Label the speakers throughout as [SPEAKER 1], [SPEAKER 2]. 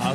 [SPEAKER 1] I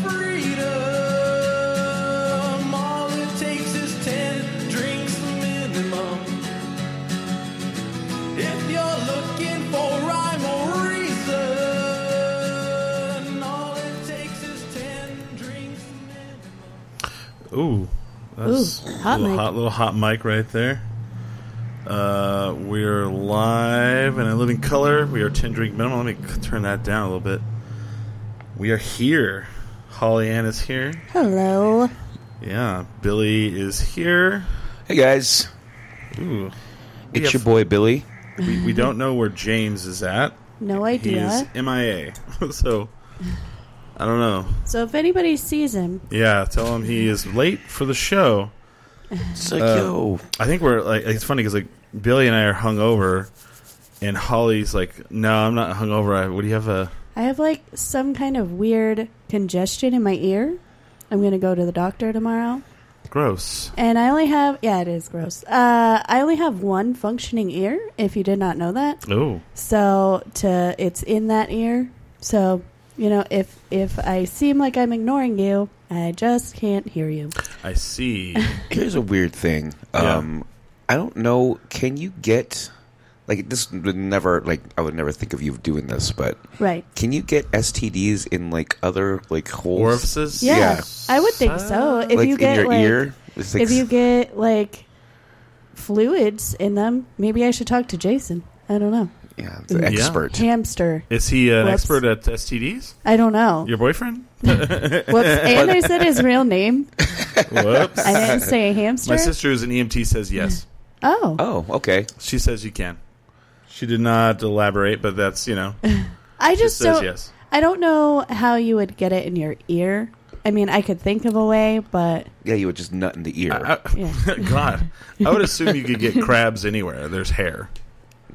[SPEAKER 1] freedom, all it takes is 10 drinks minimum. If you're looking for rhyme or reason, all it takes is 10 drinks minimum.
[SPEAKER 2] Ooh, that's
[SPEAKER 3] Ooh,
[SPEAKER 2] a
[SPEAKER 3] hot
[SPEAKER 2] little
[SPEAKER 3] mic.
[SPEAKER 2] hot little hot mic right there. Uh, we're live and in living color. We are ten drink minimum. Let me c- turn that down a little bit. We are here. Holly Ann is here.
[SPEAKER 3] Hello.
[SPEAKER 2] Yeah, Billy is here.
[SPEAKER 4] Hey guys,
[SPEAKER 2] Ooh,
[SPEAKER 4] it's
[SPEAKER 2] have-
[SPEAKER 4] your boy Billy.
[SPEAKER 2] we, we don't know where James is at.
[SPEAKER 3] No
[SPEAKER 2] He
[SPEAKER 3] idea.
[SPEAKER 2] is MIA. so I don't know.
[SPEAKER 3] So if anybody sees him,
[SPEAKER 2] Yeah, tell him he is late for the show.
[SPEAKER 4] It's like, yo,
[SPEAKER 2] I think we're like it's funny because like Billy and I are hungover, and Holly's like, "No, I'm not hungover. I, what do you have a?"
[SPEAKER 3] I have like some kind of weird congestion in my ear. I'm going to go to the doctor tomorrow.
[SPEAKER 2] Gross.
[SPEAKER 3] And I only have, yeah, it is gross. Uh, I only have one functioning ear, if you did not know that.
[SPEAKER 2] Oh,
[SPEAKER 3] So to it's in that ear. So, you know, if if I seem like I'm ignoring you, I just can't hear you.
[SPEAKER 2] I see.
[SPEAKER 4] Uh, here's a weird thing.
[SPEAKER 2] Yeah.
[SPEAKER 4] Um, I don't know. Can you get like this? Would never like I would never think of you doing this, but
[SPEAKER 3] Right.
[SPEAKER 4] can you get STDs in like other like holes?
[SPEAKER 2] Orifices.
[SPEAKER 3] Yeah.
[SPEAKER 4] Yeah.
[SPEAKER 3] I would think so. If
[SPEAKER 4] like
[SPEAKER 3] you get
[SPEAKER 4] in your
[SPEAKER 3] like
[SPEAKER 4] ear. It's like,
[SPEAKER 3] if you get like fluids in them, maybe I should talk to Jason. I don't know.
[SPEAKER 4] yeah, the expert.
[SPEAKER 3] Hamster.
[SPEAKER 2] Is he an
[SPEAKER 3] Whoops.
[SPEAKER 2] expert at STDs?
[SPEAKER 3] I don't know.
[SPEAKER 2] Your boyfriend?
[SPEAKER 3] Whoops. And I said his real name.
[SPEAKER 2] Whoops.
[SPEAKER 3] I didn't say hamster.
[SPEAKER 2] My sister is an EMT. Says yes.
[SPEAKER 3] oh.
[SPEAKER 4] Oh, okay.
[SPEAKER 2] She says you can. She did not elaborate, but that's you know.
[SPEAKER 3] I just
[SPEAKER 2] says
[SPEAKER 3] don't.
[SPEAKER 2] yes.
[SPEAKER 3] I don't know how you would get it in your ear. I mean, I could think of a way, but
[SPEAKER 4] Yeah, you would just nut in the ear.
[SPEAKER 2] I-
[SPEAKER 3] Yeah.
[SPEAKER 2] God, I would assume you could get crabs anywhere. There's hair.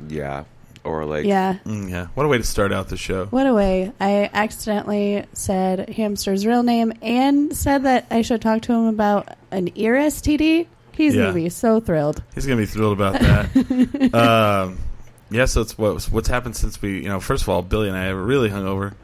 [SPEAKER 4] yeah, or like
[SPEAKER 3] yeah.
[SPEAKER 2] Mm, yeah. What a way to start out the show.
[SPEAKER 3] What a way. I accidentally said hamster's real name and said that I should talk to him about an ear STD. He's
[SPEAKER 2] Yeah.
[SPEAKER 3] going to be so thrilled.
[SPEAKER 2] He's gonna be thrilled about that. um, yeah, so it's what's what's happened since we, you know, first of all, Billy and I were really hungover.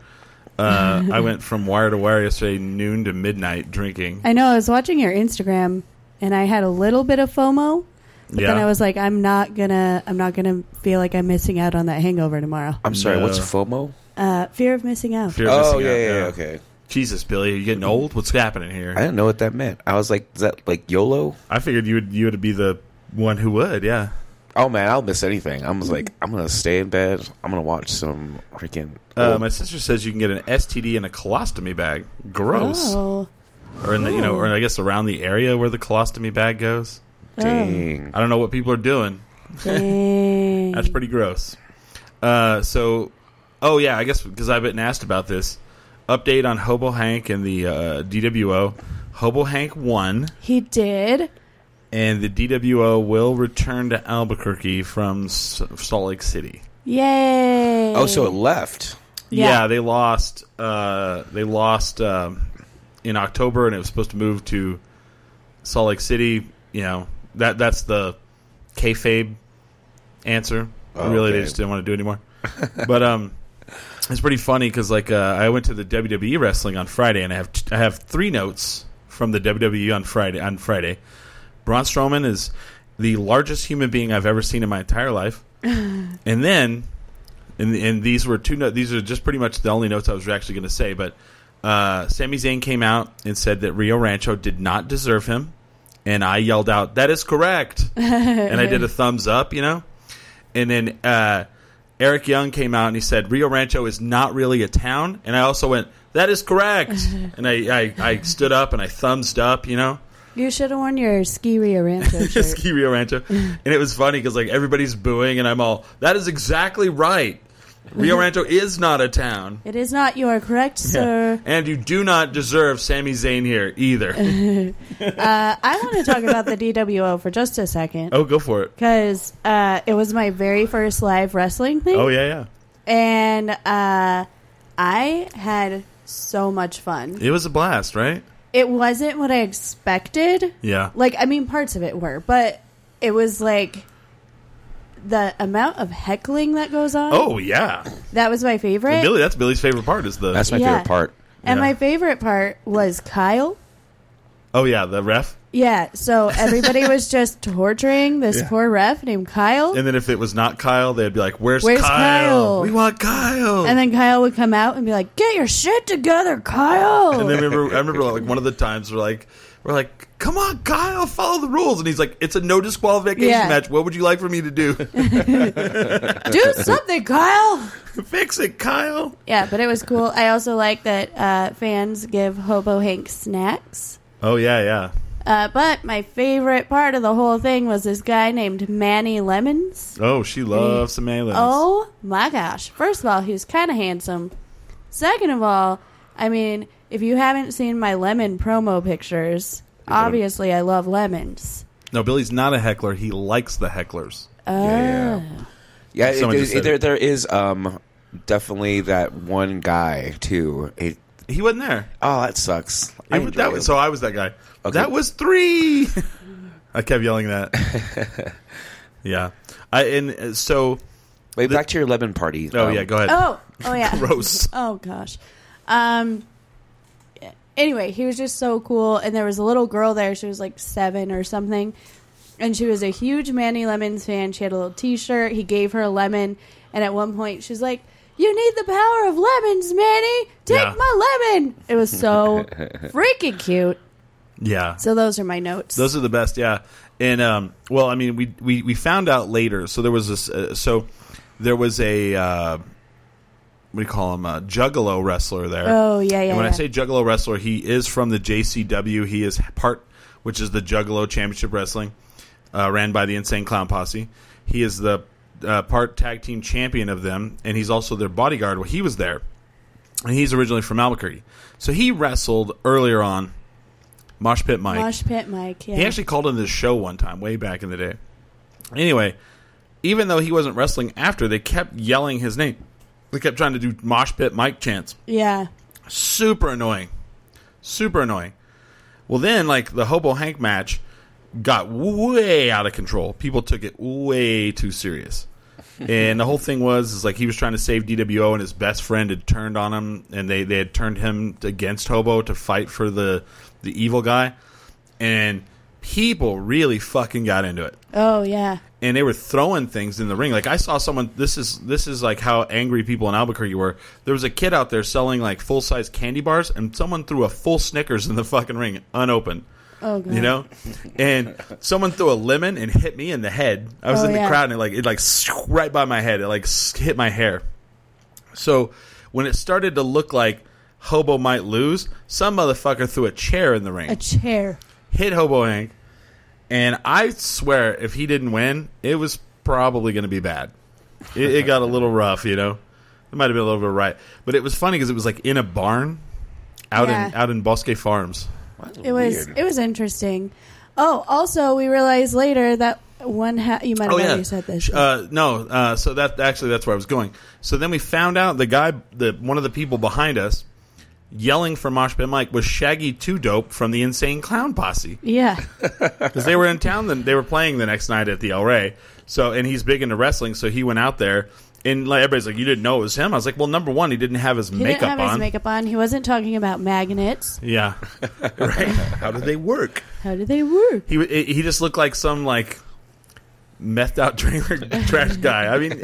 [SPEAKER 2] Uh, I went from wire to wire yesterday, noon to midnight drinking.
[SPEAKER 3] I know. I was watching your Instagram, and I had a little bit of FOMO. But
[SPEAKER 2] yeah,
[SPEAKER 3] then I was like, I'm not gonna, I'm not gonna feel like I'm missing out on that hangover tomorrow.
[SPEAKER 4] I'm sorry, what's
[SPEAKER 2] No.
[SPEAKER 4] FOMO?
[SPEAKER 3] Uh, fear of missing out.
[SPEAKER 2] Fear of
[SPEAKER 4] Oh
[SPEAKER 2] missing
[SPEAKER 4] yeah,
[SPEAKER 2] out,
[SPEAKER 4] yeah, yeah, okay.
[SPEAKER 2] Jesus, Billy, are you getting old? What's happening
[SPEAKER 4] I
[SPEAKER 2] here?
[SPEAKER 4] didn't know what that meant. I was like, is that like YOLO?
[SPEAKER 2] I figured you would you would be the one who would. Yeah,
[SPEAKER 4] Oh man, I'll miss anything. I'm just like, I'm gonna stay in bed. I'm gonna watch some freaking.
[SPEAKER 2] uh,
[SPEAKER 4] old-
[SPEAKER 2] my sister says you can get an STD in a colostomy bag. Gross,
[SPEAKER 3] Oh,
[SPEAKER 2] or in the, you know, or I guess around the area where the colostomy bag goes.
[SPEAKER 4] dang.
[SPEAKER 2] I don't know what people are doing.
[SPEAKER 3] dang.
[SPEAKER 2] That's pretty gross. Uh, so, oh yeah, I guess because I've been asked about this update on Hobo Hank and the uh, DWO. Hobo Hank won,
[SPEAKER 3] he did.
[SPEAKER 2] and the DWO will return to Albuquerque from S- Salt Lake City.
[SPEAKER 3] Yay!
[SPEAKER 4] Oh, so it left.
[SPEAKER 3] Yeah.
[SPEAKER 2] Yeah, they lost. Uh, they lost um, in October, and it was supposed to move to Salt Lake City. You know that that's the kayfabe answer.
[SPEAKER 4] Oh,
[SPEAKER 2] really, they
[SPEAKER 4] okay.
[SPEAKER 2] just didn't want to do it anymore. but um, it's pretty funny because like uh, I went to the WWE wrestling on Friday, and I have t- I have three notes from the WWE on Friday. On Friday, Braun Strowman is the largest human being I've ever seen in my entire life, and then. And, and these were two. No- these are just pretty much the only notes I was actually going to say. But uh, Sami Zayn came out and said that Rio Rancho did not deserve him, and I yelled out, "That is correct!" and I did a thumbs up, you know. And then uh, Eric Young came out and he said, "Rio Rancho is not really a town," and I also went, "That is correct!" and I, I I stood up and I thumbsed up, you know.
[SPEAKER 3] you should have worn your Ski Rio Rancho shirt.
[SPEAKER 2] Ski Rio Rancho, and it was funny because like everybody's booing, and I'm all that is exactly right. Rio Rancho is not a town.
[SPEAKER 3] It is not. You are correct, sir.
[SPEAKER 2] And you do not deserve Sami Zayn here either.
[SPEAKER 3] Uh, I want to talk about the DWO for just a second
[SPEAKER 2] oh, go for it.
[SPEAKER 3] because uh, it was my very first live wrestling thing,
[SPEAKER 2] Oh yeah, yeah.
[SPEAKER 3] and uh, I had so much fun.
[SPEAKER 2] It was a blast, right?
[SPEAKER 3] It wasn't what I expected.
[SPEAKER 2] Yeah.
[SPEAKER 3] Like, I mean, parts of it were, but it was like the amount of heckling that goes on.
[SPEAKER 2] Oh yeah.
[SPEAKER 3] that was my favorite.
[SPEAKER 2] And Billy, that's Billy's favorite part is the
[SPEAKER 4] That's my
[SPEAKER 3] Yeah.
[SPEAKER 4] favorite part.
[SPEAKER 3] and
[SPEAKER 2] yeah.
[SPEAKER 3] my favorite part was Kyle.
[SPEAKER 2] Oh yeah, the ref.
[SPEAKER 3] Yeah, so everybody was just torturing this
[SPEAKER 2] Yeah.
[SPEAKER 3] poor ref named Kyle.
[SPEAKER 2] And then if it was not Kyle, they'd be like, "Where's,
[SPEAKER 3] Where's Kyle?
[SPEAKER 2] We want Kyle."
[SPEAKER 3] And then Kyle would come out and be like, "Get your shit together, Kyle."
[SPEAKER 2] And then I remember, I remember like one of the times we're like, we're like, "Come on, Kyle, follow the rules." And he's like, "It's a no disqualification
[SPEAKER 3] Yeah.
[SPEAKER 2] match. What would you like for me to do?
[SPEAKER 3] Do something, Kyle.
[SPEAKER 2] Fix it, Kyle."
[SPEAKER 3] Yeah, but it was cool. I also like that uh, fans give Hobo Hank snacks.
[SPEAKER 2] Oh yeah, yeah.
[SPEAKER 3] Uh, but my favorite part of the whole thing was this guy named Manny Lemons.
[SPEAKER 2] Oh, she loves some aliens.
[SPEAKER 3] Oh my gosh! First of all, he's kind of handsome. Second of all, I mean, if you haven't seen my lemon promo pictures, obviously I love lemons.
[SPEAKER 2] no, Billy's not a heckler. He likes the hecklers.
[SPEAKER 3] Oh.
[SPEAKER 4] Yeah,
[SPEAKER 3] Ah.
[SPEAKER 4] yeah. yeah
[SPEAKER 2] Someone
[SPEAKER 4] it-
[SPEAKER 2] just
[SPEAKER 4] it-
[SPEAKER 2] said
[SPEAKER 4] there,
[SPEAKER 2] it.
[SPEAKER 4] there is um, definitely that one guy too. It,
[SPEAKER 2] He wasn't there.
[SPEAKER 4] oh, that sucks. I
[SPEAKER 2] It-
[SPEAKER 4] enjoy
[SPEAKER 2] that was,
[SPEAKER 4] him.
[SPEAKER 2] so I was that guy.
[SPEAKER 4] Okay.
[SPEAKER 2] That was three. I kept yelling that. yeah. I and uh, so.
[SPEAKER 4] Wait, back to your lemon party.
[SPEAKER 2] Oh
[SPEAKER 4] um,
[SPEAKER 2] yeah, go ahead.
[SPEAKER 3] Oh, oh yeah.
[SPEAKER 2] Gross.
[SPEAKER 3] Oh gosh. Um. Anyway, he was just so cool, and there was a little girl there. She was like seven or something, and she was a huge Manny Lemons fan. She had a little T-shirt. He gave her a lemon, and at one point, she's like, "You need the power of lemons, Manny. Take
[SPEAKER 2] Yeah.
[SPEAKER 3] my lemon." It was so freaking cute.
[SPEAKER 2] Yeah.
[SPEAKER 3] So those are my notes.
[SPEAKER 2] Those are the best, yeah. And um, well, I mean, we, we we found out later. So there was this. Uh, so there was a uh, what do you call him? A juggalo wrestler there.
[SPEAKER 3] Oh, yeah, yeah,
[SPEAKER 2] And when I
[SPEAKER 3] yeah.
[SPEAKER 2] say juggalo wrestler, he is from the JCW. He is part, which is the Juggalo Championship Wrestling, uh, ran by the Insane Clown Posse. He is the uh, part tag team champion of them, and he's also their bodyguard. Well, he was there, and he's originally from Albuquerque. So he wrestled earlier on. Mosh Pit Mike.
[SPEAKER 3] Mosh pit, Mike. Yeah.
[SPEAKER 2] He actually called in this show one time, way back in the day. Anyway, even though he wasn't wrestling after, they kept yelling his name. They kept trying to do mosh pit mic chants.
[SPEAKER 3] yeah.
[SPEAKER 2] Super annoying. Super annoying. Well, then, like, the Hobo Hank match got way out of control. People took it way too serious. And the whole thing was is like he was trying to save DWO, and his best friend had turned on him, and they, they had turned him against Hobo to fight for the the evil guy. And people really fucking got into it
[SPEAKER 3] Oh yeah.
[SPEAKER 2] and they were throwing things in the ring. Like I saw someone. This is this is like how angry people in Albuquerque were. There was a kid out there selling like full size candy bars, and someone threw a full Snickers in the fucking ring, unopened.
[SPEAKER 3] Oh god.
[SPEAKER 2] You know, and someone threw a lemon and hit me in the head. I was
[SPEAKER 3] Oh,
[SPEAKER 2] in the
[SPEAKER 3] yeah.
[SPEAKER 2] crowd and it like it like right by my head. It like hit my hair. So when it started to look like Hobo might lose, some motherfucker threw a chair in the ring
[SPEAKER 3] A chair.
[SPEAKER 2] hit Hobo Hank, and I swear if he didn't win, it was probably going to be bad. It, it got a little rough, you know. It might have been a little bit right, but it was funny because it was like in a barn, out in
[SPEAKER 3] Yeah.
[SPEAKER 2] out in Bosque Farms.
[SPEAKER 3] It was
[SPEAKER 4] Weird.
[SPEAKER 3] it was interesting. Oh, also we realized later that one ha- you might have
[SPEAKER 2] Oh yeah,
[SPEAKER 3] already said this.
[SPEAKER 2] Uh, no, uh, so that actually that's where I was going. So then we found out the guy, the one of the people behind us, yelling for Mosh Pit Mike was Shaggy Two Dope from the Insane Clown Posse.
[SPEAKER 3] yeah,
[SPEAKER 2] because they were in town. Then they were playing the next night at the El Rey. So and he's big into wrestling, so he went out there and like everybody's like, "You didn't know it was him." I was like, "Well, number one, he didn't have his
[SPEAKER 3] he
[SPEAKER 2] makeup
[SPEAKER 3] didn't have
[SPEAKER 2] on."
[SPEAKER 3] his makeup on. He wasn't talking about magnets.
[SPEAKER 2] Yeah, right. How do they work?
[SPEAKER 3] How do they work?
[SPEAKER 2] He w- he just looked like some like methed out trailer trash guy. I mean, uh,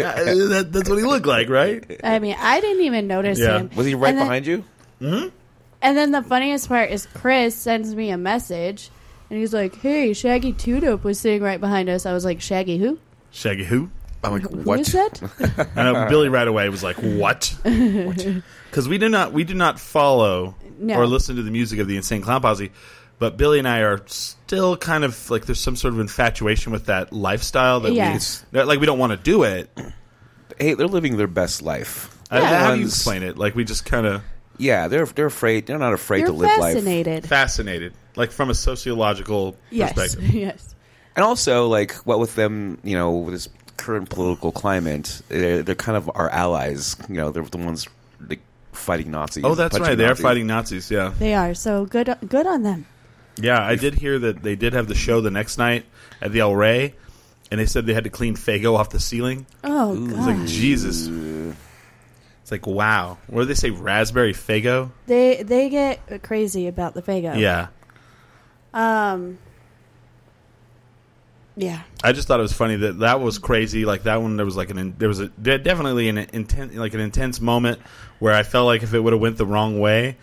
[SPEAKER 2] that, that's what he looked like, right?
[SPEAKER 3] I mean, I didn't even notice
[SPEAKER 2] Yeah.
[SPEAKER 3] him.
[SPEAKER 4] Was he right
[SPEAKER 3] and then,
[SPEAKER 4] behind you?
[SPEAKER 3] And then the funniest part is Chris sends me a message, and he's like, "Hey, Shaggy Two Dope was sitting right behind us." I was like, "Shaggy who?
[SPEAKER 2] Shaggy who?
[SPEAKER 4] I'm like,
[SPEAKER 3] Who
[SPEAKER 4] what?
[SPEAKER 3] is that?"
[SPEAKER 2] And uh, Billy right away was like, "What?" Because we do not we do not follow
[SPEAKER 3] No.
[SPEAKER 2] or listen to the music of the Insane Clown Posse, but Billy and I are still kind of like there's some sort of infatuation with that lifestyle that
[SPEAKER 3] Yeah.
[SPEAKER 2] we
[SPEAKER 3] It's-
[SPEAKER 2] that, like we don't want to do it,
[SPEAKER 4] hey, they're living their best life.
[SPEAKER 2] I,
[SPEAKER 4] They're the
[SPEAKER 2] how do you
[SPEAKER 4] ones-
[SPEAKER 2] explain it? Like we just kind of
[SPEAKER 4] Yeah, they're they're afraid. They're not afraid
[SPEAKER 3] You're
[SPEAKER 4] to live life.
[SPEAKER 3] fascinated.
[SPEAKER 2] fascinated, like from a sociological
[SPEAKER 3] yes,
[SPEAKER 2] perspective.
[SPEAKER 3] yes.
[SPEAKER 4] And also, like, what with them, you know, with this current political climate, they're, they're kind of our allies. You know, they're the ones like, fighting Nazis.
[SPEAKER 2] Oh, that's
[SPEAKER 4] punching
[SPEAKER 2] right. They are
[SPEAKER 4] Nazis.
[SPEAKER 2] fighting Nazis. Yeah,
[SPEAKER 3] They are so good. Good on them.
[SPEAKER 2] yeah. I did hear that they did have the show the next night at the El Rey, and they said they had to clean Fago off the ceiling.
[SPEAKER 3] Oh
[SPEAKER 2] It's like
[SPEAKER 3] god.
[SPEAKER 2] Jesus. It's like wow. What do they say? Raspberry Fago.
[SPEAKER 3] They they get crazy about the Fago.
[SPEAKER 2] Yeah.
[SPEAKER 3] Um. Yeah.
[SPEAKER 2] I just thought it was funny that that was crazy. Like that one, there was like an in, there was a there definitely an intense like an intense moment where I felt like if it would have went the wrong way,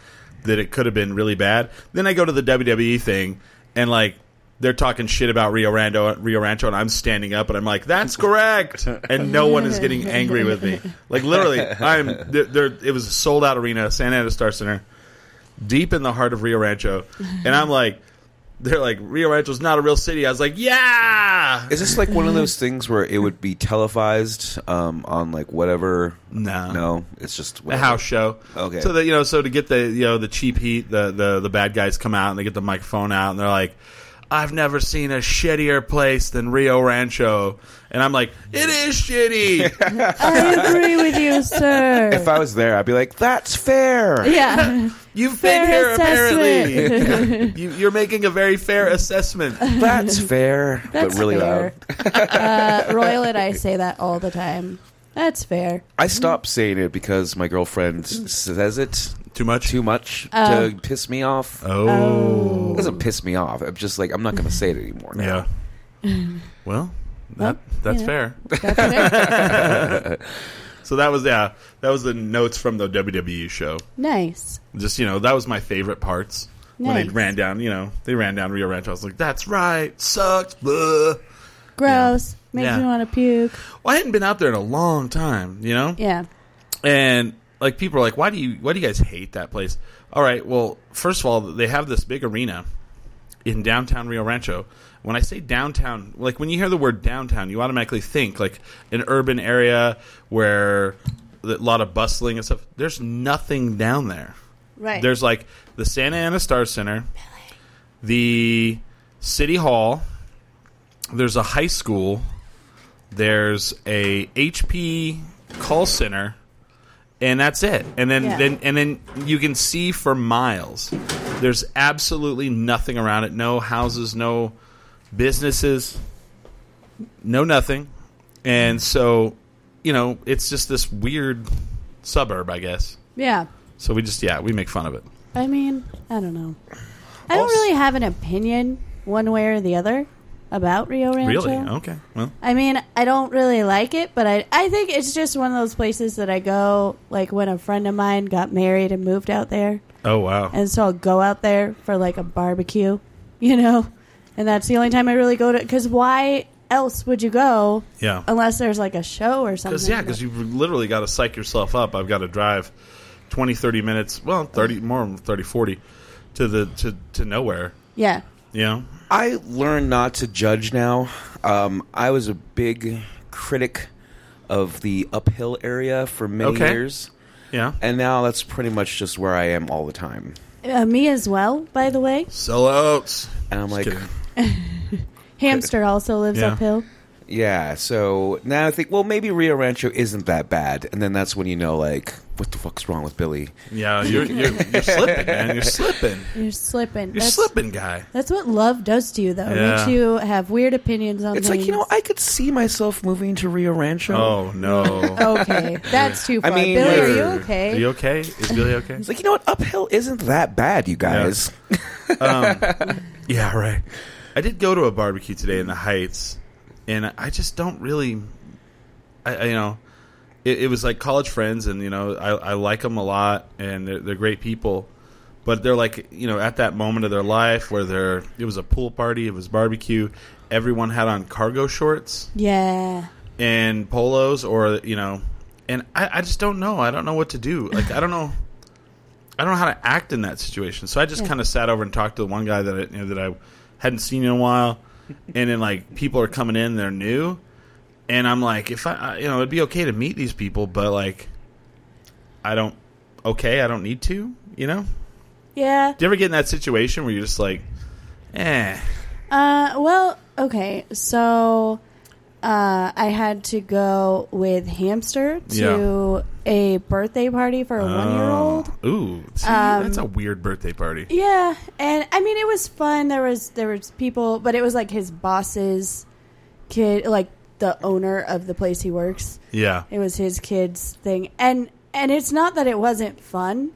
[SPEAKER 2] that it could have been really bad. Then I go to the WWE thing and like they're talking shit about Rio Rando Rio Rancho and I'm standing up and I'm like that's correct and no one is getting angry with me. Like literally, I'm there. there it was a sold out arena, Santa Ana Star Center, deep in the heart of Rio Rancho, and I'm like. They're like Rio Rancho's not a real city. I was like, yeah,
[SPEAKER 4] Is this like one of those things where it would be televised um, on like whatever?
[SPEAKER 2] No.
[SPEAKER 4] no, it's just
[SPEAKER 2] a
[SPEAKER 4] whatever.
[SPEAKER 2] house show.
[SPEAKER 4] Okay.
[SPEAKER 2] So that you know, so to get the you know the cheap heat, the the the bad guys come out and they get the microphone out and they're like, "I've never seen a shittier place than Rio Rancho," and I'm like, "It is shitty."
[SPEAKER 3] I agree with you, sir.
[SPEAKER 4] If I was there, I'd be like, "That's fair."
[SPEAKER 3] yeah.
[SPEAKER 2] You've been
[SPEAKER 3] Fair
[SPEAKER 2] here
[SPEAKER 3] assessment.
[SPEAKER 2] apparently. you, you're making a very fair assessment.
[SPEAKER 4] That's fair,
[SPEAKER 3] That's
[SPEAKER 4] but really
[SPEAKER 3] fair.
[SPEAKER 4] loud.
[SPEAKER 3] uh, Royal and I say that all the time. That's fair.
[SPEAKER 4] I stopped saying it because my girlfriend says it
[SPEAKER 2] Too much.
[SPEAKER 4] too much
[SPEAKER 3] Oh.
[SPEAKER 4] to piss me off.
[SPEAKER 2] oh.
[SPEAKER 4] It doesn't piss me off. I'm just like, I'm not going to say it anymore. now.
[SPEAKER 2] Yeah. Well,
[SPEAKER 3] Well,
[SPEAKER 2] that that's
[SPEAKER 3] yeah.
[SPEAKER 2] fair.
[SPEAKER 3] That's fair.
[SPEAKER 2] So that was yeah, that was the notes from the WWE show.
[SPEAKER 3] nice.
[SPEAKER 2] just you know that was my favorite parts when they
[SPEAKER 3] Nice.
[SPEAKER 2] ran down you know they ran down rio rancho i was like that's right sucked blah.
[SPEAKER 3] Gross. Makes
[SPEAKER 2] Yeah.
[SPEAKER 3] me want to puke.
[SPEAKER 2] well i hadn't been out there in a long time you know
[SPEAKER 3] Yeah.
[SPEAKER 2] and like people are like why do you why do you guys hate that place all right well first of all they have this big arena in downtown rio rancho when i say downtown like when you hear the word downtown you automatically think like an urban area where a lot of bustling and stuff there's nothing down there
[SPEAKER 3] Right.
[SPEAKER 2] There's like the Santa Ana Star Center, the City Hall. There's a high school. There's a HP call center, and that's it. And then,
[SPEAKER 3] Yeah.
[SPEAKER 2] then and then you can see for miles. There's absolutely nothing around it. No houses. No businesses. No nothing. And so, you know, it's just this weird suburb, I guess.
[SPEAKER 3] yeah.
[SPEAKER 2] So we just yeah, we make fun of it.
[SPEAKER 3] I mean, I don't know. I don't
[SPEAKER 4] Also-
[SPEAKER 3] really have an opinion one way or the other about Rio Rancho.
[SPEAKER 2] Really? Oh. Okay. Well,
[SPEAKER 3] I mean, I don't really like it, but I I think it's just one of those places that I go like when a friend of mine got married and moved out there,
[SPEAKER 2] oh wow.
[SPEAKER 3] and so I'll go out there for like a barbecue, you know, and that's the only time I really go to. Because why else would you go
[SPEAKER 2] Yeah.
[SPEAKER 3] unless there's like a show or something?
[SPEAKER 2] Cuz yeah, cuz you've literally got to psych yourself up. I've got to drive 20 30 minutes, well, 30 more than 30 40 to the to to nowhere,
[SPEAKER 3] yeah,
[SPEAKER 2] you know?
[SPEAKER 4] I learned not to judge now. Um, I was a big critic of the uphill area for many
[SPEAKER 2] Okay.
[SPEAKER 4] years,
[SPEAKER 2] Yeah.
[SPEAKER 4] and now that's pretty much just where I am all the time.
[SPEAKER 3] uh, me as well. By the way,
[SPEAKER 2] Sell outs.
[SPEAKER 4] And I'm like,
[SPEAKER 2] kidding.
[SPEAKER 3] hamster also lives
[SPEAKER 2] Yeah.
[SPEAKER 3] uphill.
[SPEAKER 4] yeah. So now I think, well, maybe Rio Rancho isn't that bad, and then that's when you know, like, what the fuck's wrong with Billy?
[SPEAKER 2] Yeah, you're you're, you're slipping, man. You're slipping.
[SPEAKER 3] You're slipping.
[SPEAKER 2] You're
[SPEAKER 3] that's,
[SPEAKER 2] slipping, guy.
[SPEAKER 3] that's what love does to you, though. It
[SPEAKER 2] Yeah.
[SPEAKER 3] Makes you have weird opinions on
[SPEAKER 4] It's
[SPEAKER 3] things.
[SPEAKER 4] like you know, I could see myself moving to Rio Rancho.
[SPEAKER 2] Oh no.
[SPEAKER 3] Okay, that's too
[SPEAKER 4] I
[SPEAKER 3] far.
[SPEAKER 4] mean,
[SPEAKER 3] Billy, are you
[SPEAKER 2] You're-
[SPEAKER 3] okay?
[SPEAKER 2] Are you okay? Is Billy okay?
[SPEAKER 4] It's like you know what, uphill isn't that bad, you guys.
[SPEAKER 2] Yeah, right. I did go to a barbecue today in the Heights, and I just don't really, I, I you know, it, it was like college friends, and you know, I, I like them a lot, and they're, they're great people, but they're like, you know, at that moment of their life where they're, it was a pool party, it was barbecue, everyone had on cargo shorts
[SPEAKER 3] Yeah.
[SPEAKER 2] and polos or you know and I, I just don't know i don't know what to do like i don't know i don't know how to act in that situation so i just
[SPEAKER 3] Yeah.
[SPEAKER 2] kind of sat over and talked to the one guy that I, you know, that I hadn't seen in a while and then like people are coming in they're new and I'm like, if I, I, you know, it'd be okay to meet these people, but like, I don't. Okay, I don't need to. You know,
[SPEAKER 3] Yeah.
[SPEAKER 2] do you ever get in that situation where you're just like, eh?
[SPEAKER 3] Uh, well, okay. So uh, I had to go with Hamster to a birthday party for a one year old.
[SPEAKER 2] Oh, Ooh, see, that's a weird birthday party.
[SPEAKER 3] Yeah, and I mean it was fun. There was there was people, but it was like his boss's kid, like the owner of the place he works.
[SPEAKER 2] Yeah,
[SPEAKER 3] It was his kid's thing, and and it's not that it wasn't fun,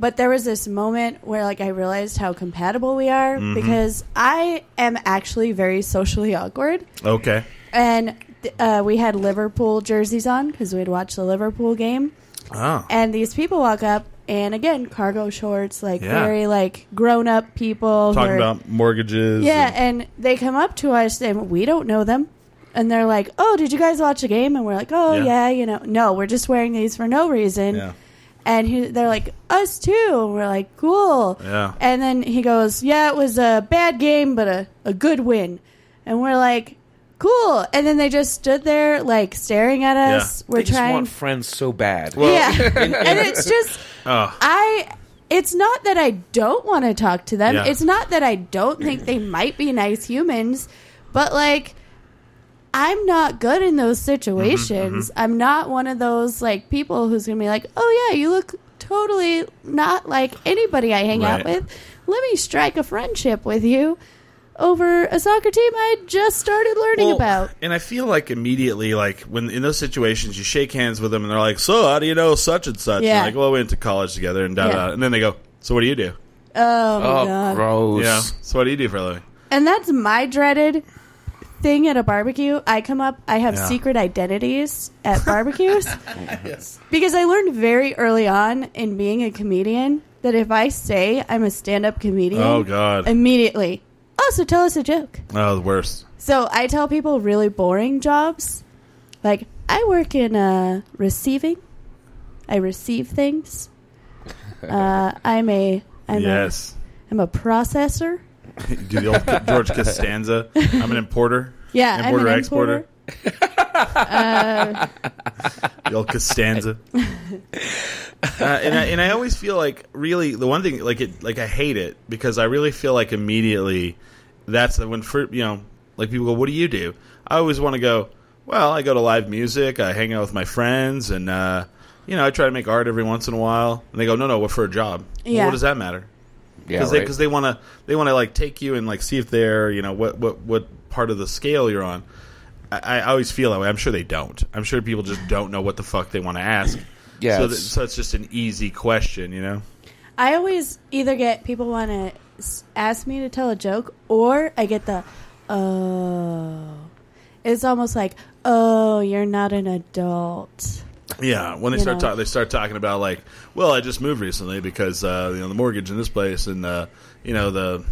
[SPEAKER 3] but there was this moment where like I realized how compatible we are because I am actually very socially awkward,
[SPEAKER 2] okay.
[SPEAKER 3] and th- uh, we had Liverpool jerseys on because we had watched the Liverpool game,
[SPEAKER 2] Oh,
[SPEAKER 3] and these people walk up. And again, cargo shorts, like
[SPEAKER 2] Yeah.
[SPEAKER 3] very like grown up people. who
[SPEAKER 2] talking
[SPEAKER 3] are-
[SPEAKER 2] about mortgages.
[SPEAKER 3] yeah,
[SPEAKER 2] and-
[SPEAKER 3] and they come up to us and we don't know them. And they're like, "Oh, did you guys watch a game?" And we're like, "Oh yeah,
[SPEAKER 2] Yeah.
[SPEAKER 3] you know, no, we're just wearing these for no reason."
[SPEAKER 2] yeah.
[SPEAKER 3] And he, they're like, "Us too." And we're like, "Cool."
[SPEAKER 2] Yeah.
[SPEAKER 3] And then he goes, "Yeah, it was a bad game, but a a good win." And we're like, "Cool." And then they just stood there like staring at us. We're
[SPEAKER 4] they just
[SPEAKER 3] trying.
[SPEAKER 4] want friends so bad.
[SPEAKER 3] yeah, and it's just
[SPEAKER 2] Oh,
[SPEAKER 3] I it's not that I don't want to talk to them.
[SPEAKER 2] Yeah.
[SPEAKER 3] It's not that I don't think they might be nice humans, but like I'm not good in those
[SPEAKER 2] Mm-hmm,
[SPEAKER 3] situations. I'm not one of those like people who's going to be like, "Oh yeah, you look totally not like anybody I hang out
[SPEAKER 2] Right.
[SPEAKER 3] with. Let me strike a friendship with you." Over a soccer team I just started learning
[SPEAKER 2] Well,
[SPEAKER 3] about.
[SPEAKER 2] And I feel like immediately, like when in those situations, you shake hands with them, and they're like, "So, how do you know such and such?"
[SPEAKER 3] Yeah.
[SPEAKER 2] And like, well, we went to college together, and da da.
[SPEAKER 3] Yeah.
[SPEAKER 2] da." And then they go, "So, what do you do?"
[SPEAKER 3] Oh, my
[SPEAKER 4] Oh,
[SPEAKER 3] God.
[SPEAKER 4] gross.
[SPEAKER 2] Yeah. So, what do you do for a living?
[SPEAKER 3] And that's my dreaded thing at a barbecue. I come up, I have
[SPEAKER 2] Yeah.
[SPEAKER 3] secret identities at barbecues. Because I learned very early on in being a comedian that if I say I'm a stand up comedian,
[SPEAKER 2] Oh God.
[SPEAKER 3] immediately, oh, so tell us a joke.
[SPEAKER 2] Oh, the worst.
[SPEAKER 3] So I tell people really boring jobs. Like, I work in uh, receiving, I receive things. Uh, I'm a. I'm
[SPEAKER 2] yes.
[SPEAKER 3] a, I'm a processor.
[SPEAKER 2] do the old George Costanza. I'm an importer.
[SPEAKER 3] Yeah, I'm
[SPEAKER 2] Importer,
[SPEAKER 3] an
[SPEAKER 2] exporter.
[SPEAKER 3] importer.
[SPEAKER 2] The old Costanza. uh, and I, and I always feel like really the one thing like it like I hate it because I really feel like immediately that's the when for you know like people go what do you do I always want to go well I go to live music I hang out with my friends and uh, you know I try to make art every once in a while and they go no no what for a job Well,
[SPEAKER 3] Yeah.
[SPEAKER 2] what does that matter
[SPEAKER 4] Yeah,
[SPEAKER 2] because
[SPEAKER 4] right.
[SPEAKER 2] they, 'cause they want to they want to like take you and like see if they're you know what what what part of the scale you're on. I, I always feel that way. I'm sure they don't. I'm sure people just don't know what the fuck they want to ask.
[SPEAKER 4] Yeah,
[SPEAKER 2] So,
[SPEAKER 4] it's-
[SPEAKER 2] th- so it's just an easy question, you know.
[SPEAKER 3] I always either get people want to ask me to tell a joke, or I get the oh. It's almost like oh, you're not an adult.
[SPEAKER 2] Yeah, when they
[SPEAKER 3] You
[SPEAKER 2] start
[SPEAKER 3] know.
[SPEAKER 2] talking, they start talking about like, well, I just moved recently because uh, you know the mortgage in this place and uh, you know the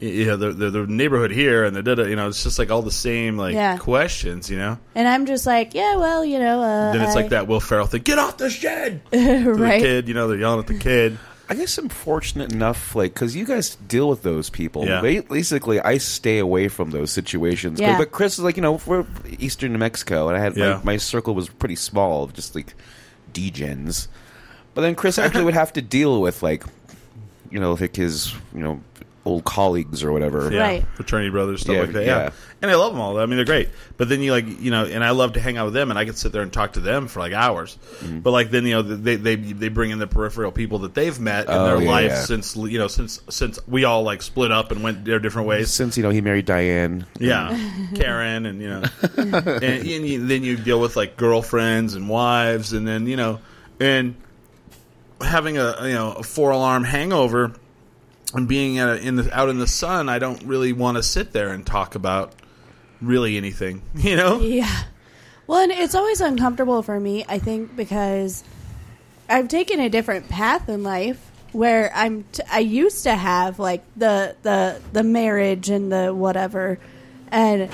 [SPEAKER 2] y- you know the, the the neighborhood here and the da-da, you know it's just like all the same like
[SPEAKER 3] Yeah.
[SPEAKER 2] questions, you know.
[SPEAKER 3] And I'm just like, yeah, well, you know, uh,
[SPEAKER 2] Then it's
[SPEAKER 3] I-
[SPEAKER 2] like that Will Ferrell thing, get off the shed to
[SPEAKER 3] right?
[SPEAKER 2] the kid, you know, they're yelling at the kid.
[SPEAKER 4] I guess I'm fortunate enough, like, because you guys deal with those people.
[SPEAKER 2] Yeah.
[SPEAKER 4] Ba- Basically, I stay away from those situations. 'Cause-
[SPEAKER 3] Yeah.
[SPEAKER 4] But Chris is like, you know, we're Eastern New Mexico, and I had
[SPEAKER 2] Yeah.
[SPEAKER 4] my, my circle was pretty small, of just like degens. But then Chris actually would have to deal with like, you know, like his, you know, old colleagues or whatever.
[SPEAKER 2] Yeah,
[SPEAKER 3] Right.
[SPEAKER 2] fraternity brothers, stuff
[SPEAKER 4] Yeah,
[SPEAKER 2] like that. Yeah.
[SPEAKER 4] yeah.
[SPEAKER 2] and I love them all. I mean, they're great. But then you like, you know, and I love to hang out with them, and I could sit there and talk to them for like hours.
[SPEAKER 4] Mm-hmm.
[SPEAKER 2] But like then you know they they they bring in the peripheral people that they've met in
[SPEAKER 4] Oh,
[SPEAKER 2] their
[SPEAKER 4] yeah,
[SPEAKER 2] life
[SPEAKER 4] yeah.
[SPEAKER 2] since you know since since we all like split up and went their different ways.
[SPEAKER 4] Since you know he married Diane,
[SPEAKER 2] Yeah, Karen, and you know, and, and you, then you deal with like girlfriends and wives, and then you know, and having a you know a four alarm hangover and being at a, in the out in the sun, I don't really want to sit there and talk about really anything, you know.
[SPEAKER 3] Yeah. Well, and it's always uncomfortable for me, I think, because I've taken a different path in life where I'm t- I used to have like the the the marriage and the whatever and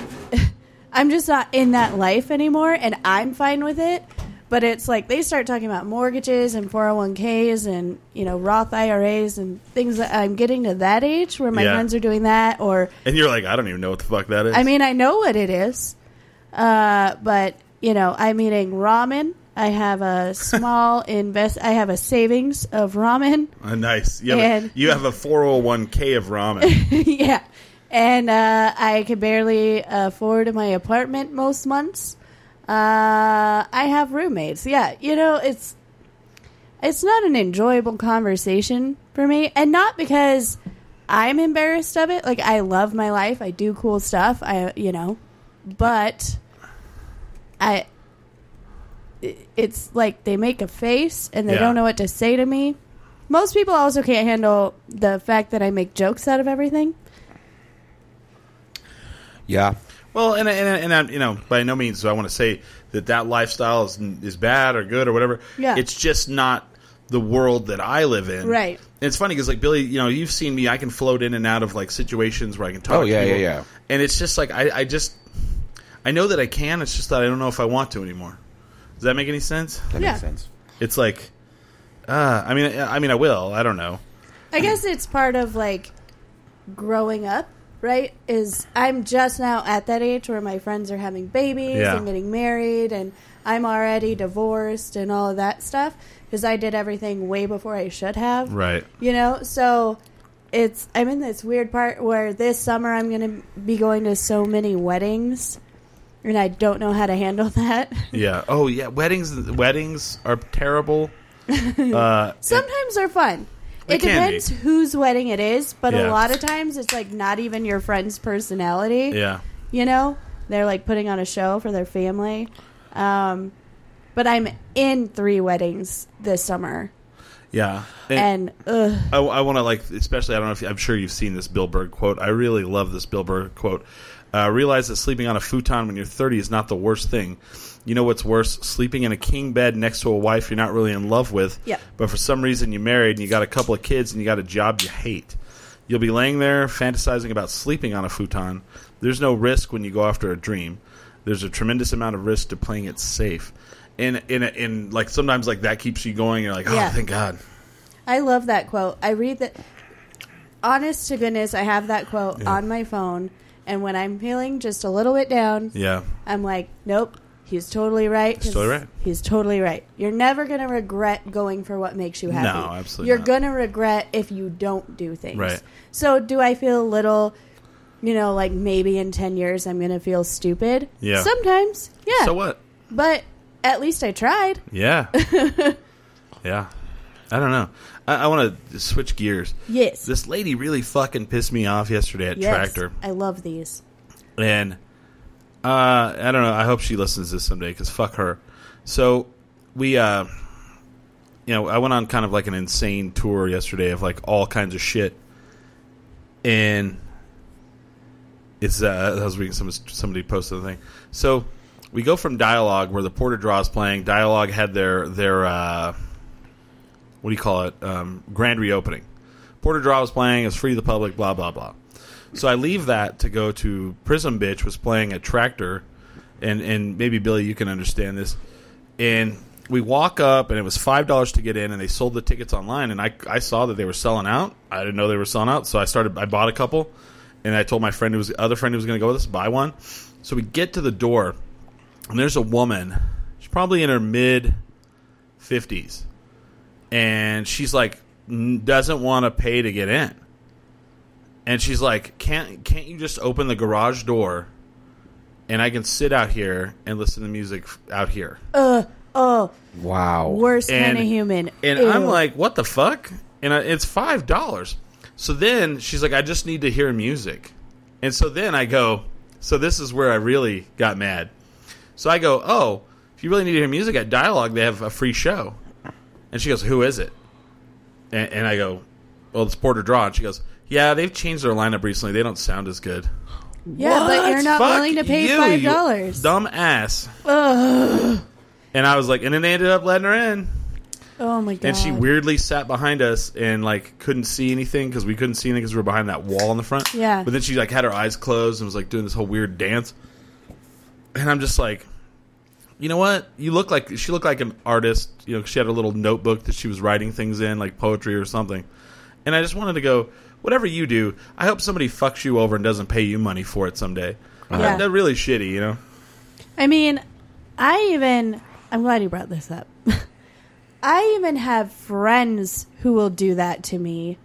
[SPEAKER 3] I'm just not in that life anymore and I'm fine with it. But it's like they start talking about mortgages and 401ks and, you know, Roth IRAs and things that I'm getting to that age where my
[SPEAKER 2] Yeah.
[SPEAKER 3] friends are doing that or
[SPEAKER 2] And you're like, I don't even know what the fuck that is.
[SPEAKER 3] I mean, I know what it is. Uh, but you know, I'm eating ramen. I have a small invest. I have a savings of ramen.
[SPEAKER 2] Uh, nice. You have, a,
[SPEAKER 3] And-
[SPEAKER 2] you have a 401k of ramen.
[SPEAKER 3] yeah, and uh, I can barely afford my apartment most months. Uh, I have roommates. Yeah, you know it's it's not an enjoyable conversation for me, and not because I'm embarrassed of it. Like I love my life. I do cool stuff. I you know, but I i- it's like they make a face and they
[SPEAKER 2] Yeah.
[SPEAKER 3] don't know what to say to me. Most people also can't handle the fact that I make jokes out of everything.
[SPEAKER 4] Yeah.
[SPEAKER 2] well, and I- and I- and I'm you know by no means do I want to say that that lifestyle is is bad or good or whatever.
[SPEAKER 3] Yeah.
[SPEAKER 2] It's just not the world that I live in.
[SPEAKER 3] Right.
[SPEAKER 2] And it's funny because like Billy, you know, you've seen me. I can float in and out of like situations where I can talk.
[SPEAKER 4] Oh, yeah,
[SPEAKER 2] to people.
[SPEAKER 4] yeah, yeah.
[SPEAKER 2] And it's just like I, I just I know that I can. It's just that I don't know if I want to anymore. Does that make any sense?
[SPEAKER 4] That
[SPEAKER 3] Yeah.
[SPEAKER 4] makes sense.
[SPEAKER 2] It's like, uh, I mean, I I mean, I will. I don't know.
[SPEAKER 3] I guess it's part of like growing up, right? Is I'm just now at that age where my friends are having babies
[SPEAKER 2] Yeah.
[SPEAKER 3] and getting married, and I'm already divorced and all of that stuff because I did everything way before I should have.
[SPEAKER 2] Right.
[SPEAKER 3] You know, so it's I'm in this weird part where this summer I'm going to be going to so many weddings, and I don't know how to handle that.
[SPEAKER 2] Yeah. Oh, yeah. Weddings. Weddings are terrible. Uh,
[SPEAKER 3] Sometimes they're fun.
[SPEAKER 2] They
[SPEAKER 3] It
[SPEAKER 2] can
[SPEAKER 3] depends whose wedding it is, but a
[SPEAKER 2] Yeah.
[SPEAKER 3] lot of times it's like not even your friend's personality.
[SPEAKER 2] yeah.
[SPEAKER 3] You know, they're like putting on a show for their family. Um, but I'm in three weddings this summer,
[SPEAKER 2] Yeah. And,
[SPEAKER 3] and ugh,
[SPEAKER 2] I, want to like, especially. I don't know if you- I'm sure you've seen this Bill Berg quote. I really love this Bill Berg quote. Uh, realize that sleeping on a futon when you're 30 is not the worst thing. You know what's worse? Sleeping in a king bed next to a wife you're not really in love with.
[SPEAKER 3] Yep.
[SPEAKER 2] But for some reason you married and you got a couple of kids and you got a job you hate. You'll be laying there fantasizing about sleeping on a futon. There's no risk when you go after a dream. There's a tremendous amount of risk to playing it safe. And in in like sometimes like that keeps you going. You're like, oh,
[SPEAKER 3] Yeah.
[SPEAKER 2] thank God.
[SPEAKER 3] I love that quote. I read that. Honest to goodness, I have that quote on my phone, and when I'm feeling just a little bit down,
[SPEAKER 2] Yeah.
[SPEAKER 3] I'm like, nope, he's totally right.
[SPEAKER 2] He's totally right.
[SPEAKER 3] He's totally right. You're never going to regret going for what makes you happy.
[SPEAKER 2] No, absolutely
[SPEAKER 3] You're
[SPEAKER 2] not.
[SPEAKER 3] going to regret if you don't do things.
[SPEAKER 2] Right.
[SPEAKER 3] So, do I feel a little, you know, like maybe in 10 years I'm going to feel stupid?
[SPEAKER 2] Yeah.
[SPEAKER 3] Sometimes, yeah.
[SPEAKER 2] So what?
[SPEAKER 3] But at least I tried.
[SPEAKER 2] Yeah. yeah. I don't know. I, I want to switch gears.
[SPEAKER 3] Yes.
[SPEAKER 2] This lady really fucking pissed me off yesterday at
[SPEAKER 3] yes.
[SPEAKER 2] Tractor.
[SPEAKER 3] I love these.
[SPEAKER 2] And uh, I don't know. I hope she listens to this someday because fuck her. So we, uh, you know, I went on kind of like an insane tour yesterday of like all kinds of shit, and it's uh, I was reading some somebody posted the thing. So we go from dialogue where the Porter Draw is playing. Dialogue had their their uh, what do you call it um, grand reopening. Porter Draw was playing. It's free to the public. Blah blah blah. So I leave that to go to Prism Bitch was playing a tractor, and and maybe Billy you can understand this. And we walk up, and it was five dollars to get in, and they sold the tickets online, and I I saw that they were selling out. I didn't know they were selling out, so I started I bought a couple, and I told my friend who was other friend who was going to go with us buy one. So we get to the door, and there's a woman. She's probably in her mid fifties, and she's like n- doesn't want to pay to get in and she's like, "Can't can't you just open the garage door, and I can sit out here and listen to music f- out here?"
[SPEAKER 3] Oh,
[SPEAKER 4] Wow.
[SPEAKER 3] worst
[SPEAKER 2] And-
[SPEAKER 3] kind of human.
[SPEAKER 2] And
[SPEAKER 3] Ew.
[SPEAKER 2] I'm like, "What the fuck?" And I, it's five dollars. So then she's like, "I just need to hear music," and so then I go, "So this is where I really got mad." So I go, "Oh, if you really need to hear music at Dialogue, they have a free show," and she goes, "Who is it?" And, and I go, "Well, it's Porter Draw," and she goes. Yeah, they've changed their lineup recently. They don't sound as good.
[SPEAKER 3] yeah, but you're not
[SPEAKER 2] Fuck
[SPEAKER 3] willing to pay
[SPEAKER 2] you,
[SPEAKER 3] $5.
[SPEAKER 2] you Dumb ass. And I was like, and then they ended up letting her in.
[SPEAKER 3] oh, my God.
[SPEAKER 2] And she weirdly sat behind us and like couldn't see anything because we couldn't see anything because we were behind that wall in the front.
[SPEAKER 3] Yeah.
[SPEAKER 2] But then she like had her eyes closed and was like doing this whole weird dance. And I'm just like, you know what? You look like she looked like an artist. You know, she had a little notebook that she was writing things in, like poetry or something. And I just wanted to go, whatever you do, I hope somebody fucks you over and doesn't pay you money for it someday.
[SPEAKER 3] Yeah.
[SPEAKER 2] That, that really shitty, you know.
[SPEAKER 3] I mean, I even I'm glad you brought this up. I even have friends who will do that to me.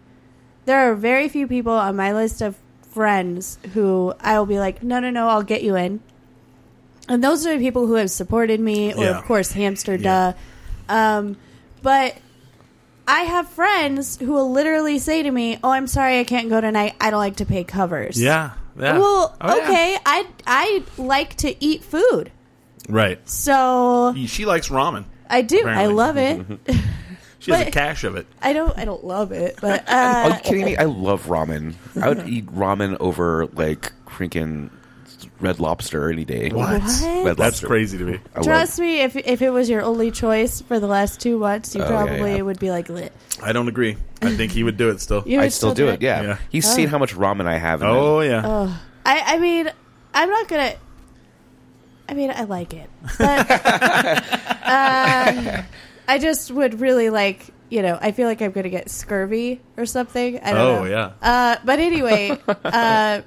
[SPEAKER 3] There are very few people on my list of friends who I will be like, "No, no, no, I'll get you in." And those are the people who have supported me or
[SPEAKER 2] Yeah.
[SPEAKER 3] of course hamster
[SPEAKER 2] Yeah.
[SPEAKER 3] duh. Um, but I have friends who will literally say to me, "Oh, I'm sorry I can't go tonight. I don't like to pay covers."
[SPEAKER 2] Yeah. yeah.
[SPEAKER 3] Well,
[SPEAKER 2] Oh, yeah.
[SPEAKER 3] okay. I I like to eat food,
[SPEAKER 2] Right.
[SPEAKER 3] so
[SPEAKER 2] She likes ramen.
[SPEAKER 3] I do. I
[SPEAKER 2] Apparently.
[SPEAKER 3] love it.
[SPEAKER 2] She has a
[SPEAKER 3] But-
[SPEAKER 2] cache of it.
[SPEAKER 3] I don't. I don't love it, but uh,
[SPEAKER 4] Are you kidding me? I love ramen. I would eat ramen over like freaking red lobster any day.
[SPEAKER 2] What?
[SPEAKER 3] What?
[SPEAKER 4] Red
[SPEAKER 2] That's
[SPEAKER 4] lobster.
[SPEAKER 2] crazy to me.
[SPEAKER 4] I love-
[SPEAKER 3] trust me, if if it was your only choice for the last two months, you
[SPEAKER 4] Oh, yeah,
[SPEAKER 3] probably
[SPEAKER 4] yeah.
[SPEAKER 3] would be like, "Lit."
[SPEAKER 2] I don't agree. I think he would do it still.
[SPEAKER 3] You would
[SPEAKER 4] I'd still do it. Yeah.
[SPEAKER 2] Yeah.
[SPEAKER 4] He's
[SPEAKER 3] Oh.
[SPEAKER 4] seen how much ramen I have. in it.
[SPEAKER 2] Oh yeah.
[SPEAKER 3] Ugh. I I mean, I'm not gonna. I mean, I like it, but uh, I just would really like. You know, I feel like I'm gonna get scurvy or something. I don't
[SPEAKER 2] Oh,
[SPEAKER 3] know.
[SPEAKER 2] yeah.
[SPEAKER 3] Uh, but anyway, uh,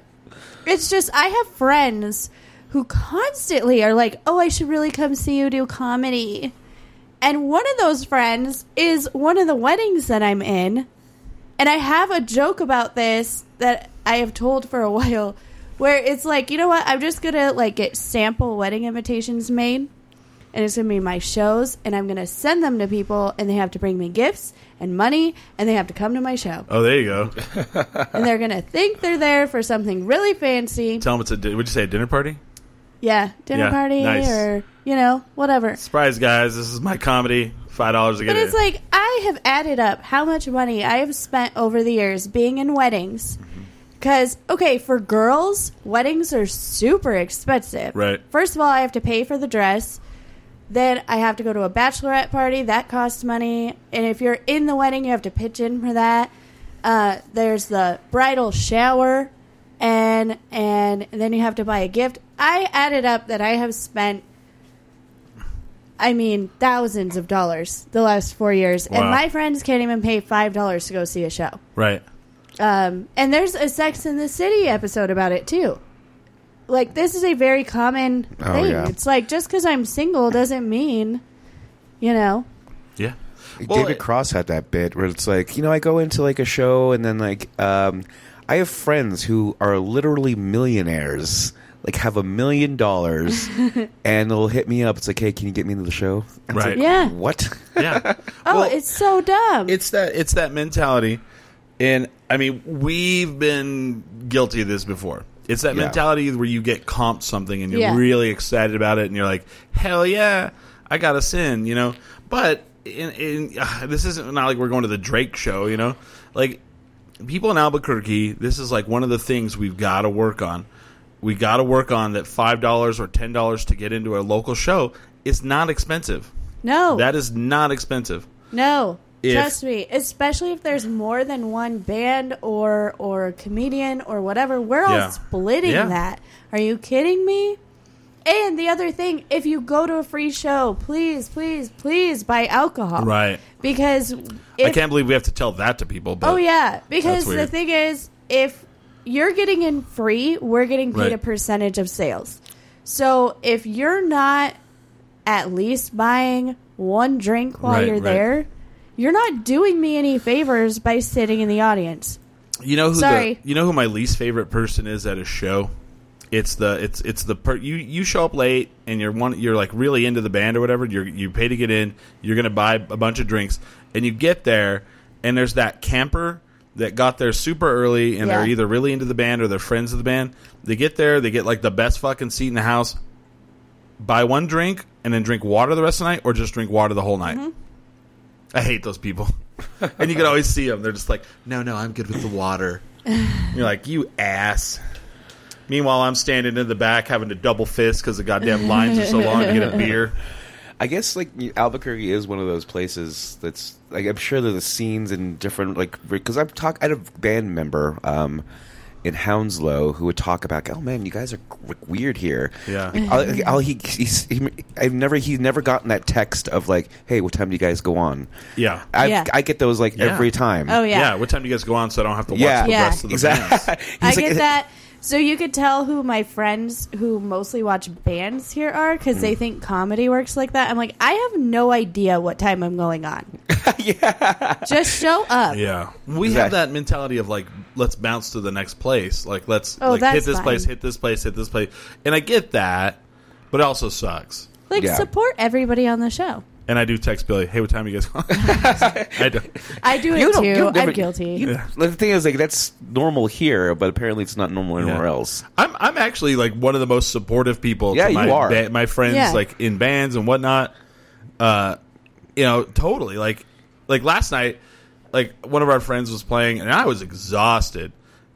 [SPEAKER 3] it's just I have friends who constantly are like, "Oh, I should really come see you do comedy." And one of those friends is one of the weddings that I'm in. And I have a joke about this that I have told for a while where it's like, you know what? I'm just going to like get sample wedding invitations made and it's going to be my shows and I'm going to send them to people and they have to bring me gifts and money and they have to come to my show.
[SPEAKER 2] Oh, there you go. Uh.
[SPEAKER 3] and they're going to think they're there for something really fancy.
[SPEAKER 2] Tell him it's a. di- Would you say a dinner party?
[SPEAKER 3] Yeah, dinner
[SPEAKER 2] Yeah,
[SPEAKER 3] party
[SPEAKER 2] nice.
[SPEAKER 3] or, you know, whatever.
[SPEAKER 2] Surprise, guys! This is my comedy. Five dollars to get
[SPEAKER 3] But
[SPEAKER 2] in.
[SPEAKER 3] it's like I have added up how much money I have spent over the years being in weddings. Because okay, for girls, weddings are super expensive.
[SPEAKER 2] Right.
[SPEAKER 3] First of all, I have to pay for the dress. Then I have to go to a bachelorette party that costs money, and if you're in the wedding, you have to pitch in for that. Uh, there's the bridal shower, and and then you have to buy a gift. I added up that I have spent I mean, thousands of dollars the last four years, and
[SPEAKER 2] Wow.
[SPEAKER 3] my friends can't even pay five dollars to go see a show.
[SPEAKER 2] right.
[SPEAKER 3] Um, and there's a Sex in the City episode about it too. Like this is a very common
[SPEAKER 4] Oh,
[SPEAKER 3] thing.
[SPEAKER 4] yeah.
[SPEAKER 3] It's like just because I'm single doesn't mean, you know.
[SPEAKER 2] Yeah.
[SPEAKER 4] David Cross had that bit where it's like, you know, I go into like a show and then like um I have friends who are literally millionaires, like have a million dollars and they'll hit me up. It's like, hey, can you get me into the show? And it's
[SPEAKER 2] Right.
[SPEAKER 4] like,
[SPEAKER 3] Yeah.
[SPEAKER 4] What?
[SPEAKER 2] Yeah.
[SPEAKER 3] Oh,
[SPEAKER 2] Well,
[SPEAKER 3] it's so dumb.
[SPEAKER 2] it's that it's that mentality and i mean we've been guilty of this before it's that
[SPEAKER 4] Yeah.
[SPEAKER 2] mentality where you get comped something and you're
[SPEAKER 3] Yeah.
[SPEAKER 2] really excited about it and you're like hell yeah i got us in you know but in, in uh, this isn't not like we're going to the drake show you know like people in albuquerque this is like one of the things we've got to work on we got to work on that $5 or $10 to get into a local show is not expensive
[SPEAKER 3] no,
[SPEAKER 2] that is not expensive
[SPEAKER 3] no.
[SPEAKER 2] If-
[SPEAKER 3] Trust me, especially if there's more than one band or or comedian or whatever, we're all
[SPEAKER 2] Yeah.
[SPEAKER 3] splitting
[SPEAKER 2] Yeah.
[SPEAKER 3] that. Are you kidding me? And the other thing, if you go to a free show, please, please, please buy alcohol.
[SPEAKER 2] right
[SPEAKER 3] Because
[SPEAKER 2] I
[SPEAKER 3] if,
[SPEAKER 2] can't believe we have to tell that to people. But
[SPEAKER 3] oh yeah, because
[SPEAKER 2] That's
[SPEAKER 3] the
[SPEAKER 2] weird.
[SPEAKER 3] thing is, if you're getting in free, we're getting paid
[SPEAKER 2] Right.
[SPEAKER 3] a percentage of sales. So if you're not at least buying one drink while
[SPEAKER 2] Right,
[SPEAKER 3] you're
[SPEAKER 2] right.
[SPEAKER 3] there, you're not doing me any favors by sitting in the audience.
[SPEAKER 2] you know who?
[SPEAKER 3] Sorry.
[SPEAKER 2] The, you know who my least favorite person is at a show? It's the it's it's the per- you you show up late and you're one you're like really into the band or whatever. You're you pay to get in. You're gonna buy a bunch of drinks and you get there and there's that camper that got there super early and they're
[SPEAKER 3] Yeah.
[SPEAKER 2] either really into the band or they're friends of the band. They get there, they get like the best fucking seat in the house. Buy one drink and then drink water the rest of the night, or just drink water the whole night. I hate those people. and you can always see them. They're just like, no, no, I'm good with the water. And you're like, you ass. Meanwhile, I'm standing in the back having to double fist because the goddamn lines are so long to get a beer.
[SPEAKER 4] I guess like Albuquerque is one of those places that's like I'm sure there's the scenes in different like because I've talked I had a band member um in Hounslow who would talk about oh man you guys are like, weird here
[SPEAKER 2] Yeah.
[SPEAKER 4] Like, I'll, like, I'll- he, he's, he I've never he's never gotten that text of like hey what time do you guys go on
[SPEAKER 2] Yeah.
[SPEAKER 4] I
[SPEAKER 3] Yeah.
[SPEAKER 4] I get those like
[SPEAKER 2] Yeah.
[SPEAKER 4] every time
[SPEAKER 3] Oh
[SPEAKER 2] yeah.
[SPEAKER 3] yeah,
[SPEAKER 2] What time do you guys go on so I don't have to watch
[SPEAKER 4] Yeah.
[SPEAKER 2] the
[SPEAKER 3] Yeah.
[SPEAKER 2] rest of the
[SPEAKER 4] exactly
[SPEAKER 2] band?
[SPEAKER 4] He's
[SPEAKER 3] I
[SPEAKER 4] like,
[SPEAKER 3] get that. So you could tell who my friends who mostly watch bands here are because
[SPEAKER 2] Mm.
[SPEAKER 3] they think comedy works like that. I'm like, I have no idea what time I'm going on. Just show up.
[SPEAKER 2] Yeah, we have
[SPEAKER 4] Exactly.
[SPEAKER 2] that mentality of like, let's bounce to the next place. Like, let's
[SPEAKER 3] Oh,
[SPEAKER 2] like hit
[SPEAKER 3] that's
[SPEAKER 2] this place,
[SPEAKER 3] fine.
[SPEAKER 2] hit this place, hit this place. And I get that, but it also sucks.
[SPEAKER 3] Like,
[SPEAKER 4] Yeah.
[SPEAKER 3] support everybody on the show.
[SPEAKER 2] And I do text Billy, "Hey, what time you guys?" on?" I do.
[SPEAKER 3] I do it
[SPEAKER 4] You don't-
[SPEAKER 3] too.
[SPEAKER 4] you'll never-
[SPEAKER 3] I'm guilty.
[SPEAKER 4] you- The thing is, like, that's normal here, but apparently it's not normal anywhere
[SPEAKER 2] Yeah.
[SPEAKER 4] else.
[SPEAKER 2] I'm I'm actually like one of the most supportive people.
[SPEAKER 4] Yeah,
[SPEAKER 2] to
[SPEAKER 4] you
[SPEAKER 2] my,
[SPEAKER 4] are.
[SPEAKER 2] ba- my friends
[SPEAKER 3] Yeah.
[SPEAKER 2] like in bands and whatnot. Uh, you know, totally. Like like last night, like one of our friends was playing, and I was exhausted.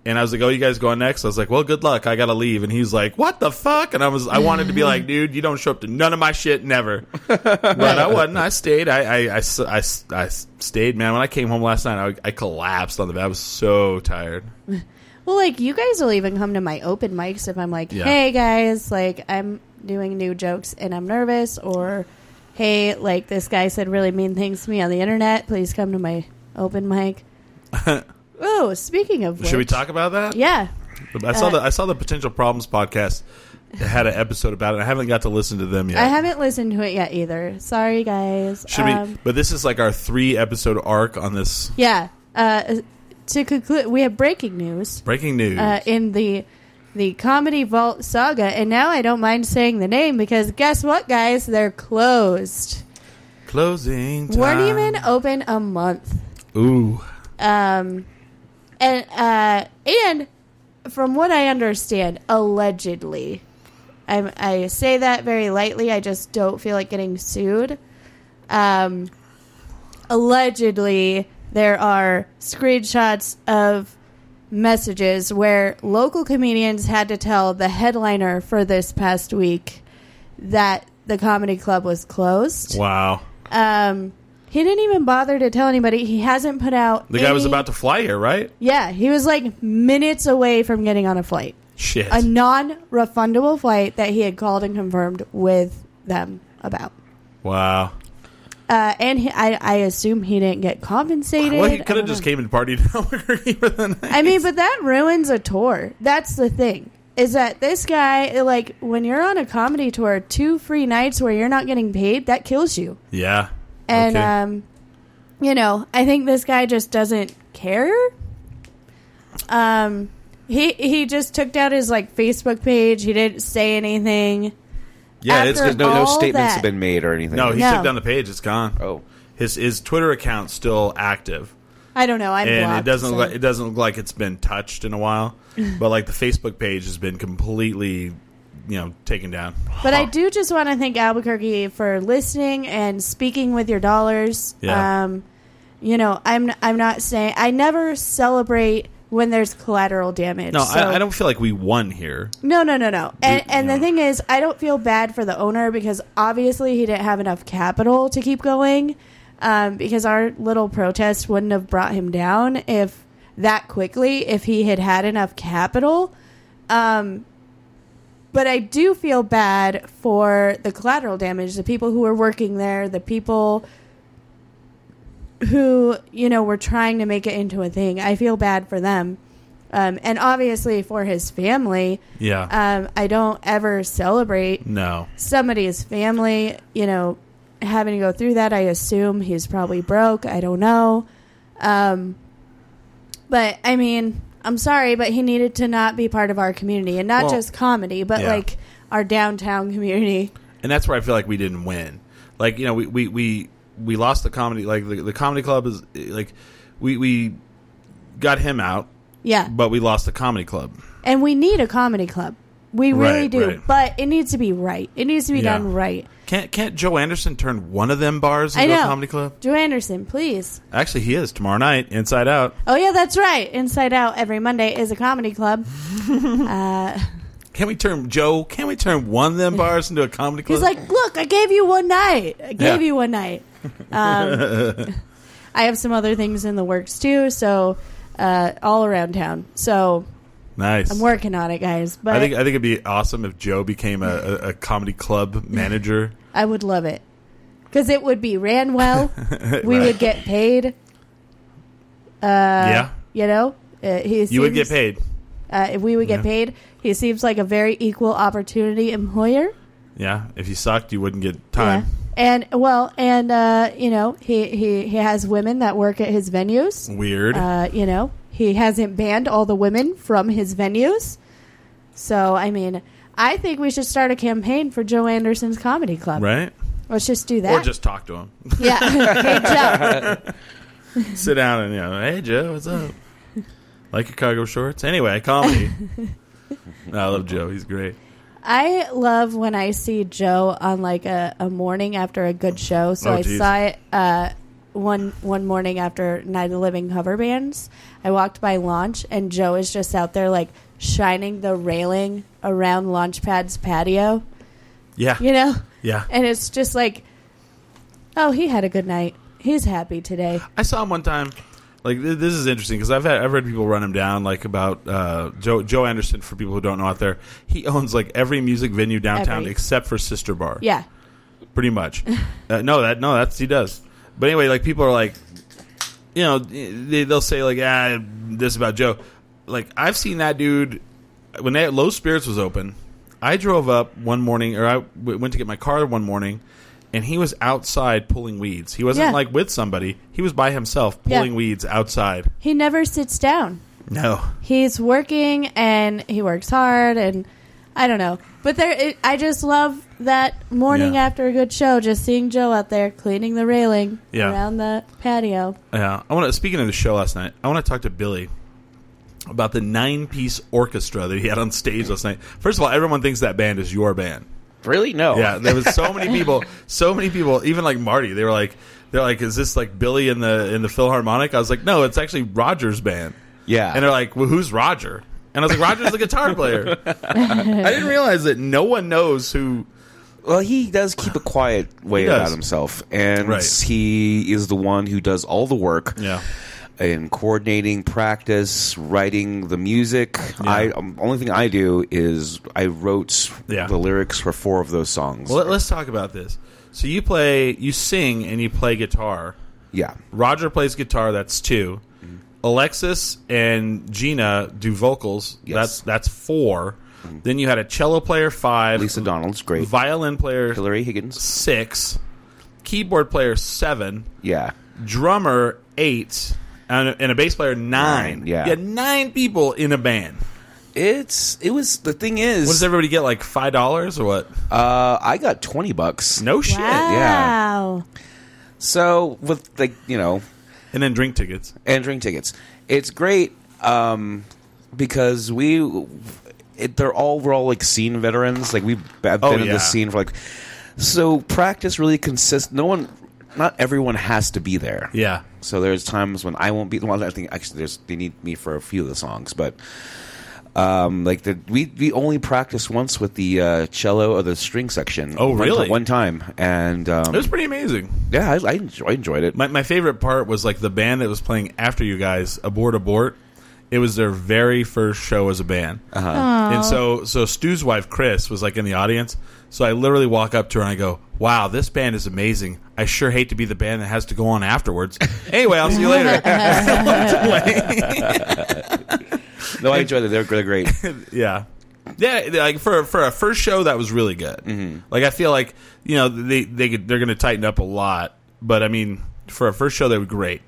[SPEAKER 2] And I was like, "Oh, you guys going next?" I was like, "Well, good luck. I gotta leave." And he's like, "What the fuck?" And I was, I wanted to be like, "Dude, you don't show up to none of my shit, never." but I wasn't. I stayed. I, I, I s- I s- I s- stayed, man. When I came home last night, I, I collapsed on the bed. I was so tired.
[SPEAKER 3] Well, like you guys will even come to my open mics if I'm like,
[SPEAKER 2] Yeah.
[SPEAKER 3] "Hey guys, like I'm doing new jokes and I'm nervous," or "Hey, like this guy said really mean things to me on the internet. Please come to my open mic." oh, speaking of,
[SPEAKER 2] Should we
[SPEAKER 3] which-
[SPEAKER 2] talk about that?
[SPEAKER 3] Yeah,
[SPEAKER 2] I saw
[SPEAKER 3] Uh,
[SPEAKER 2] the I saw the potential problems podcast had an episode about it. I haven't got to listen to them yet.
[SPEAKER 3] I haven't listened to it yet either. Sorry, guys.
[SPEAKER 2] Should we?
[SPEAKER 3] um,
[SPEAKER 2] But this is like our three episode arc on this
[SPEAKER 3] Yeah. Uh, to conclude, we have breaking news.
[SPEAKER 2] breaking news.
[SPEAKER 3] uh, in the the comedy vault saga and now i don't mind saying the name because guess what guys they're closed
[SPEAKER 2] Closing. Time.
[SPEAKER 3] weren't even open a month
[SPEAKER 2] Ooh.
[SPEAKER 3] um and uh and from what i understand allegedly i i say that very lightly i just don't feel like getting sued um allegedly there are screenshots of messages where local comedians had to tell the headliner for this past week that the comedy club was closed
[SPEAKER 2] Wow.
[SPEAKER 3] um, he didn't even bother to tell anybody. He hasn't put out.
[SPEAKER 2] The guy was
[SPEAKER 3] any-
[SPEAKER 2] about to fly here, right?
[SPEAKER 3] Yeah, he was like minutes away from getting on a flight,
[SPEAKER 2] Shit.
[SPEAKER 3] a non-refundable flight that he had called and confirmed with them about.
[SPEAKER 2] wow.
[SPEAKER 3] Uh, and he, I, I assume he didn't get compensated.
[SPEAKER 2] Well, he
[SPEAKER 3] I
[SPEAKER 2] could have
[SPEAKER 3] don't
[SPEAKER 2] just
[SPEAKER 3] know.
[SPEAKER 2] came and partied in Albuquerque for the night.
[SPEAKER 3] I mean, but that ruins a tour. That's the thing. Is that this guy like when you're on a comedy tour, two free nights where you're not getting paid, that kills you.
[SPEAKER 2] yeah.
[SPEAKER 3] And
[SPEAKER 2] Okay.
[SPEAKER 3] um, you know, I think this guy just doesn't care. Um, he he just took down his like Facebook page. He didn't say anything.
[SPEAKER 2] yeah, it's
[SPEAKER 3] after-
[SPEAKER 2] good.
[SPEAKER 4] No, no
[SPEAKER 3] All
[SPEAKER 4] statements
[SPEAKER 3] that-
[SPEAKER 4] have been made or anything.
[SPEAKER 2] No, he
[SPEAKER 3] No.
[SPEAKER 2] took down the page. It's gone.
[SPEAKER 4] oh,
[SPEAKER 2] His his Twitter account's still active.
[SPEAKER 3] I don't know. I'm
[SPEAKER 2] and
[SPEAKER 3] blocked,
[SPEAKER 2] it doesn't
[SPEAKER 3] so-
[SPEAKER 2] look like, it doesn't look like it's been touched in a while. but like the Facebook page has been completely, you know, taken down.
[SPEAKER 3] But I do just want to thank Albuquerque for listening and speaking with your dollars.
[SPEAKER 2] Yeah.
[SPEAKER 3] Um, you know, I'm I'm not saying I never celebrate when there's collateral damage.
[SPEAKER 2] No,
[SPEAKER 3] so-
[SPEAKER 2] I, I don't feel like we won here.
[SPEAKER 3] No, no, no, no. And
[SPEAKER 2] You-
[SPEAKER 3] and the
[SPEAKER 2] no.
[SPEAKER 3] thing is, I don't feel bad for the owner because obviously he didn't have enough capital to keep going. Um, because our little protest wouldn't have brought him down if that quickly if he had had enough capital. Um, but I do feel bad for the collateral damage, the people who were working there, the people who you know were trying to make it into a thing. I feel bad for them. Um, and obviously for his family,
[SPEAKER 2] Yeah.
[SPEAKER 3] um, I don't ever celebrate
[SPEAKER 2] no.
[SPEAKER 3] somebody's family, you know, having to go through that. I assume he's probably broke. I don't know. Um, but I mean, I'm sorry, but he needed to not be part of our community and not
[SPEAKER 2] Well,
[SPEAKER 3] just comedy, but
[SPEAKER 2] yeah.
[SPEAKER 3] like our downtown community.
[SPEAKER 2] and that's where I feel like we didn't win. Like you know, we we we, we lost the comedy. Like the, the comedy club is like we we got him out,
[SPEAKER 3] Yeah.
[SPEAKER 2] but we lost the comedy club.
[SPEAKER 3] And we need a comedy club. We really
[SPEAKER 2] Right,
[SPEAKER 3] do.
[SPEAKER 2] right.
[SPEAKER 3] But it needs to be right. It needs to be
[SPEAKER 2] Yeah.
[SPEAKER 3] done right.
[SPEAKER 2] Can't can't Joe Anderson turn one of them bars
[SPEAKER 3] I
[SPEAKER 2] into a
[SPEAKER 3] know.
[SPEAKER 2] comedy club?
[SPEAKER 3] Joe Anderson, please.
[SPEAKER 2] Actually, he is tomorrow night, Inside Out.
[SPEAKER 3] Oh, yeah, that's right. Inside Out every Monday is a comedy club. uh,
[SPEAKER 2] Can we turn Joe? Can we turn one of them bars into a comedy club?
[SPEAKER 3] He's like, look, I gave you one night. I gave
[SPEAKER 2] Yeah.
[SPEAKER 3] you one night. Um, I have some other things in the works too, so uh, all around town. So
[SPEAKER 2] nice.
[SPEAKER 3] I'm working on it, guys. But
[SPEAKER 2] I think I think it'd be awesome if Joe became a, a, a comedy club manager.
[SPEAKER 3] I would love it because it would be ran well. we
[SPEAKER 2] Right.
[SPEAKER 3] would get paid. Uh,
[SPEAKER 2] Yeah.
[SPEAKER 3] you know, uh, he
[SPEAKER 2] You would get
[SPEAKER 3] seems-
[SPEAKER 2] paid.
[SPEAKER 3] Uh, if we would get
[SPEAKER 2] Yeah.
[SPEAKER 3] paid, he seems like a very equal opportunity employer.
[SPEAKER 2] Yeah, if you sucked, you wouldn't get time.
[SPEAKER 3] And well, and uh, you know, he, he he has women that work at his venues.
[SPEAKER 2] Weird.
[SPEAKER 3] Uh, you know, he hasn't banned all the women from his venues. So I mean, I think we should start a campaign for Joe Anderson's comedy club.
[SPEAKER 2] right?
[SPEAKER 3] Let's just do that.
[SPEAKER 2] Or just talk to him.
[SPEAKER 3] yeah, hey Joe.
[SPEAKER 2] Sit down and, you know, hey, Joe, what's up? like your cargo shorts? Anyway, comedy. I love Joe. He's great.
[SPEAKER 3] I love when I see Joe on like a, a morning after a good show. So
[SPEAKER 2] Oh,
[SPEAKER 3] I
[SPEAKER 2] geez.
[SPEAKER 3] saw it uh, one one morning after Night of the Living cover bands. I walked by launch and Joe is just out there like shining the railing around Launchpad's patio,
[SPEAKER 2] Yeah.
[SPEAKER 3] you know,
[SPEAKER 2] Yeah.
[SPEAKER 3] and it's just like, oh, he had a good night. He's happy today.
[SPEAKER 2] I saw him one time. Like th- this is interesting because I've had I've heard people run him down like about uh, Joe Joe Anderson for people who don't know out there he owns like every music venue downtown
[SPEAKER 3] Every.
[SPEAKER 2] except for Sister Bar
[SPEAKER 3] Yeah,
[SPEAKER 2] pretty much uh, no that no that's he does but anyway like people are like you know they, they'll say like ah this about Joe like I've seen that dude when they, Low Spirits was open I drove up one morning or I w- went to get my car one morning and he was outside pulling weeds he wasn't
[SPEAKER 3] Yeah.
[SPEAKER 2] like with somebody he was by himself
[SPEAKER 3] Yeah.
[SPEAKER 2] pulling weeds outside
[SPEAKER 3] he never sits down.
[SPEAKER 2] no
[SPEAKER 3] he's working and he works hard and I don't know. But there, it, I just love that morning
[SPEAKER 2] Yeah.
[SPEAKER 3] after a good show, just seeing Joe out there cleaning the railing
[SPEAKER 2] Yeah.
[SPEAKER 3] around the patio.
[SPEAKER 2] yeah I want to speaking of the show last night I want to talk to Billy about the nine piece orchestra that he had on stage last night first of all everyone thinks that band is your band
[SPEAKER 4] Really? No.
[SPEAKER 2] Yeah, there was so many people, so many people, even like Marty. They were like, they're like, is this like Billy in the in the Philharmonic? I was like, no, it's actually Roger's band.
[SPEAKER 4] Yeah.
[SPEAKER 2] And they're like, well, who's Roger? And I was like, Roger's the guitar player. I didn't realize that no one knows who.
[SPEAKER 4] Well, he does keep a quiet way
[SPEAKER 2] He does.
[SPEAKER 4] about himself, and
[SPEAKER 2] Right.
[SPEAKER 4] he is the one who does all the work.
[SPEAKER 2] Yeah.
[SPEAKER 4] In coordinating practice, writing the music. I um, only thing I do is I wrote
[SPEAKER 2] Yeah.
[SPEAKER 4] the lyrics for four of those songs.
[SPEAKER 2] Well, let, us talk about this. So you play, you sing, and you play guitar.
[SPEAKER 4] yeah,
[SPEAKER 2] Roger plays guitar. That's 2
[SPEAKER 4] Mm-hmm.
[SPEAKER 2] Alexis and Gina do vocals.
[SPEAKER 4] Yes. Mm-hmm.
[SPEAKER 2] That's that's 4 Then you had a cello player five.
[SPEAKER 4] Lisa Donald's great.
[SPEAKER 2] violin player
[SPEAKER 4] Hillary Higgins.
[SPEAKER 2] six, keyboard player seven,
[SPEAKER 4] Yeah,
[SPEAKER 2] drummer eight, and a, and a bass player nine.
[SPEAKER 4] Nine, yeah.
[SPEAKER 2] you had nine people in a band.
[SPEAKER 4] it's it was the thing is
[SPEAKER 2] What does everybody get? Like five dollars or what?
[SPEAKER 4] uh, I got twenty bucks.
[SPEAKER 2] No shit.
[SPEAKER 3] Wow.
[SPEAKER 4] So with like you know
[SPEAKER 2] And then drink tickets.
[SPEAKER 4] and drink tickets. It's great um, because we it, they're all we're all like scene veterans. Like we've b- been
[SPEAKER 2] Oh,
[SPEAKER 4] in
[SPEAKER 2] yeah.
[SPEAKER 4] the scene for like so practice really consists. No one, not everyone has to be there.
[SPEAKER 2] Yeah,
[SPEAKER 4] So there's times when I won't be. Well, I think actually there's they need me for a few of the songs, but um, like the we we only practiced once with the uh, cello or the string section.
[SPEAKER 2] Oh,
[SPEAKER 4] one ti-
[SPEAKER 2] really?
[SPEAKER 4] One time, and um,
[SPEAKER 2] it was pretty amazing.
[SPEAKER 4] yeah, I, I, enjoy, I enjoyed it.
[SPEAKER 2] My my favorite part was like the band that was playing after you guys, Abort Abort. It was their very first show as a band. And so so Stu's wife Chris was like in the audience. So I literally walk up to her and I go, "Wow, this band is amazing. I sure hate to be the band that has to go on afterwards. Anyway, I'll see you later."
[SPEAKER 4] no, I enjoyed it. They're, they're great.
[SPEAKER 2] yeah. Yeah, like for for a first show that was really good. Like I feel like, you know, they they could, they're going to tighten up a lot, but I mean, for a first show they were great.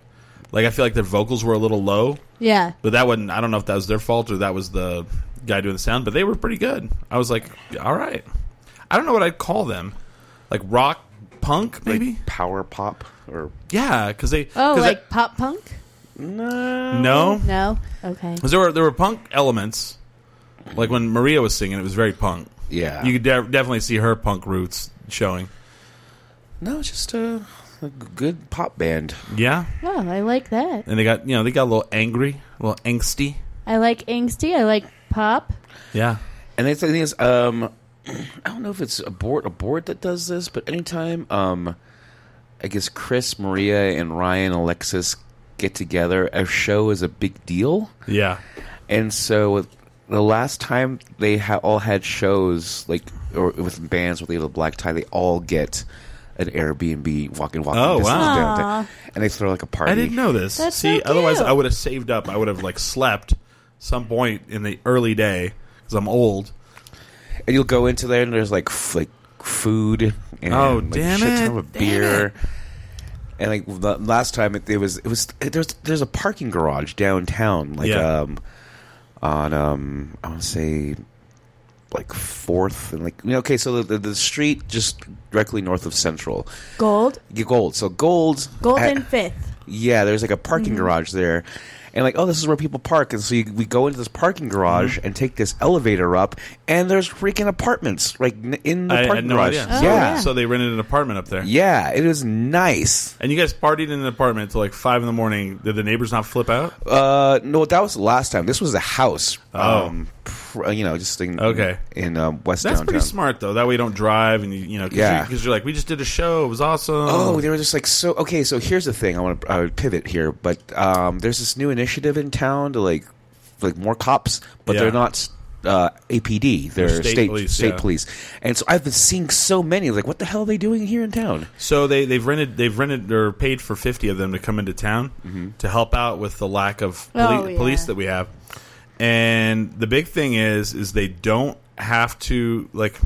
[SPEAKER 2] Like I feel like their vocals were a little low.
[SPEAKER 3] Yeah.
[SPEAKER 2] But that wasn't. I don't know if that was their fault or that was the guy doing the sound. But they were pretty good. I was like, all right. I don't know what I'd call them, like rock punk maybe.
[SPEAKER 4] power pop or
[SPEAKER 2] yeah, because they.
[SPEAKER 3] Oh,
[SPEAKER 2] 'cause
[SPEAKER 3] like pop punk?
[SPEAKER 2] I- no,
[SPEAKER 3] No. Okay.
[SPEAKER 2] because there were there were punk elements. Like when Maria was singing, it was very punk.
[SPEAKER 4] yeah
[SPEAKER 2] You could de- definitely see her punk roots showing.
[SPEAKER 4] no it's just a, a g- good pop band
[SPEAKER 2] Yeah,
[SPEAKER 3] Oh, I like that.
[SPEAKER 2] and they got you know they got a little angry, a little angsty.
[SPEAKER 3] I like angsty. I like pop.
[SPEAKER 2] Yeah,
[SPEAKER 4] and the thing is um i don't know if it's a board a board that does this but anytime um i guess chris maria and ryan alexis get together a show is a big deal
[SPEAKER 2] yeah,
[SPEAKER 4] and so the last time they ha- all had shows like or with bands with the black tie they all get an Airbnb walking walking
[SPEAKER 2] Oh,
[SPEAKER 4] distance
[SPEAKER 2] wow.
[SPEAKER 4] down to-
[SPEAKER 3] Aw.
[SPEAKER 4] and they throw like a party.
[SPEAKER 2] I didn't know this.
[SPEAKER 3] That's
[SPEAKER 2] See,
[SPEAKER 3] so
[SPEAKER 2] otherwise
[SPEAKER 3] cute.
[SPEAKER 2] I would have saved up. I would have like slept some point in the early day because I'm old.
[SPEAKER 4] And you'll go into there and there's like f- like food and
[SPEAKER 2] Oh,
[SPEAKER 4] like
[SPEAKER 2] damn
[SPEAKER 4] shit
[SPEAKER 2] it,
[SPEAKER 4] ton of
[SPEAKER 2] damn
[SPEAKER 4] beer. And like the last time it, it was it was there's there's a parking garage downtown like
[SPEAKER 2] Yeah.
[SPEAKER 4] um on um I want to say like fourth and like you know, okay so the, the the street just directly north of Central
[SPEAKER 3] Gold,
[SPEAKER 4] Yeah, Gold so Gold
[SPEAKER 3] golden
[SPEAKER 4] I-
[SPEAKER 3] fifth.
[SPEAKER 4] yeah, there's like a parking garage there. And like, oh, this is where people park. And so you, we go into this parking garage and take this elevator up, and there's freaking apartments like n- in the
[SPEAKER 2] I
[SPEAKER 4] parking
[SPEAKER 2] had no
[SPEAKER 4] garage.
[SPEAKER 2] idea.
[SPEAKER 3] Oh,
[SPEAKER 4] yeah.
[SPEAKER 3] yeah.
[SPEAKER 2] So they rented an apartment up there.
[SPEAKER 4] yeah, it was nice.
[SPEAKER 2] And you guys partied in an apartment until like five in the morning. Did the neighbors not flip out?
[SPEAKER 4] Uh, no, that was the last time. This was a house. um,
[SPEAKER 2] Oh.
[SPEAKER 4] pr- you know, just in
[SPEAKER 2] Okay.
[SPEAKER 4] in um, West
[SPEAKER 2] That's
[SPEAKER 4] Downtown.
[SPEAKER 2] pretty smart though. That way you don't drive and you, you know because
[SPEAKER 4] Yeah.
[SPEAKER 2] you're, like we just did a show. It was awesome.
[SPEAKER 4] Oh, they were just like so. Okay, so here's the thing. I want to I would pivot here, but um, there's this new initiative in town to like like more cops, but
[SPEAKER 2] Yeah.
[SPEAKER 4] they're not. Uh, APD, they're
[SPEAKER 2] They're
[SPEAKER 4] state
[SPEAKER 2] state
[SPEAKER 4] state police,
[SPEAKER 2] police, yeah.
[SPEAKER 4] and so I've been seeing so many. Like, what the hell are they doing here in town?
[SPEAKER 2] So they they've rented they've rented or paid for fifty of them to come into town to help out with the lack of poli-
[SPEAKER 3] Oh, yeah.
[SPEAKER 2] police that we have. And the big thing is is they don't have to like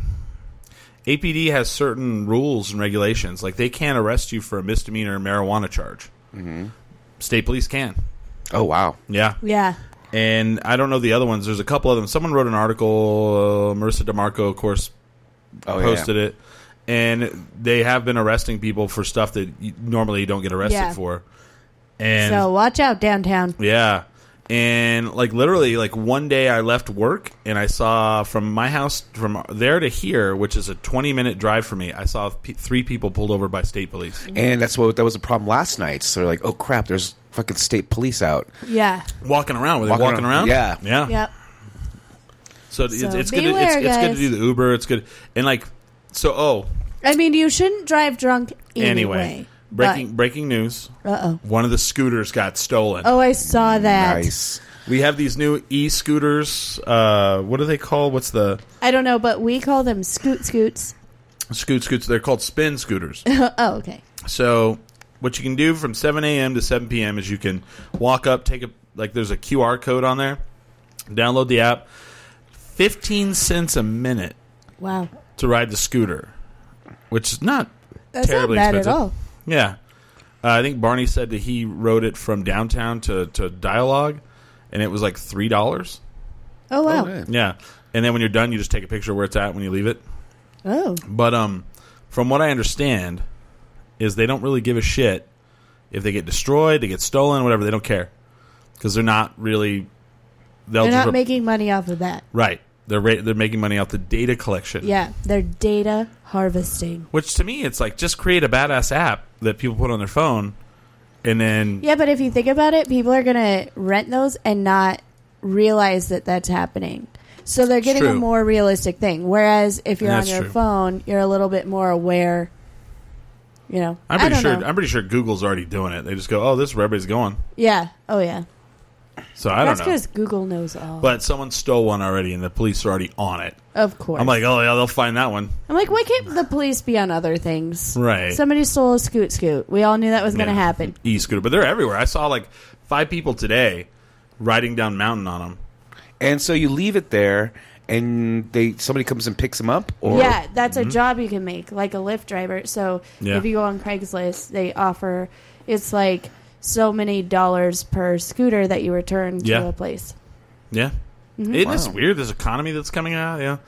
[SPEAKER 2] APD has certain rules and regulations. Like they can't arrest you for a misdemeanor marijuana charge. State police can.
[SPEAKER 4] Oh wow,
[SPEAKER 2] Yeah.
[SPEAKER 3] Yeah,
[SPEAKER 2] And I don't know the other ones. There's a couple of them. Someone wrote an article. Uh, Marissa DeMarco, of course,
[SPEAKER 4] oh, yeah.
[SPEAKER 2] posted it, and they have been arresting people for stuff that you, normally you don't get arrested
[SPEAKER 3] Yeah.
[SPEAKER 2] for. And
[SPEAKER 3] so watch out downtown.
[SPEAKER 2] yeah, and like literally, like one day I left work and I saw from my house from there to here, which is a twenty minute drive for me. I saw p- three people pulled over by state police.
[SPEAKER 4] And that's what that was the problem last night. So they're like, oh crap, there's fucking state police out.
[SPEAKER 3] Yeah,
[SPEAKER 2] Walking around, were they
[SPEAKER 4] Walking
[SPEAKER 2] walking,
[SPEAKER 4] around-
[SPEAKER 2] around?
[SPEAKER 4] yeah.
[SPEAKER 2] yeah,
[SPEAKER 3] yep.
[SPEAKER 2] So, it's,
[SPEAKER 3] So
[SPEAKER 2] it's good. To,
[SPEAKER 3] beware,
[SPEAKER 2] it's, it's good to
[SPEAKER 3] guys.
[SPEAKER 2] do the Uber. It's good and like so. Oh,
[SPEAKER 3] I mean, you shouldn't drive drunk
[SPEAKER 2] anyway,
[SPEAKER 3] anyway.
[SPEAKER 2] breaking breaking news.
[SPEAKER 3] Uh oh.
[SPEAKER 2] One of the scooters got stolen.
[SPEAKER 3] Oh, I saw that.
[SPEAKER 4] Nice.
[SPEAKER 2] We have these new e-scooters. Uh, what do they call? What's the
[SPEAKER 3] I don't know, but we call them scoot scoots.
[SPEAKER 2] scoot scoots? They're called spin scooters.
[SPEAKER 3] oh, okay.
[SPEAKER 2] so what you can do from 7 a.m. to 7 p.m. is you can walk up, take a like. There's a QR code on there. Download the app. 15 cents a minute
[SPEAKER 3] Wow.
[SPEAKER 2] to ride the scooter, which is not
[SPEAKER 3] That's
[SPEAKER 2] terribly
[SPEAKER 3] not bad
[SPEAKER 2] expensive.
[SPEAKER 3] at all.
[SPEAKER 2] Yeah. Uh, I think Barney said that he rode it from downtown to, to dialogue, and it was like three dollars.
[SPEAKER 3] Oh, wow.
[SPEAKER 4] Okay.
[SPEAKER 2] Yeah, and then when you're done, you just take a picture of where it's at when you leave it.
[SPEAKER 3] Oh,
[SPEAKER 2] But um, from what I understand, is they don't really give a shit if they get destroyed, they get stolen, whatever. They don't care because they're not really. They'll
[SPEAKER 3] they're
[SPEAKER 2] just
[SPEAKER 3] not
[SPEAKER 2] re-
[SPEAKER 3] making money off of that.
[SPEAKER 2] right. They're ra- they're making money off the data collection.
[SPEAKER 3] Yeah, they're data harvesting.
[SPEAKER 2] Which to me, it's like just create a badass app that people put on their phone, and then
[SPEAKER 3] Yeah, but if you think about it, people are going to rent those and not realize that that's happening. So they're getting a
[SPEAKER 2] true.
[SPEAKER 3] more realistic thing. Whereas if you're on
[SPEAKER 2] That's
[SPEAKER 3] your
[SPEAKER 2] true.
[SPEAKER 3] phone, you're a little bit more aware. You know, I
[SPEAKER 2] I'm pretty
[SPEAKER 3] don't
[SPEAKER 2] sure
[SPEAKER 3] know.
[SPEAKER 2] I'm pretty sure Google's already doing it. They just go, oh, this is where everybody's going.
[SPEAKER 3] yeah. Oh, yeah.
[SPEAKER 2] So I
[SPEAKER 3] That's
[SPEAKER 2] don't know.
[SPEAKER 3] because Google knows all.
[SPEAKER 2] But someone stole one already, and the police are already on it.
[SPEAKER 3] of course.
[SPEAKER 2] I'm like, oh yeah, they'll find that one.
[SPEAKER 3] I'm like, why can't the police be on other things?
[SPEAKER 2] Right.
[SPEAKER 3] Somebody stole a scoot scoot. We all knew that was going to
[SPEAKER 2] Yeah.
[SPEAKER 3] happen.
[SPEAKER 2] E scooter, but they're everywhere. I saw like five people today riding down mountain on them.
[SPEAKER 4] And so you leave it there, and they somebody comes and picks them up, or
[SPEAKER 3] yeah, that's a job you can make, like a Lyft driver. So
[SPEAKER 2] Mm-hmm. Yeah.
[SPEAKER 3] if you go on Craigslist, they offer it's like so many dollars per scooter that you return to
[SPEAKER 2] Yeah.
[SPEAKER 3] a place.
[SPEAKER 2] Yeah,
[SPEAKER 3] Mm-hmm.
[SPEAKER 2] isn't this
[SPEAKER 4] Wow.
[SPEAKER 2] weird? This economy that's coming out. Yeah,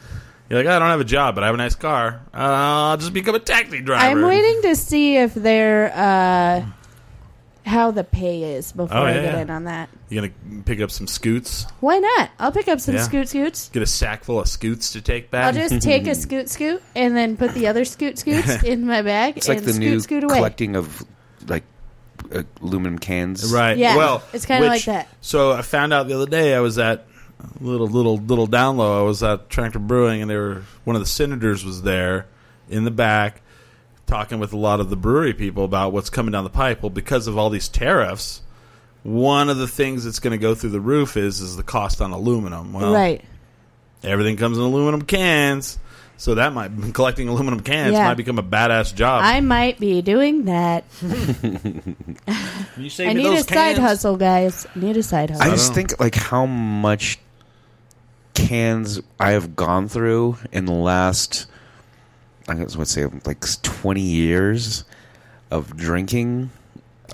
[SPEAKER 2] you're like, "Oh, I don't have a job, but I have a nice car. Uh, I'll just become a taxi driver.
[SPEAKER 3] I'm waiting to see if they're uh, how the pay is before
[SPEAKER 2] Oh,
[SPEAKER 3] I
[SPEAKER 2] yeah,
[SPEAKER 3] get
[SPEAKER 2] yeah.
[SPEAKER 3] in on that.
[SPEAKER 2] You gonna pick up some scoots?
[SPEAKER 3] Why not? I'll pick up some
[SPEAKER 2] Yeah.
[SPEAKER 3] scoot scoots.
[SPEAKER 2] Get a sack full of scoots to take
[SPEAKER 3] I'll
[SPEAKER 2] back.
[SPEAKER 3] just take a scoot scoot and then put the other scoot scoots in my bag
[SPEAKER 4] it's
[SPEAKER 3] and
[SPEAKER 4] like the
[SPEAKER 3] scoot
[SPEAKER 4] new
[SPEAKER 3] scoot away.
[SPEAKER 4] collecting of like uh, aluminum cans,
[SPEAKER 2] Right.
[SPEAKER 3] Yeah,
[SPEAKER 2] Well,
[SPEAKER 3] it's kinda
[SPEAKER 2] which-
[SPEAKER 3] like that.
[SPEAKER 2] So I found out the other day I was at little little little down low. I was at Tractor Brewing, and they were one of the senators was there in the back talking with a lot of the brewery people about what's coming down the pipe. Well, because of all these tariffs, one of the things that's going to go through the roof is is the cost on aluminum. Well,
[SPEAKER 3] Right.
[SPEAKER 2] Everything comes in aluminum cans. So that might collecting aluminum cans
[SPEAKER 3] Yeah.
[SPEAKER 2] might become a badass job.
[SPEAKER 3] I might be doing that.
[SPEAKER 2] you
[SPEAKER 3] I need a side hustle, guys. I need a side
[SPEAKER 4] I
[SPEAKER 3] hustle.
[SPEAKER 4] just
[SPEAKER 2] know.
[SPEAKER 4] think like how much cans I have gone through in the last I guess would say like twenty years of drinking.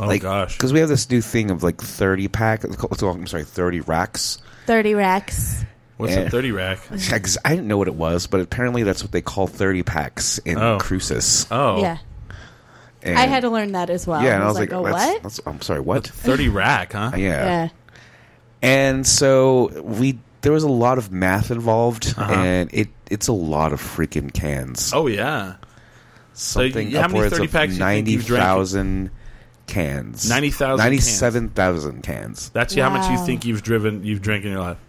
[SPEAKER 2] Oh
[SPEAKER 4] like,
[SPEAKER 2] gosh,
[SPEAKER 4] because we have this new thing of like thirty pack. it's called- I'm sorry, thirty racks.
[SPEAKER 3] Thirty racks.
[SPEAKER 2] what's
[SPEAKER 4] Yeah.
[SPEAKER 2] a thirty rack?
[SPEAKER 4] Yeah, 'cause I didn't know what it was, but apparently that's what they call thirty packs in
[SPEAKER 2] Oh.
[SPEAKER 4] Crucis.
[SPEAKER 2] Oh,
[SPEAKER 3] Yeah,
[SPEAKER 4] And-
[SPEAKER 3] I had to learn that as well.
[SPEAKER 4] yeah, and I was like,
[SPEAKER 3] oh,
[SPEAKER 4] that's-
[SPEAKER 3] what?
[SPEAKER 4] That's, I'm sorry, what?
[SPEAKER 2] thirty rack, huh?
[SPEAKER 4] yeah.
[SPEAKER 3] yeah.
[SPEAKER 4] and so we there was a lot of math involved,
[SPEAKER 2] Uh-huh.
[SPEAKER 4] and it it's a lot of freaking cans.
[SPEAKER 2] Oh yeah,
[SPEAKER 4] something
[SPEAKER 2] how many
[SPEAKER 4] upwards
[SPEAKER 2] 30
[SPEAKER 4] of
[SPEAKER 2] packs you think
[SPEAKER 4] ninety
[SPEAKER 2] you've drank?
[SPEAKER 4] thousand cans,
[SPEAKER 2] 90,000 cans.
[SPEAKER 4] ninety-seven thousand cans.
[SPEAKER 2] that's how much you
[SPEAKER 3] Wow.
[SPEAKER 2] think you've driven, you've drank in your life.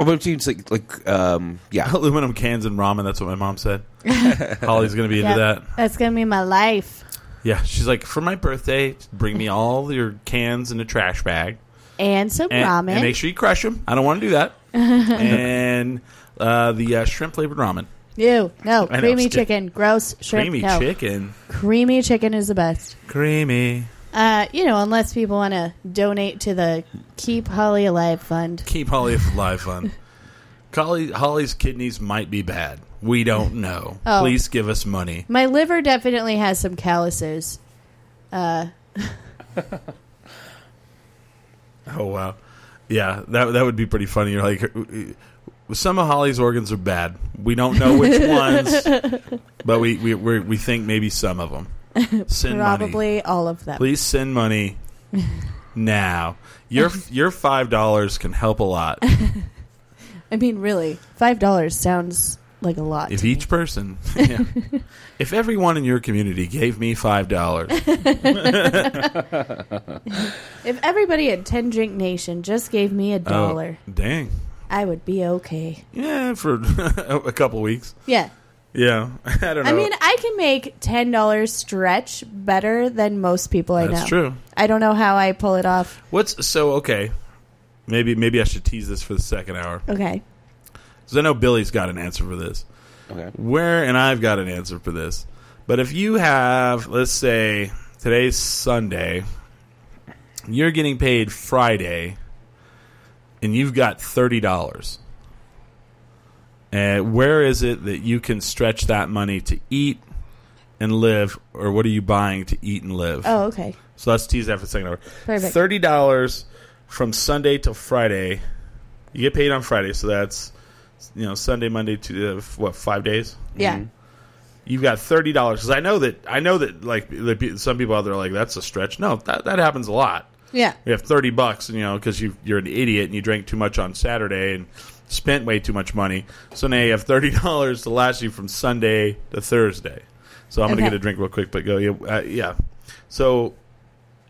[SPEAKER 4] Oh, but it's like like um yeah.
[SPEAKER 2] Aluminum cans and ramen. That's what my mom said. Holly's gonna be into
[SPEAKER 3] Yep.
[SPEAKER 2] that.
[SPEAKER 3] That's gonna be my life.
[SPEAKER 2] Yeah, she's like, for my birthday, bring me all your cans in a trash bag.
[SPEAKER 3] And some
[SPEAKER 2] and,
[SPEAKER 3] ramen.
[SPEAKER 2] and make sure you crush them. I don't want to do that. and uh, the uh, shrimp flavored ramen,
[SPEAKER 3] Ew, no,
[SPEAKER 2] I know,
[SPEAKER 3] creamy
[SPEAKER 2] it's good.
[SPEAKER 3] chicken, gross shrimp.
[SPEAKER 2] creamy
[SPEAKER 3] no.
[SPEAKER 2] chicken,
[SPEAKER 3] Creamy chicken is the best.
[SPEAKER 2] creamy.
[SPEAKER 3] Uh, you know, unless people want to donate to the Keep Holly Alive Fund.
[SPEAKER 2] Keep Holly alive on. Holly, Holly's kidneys might be bad. We don't know.
[SPEAKER 3] Oh.
[SPEAKER 2] Please give us money.
[SPEAKER 3] My liver definitely has some calluses. Uh,
[SPEAKER 2] Oh wow, yeah, that that would be pretty funny. You're like, some of Holly's organs are bad. We don't know which ones, but we we we we think maybe some of them. Send money.
[SPEAKER 3] probably all of them.
[SPEAKER 2] Please send money now. Your your five dollars can help a lot.
[SPEAKER 3] I mean, really, five dollars sounds like a lot.
[SPEAKER 2] If
[SPEAKER 3] to
[SPEAKER 2] each person, yeah. if everyone in your community gave me five dollars,
[SPEAKER 3] me. if everybody at Ten Drink Nation just gave me
[SPEAKER 2] Oh.
[SPEAKER 3] a dollar,
[SPEAKER 2] dang,
[SPEAKER 3] I would be okay.
[SPEAKER 2] yeah, for a couple weeks,
[SPEAKER 3] Yeah,
[SPEAKER 2] yeah. I don't know.
[SPEAKER 3] I mean, I can make ten dollars stretch better than most people I know.
[SPEAKER 2] that's true.
[SPEAKER 3] I don't know how I pull it off.
[SPEAKER 2] What's so okay? Maybe maybe I should tease this for the second hour
[SPEAKER 3] Okay.
[SPEAKER 2] because I know Billy's got an answer for this.
[SPEAKER 4] Okay.
[SPEAKER 2] Where and I've got an answer for this. But if you have, let's say today's Sunday, you're getting paid Friday, and you've got thirty dollars. And where is it that you can stretch that money to eat and live, or what are you buying to eat and live?
[SPEAKER 3] Oh, okay.
[SPEAKER 2] So let's tease that for a second hour.
[SPEAKER 3] Perfect.
[SPEAKER 2] Thirty dollars from Sunday till Friday. You get paid on Friday, so that's you know Sunday, Monday, to uh, f- what five days?
[SPEAKER 3] Yeah.
[SPEAKER 2] You've got thirty dollars because I know that I know that like the pe- some people out there are like that's a stretch. No, that that happens a lot.
[SPEAKER 3] Yeah.
[SPEAKER 2] You have thirty bucks, and you know because you you're an idiot and you drank too much on Saturday and spent way too much money. So now you have thirty dollars to last you from Sunday to Thursday. So I'm
[SPEAKER 3] Okay.
[SPEAKER 2] gonna get a drink real quick, but go yeah uh, yeah. So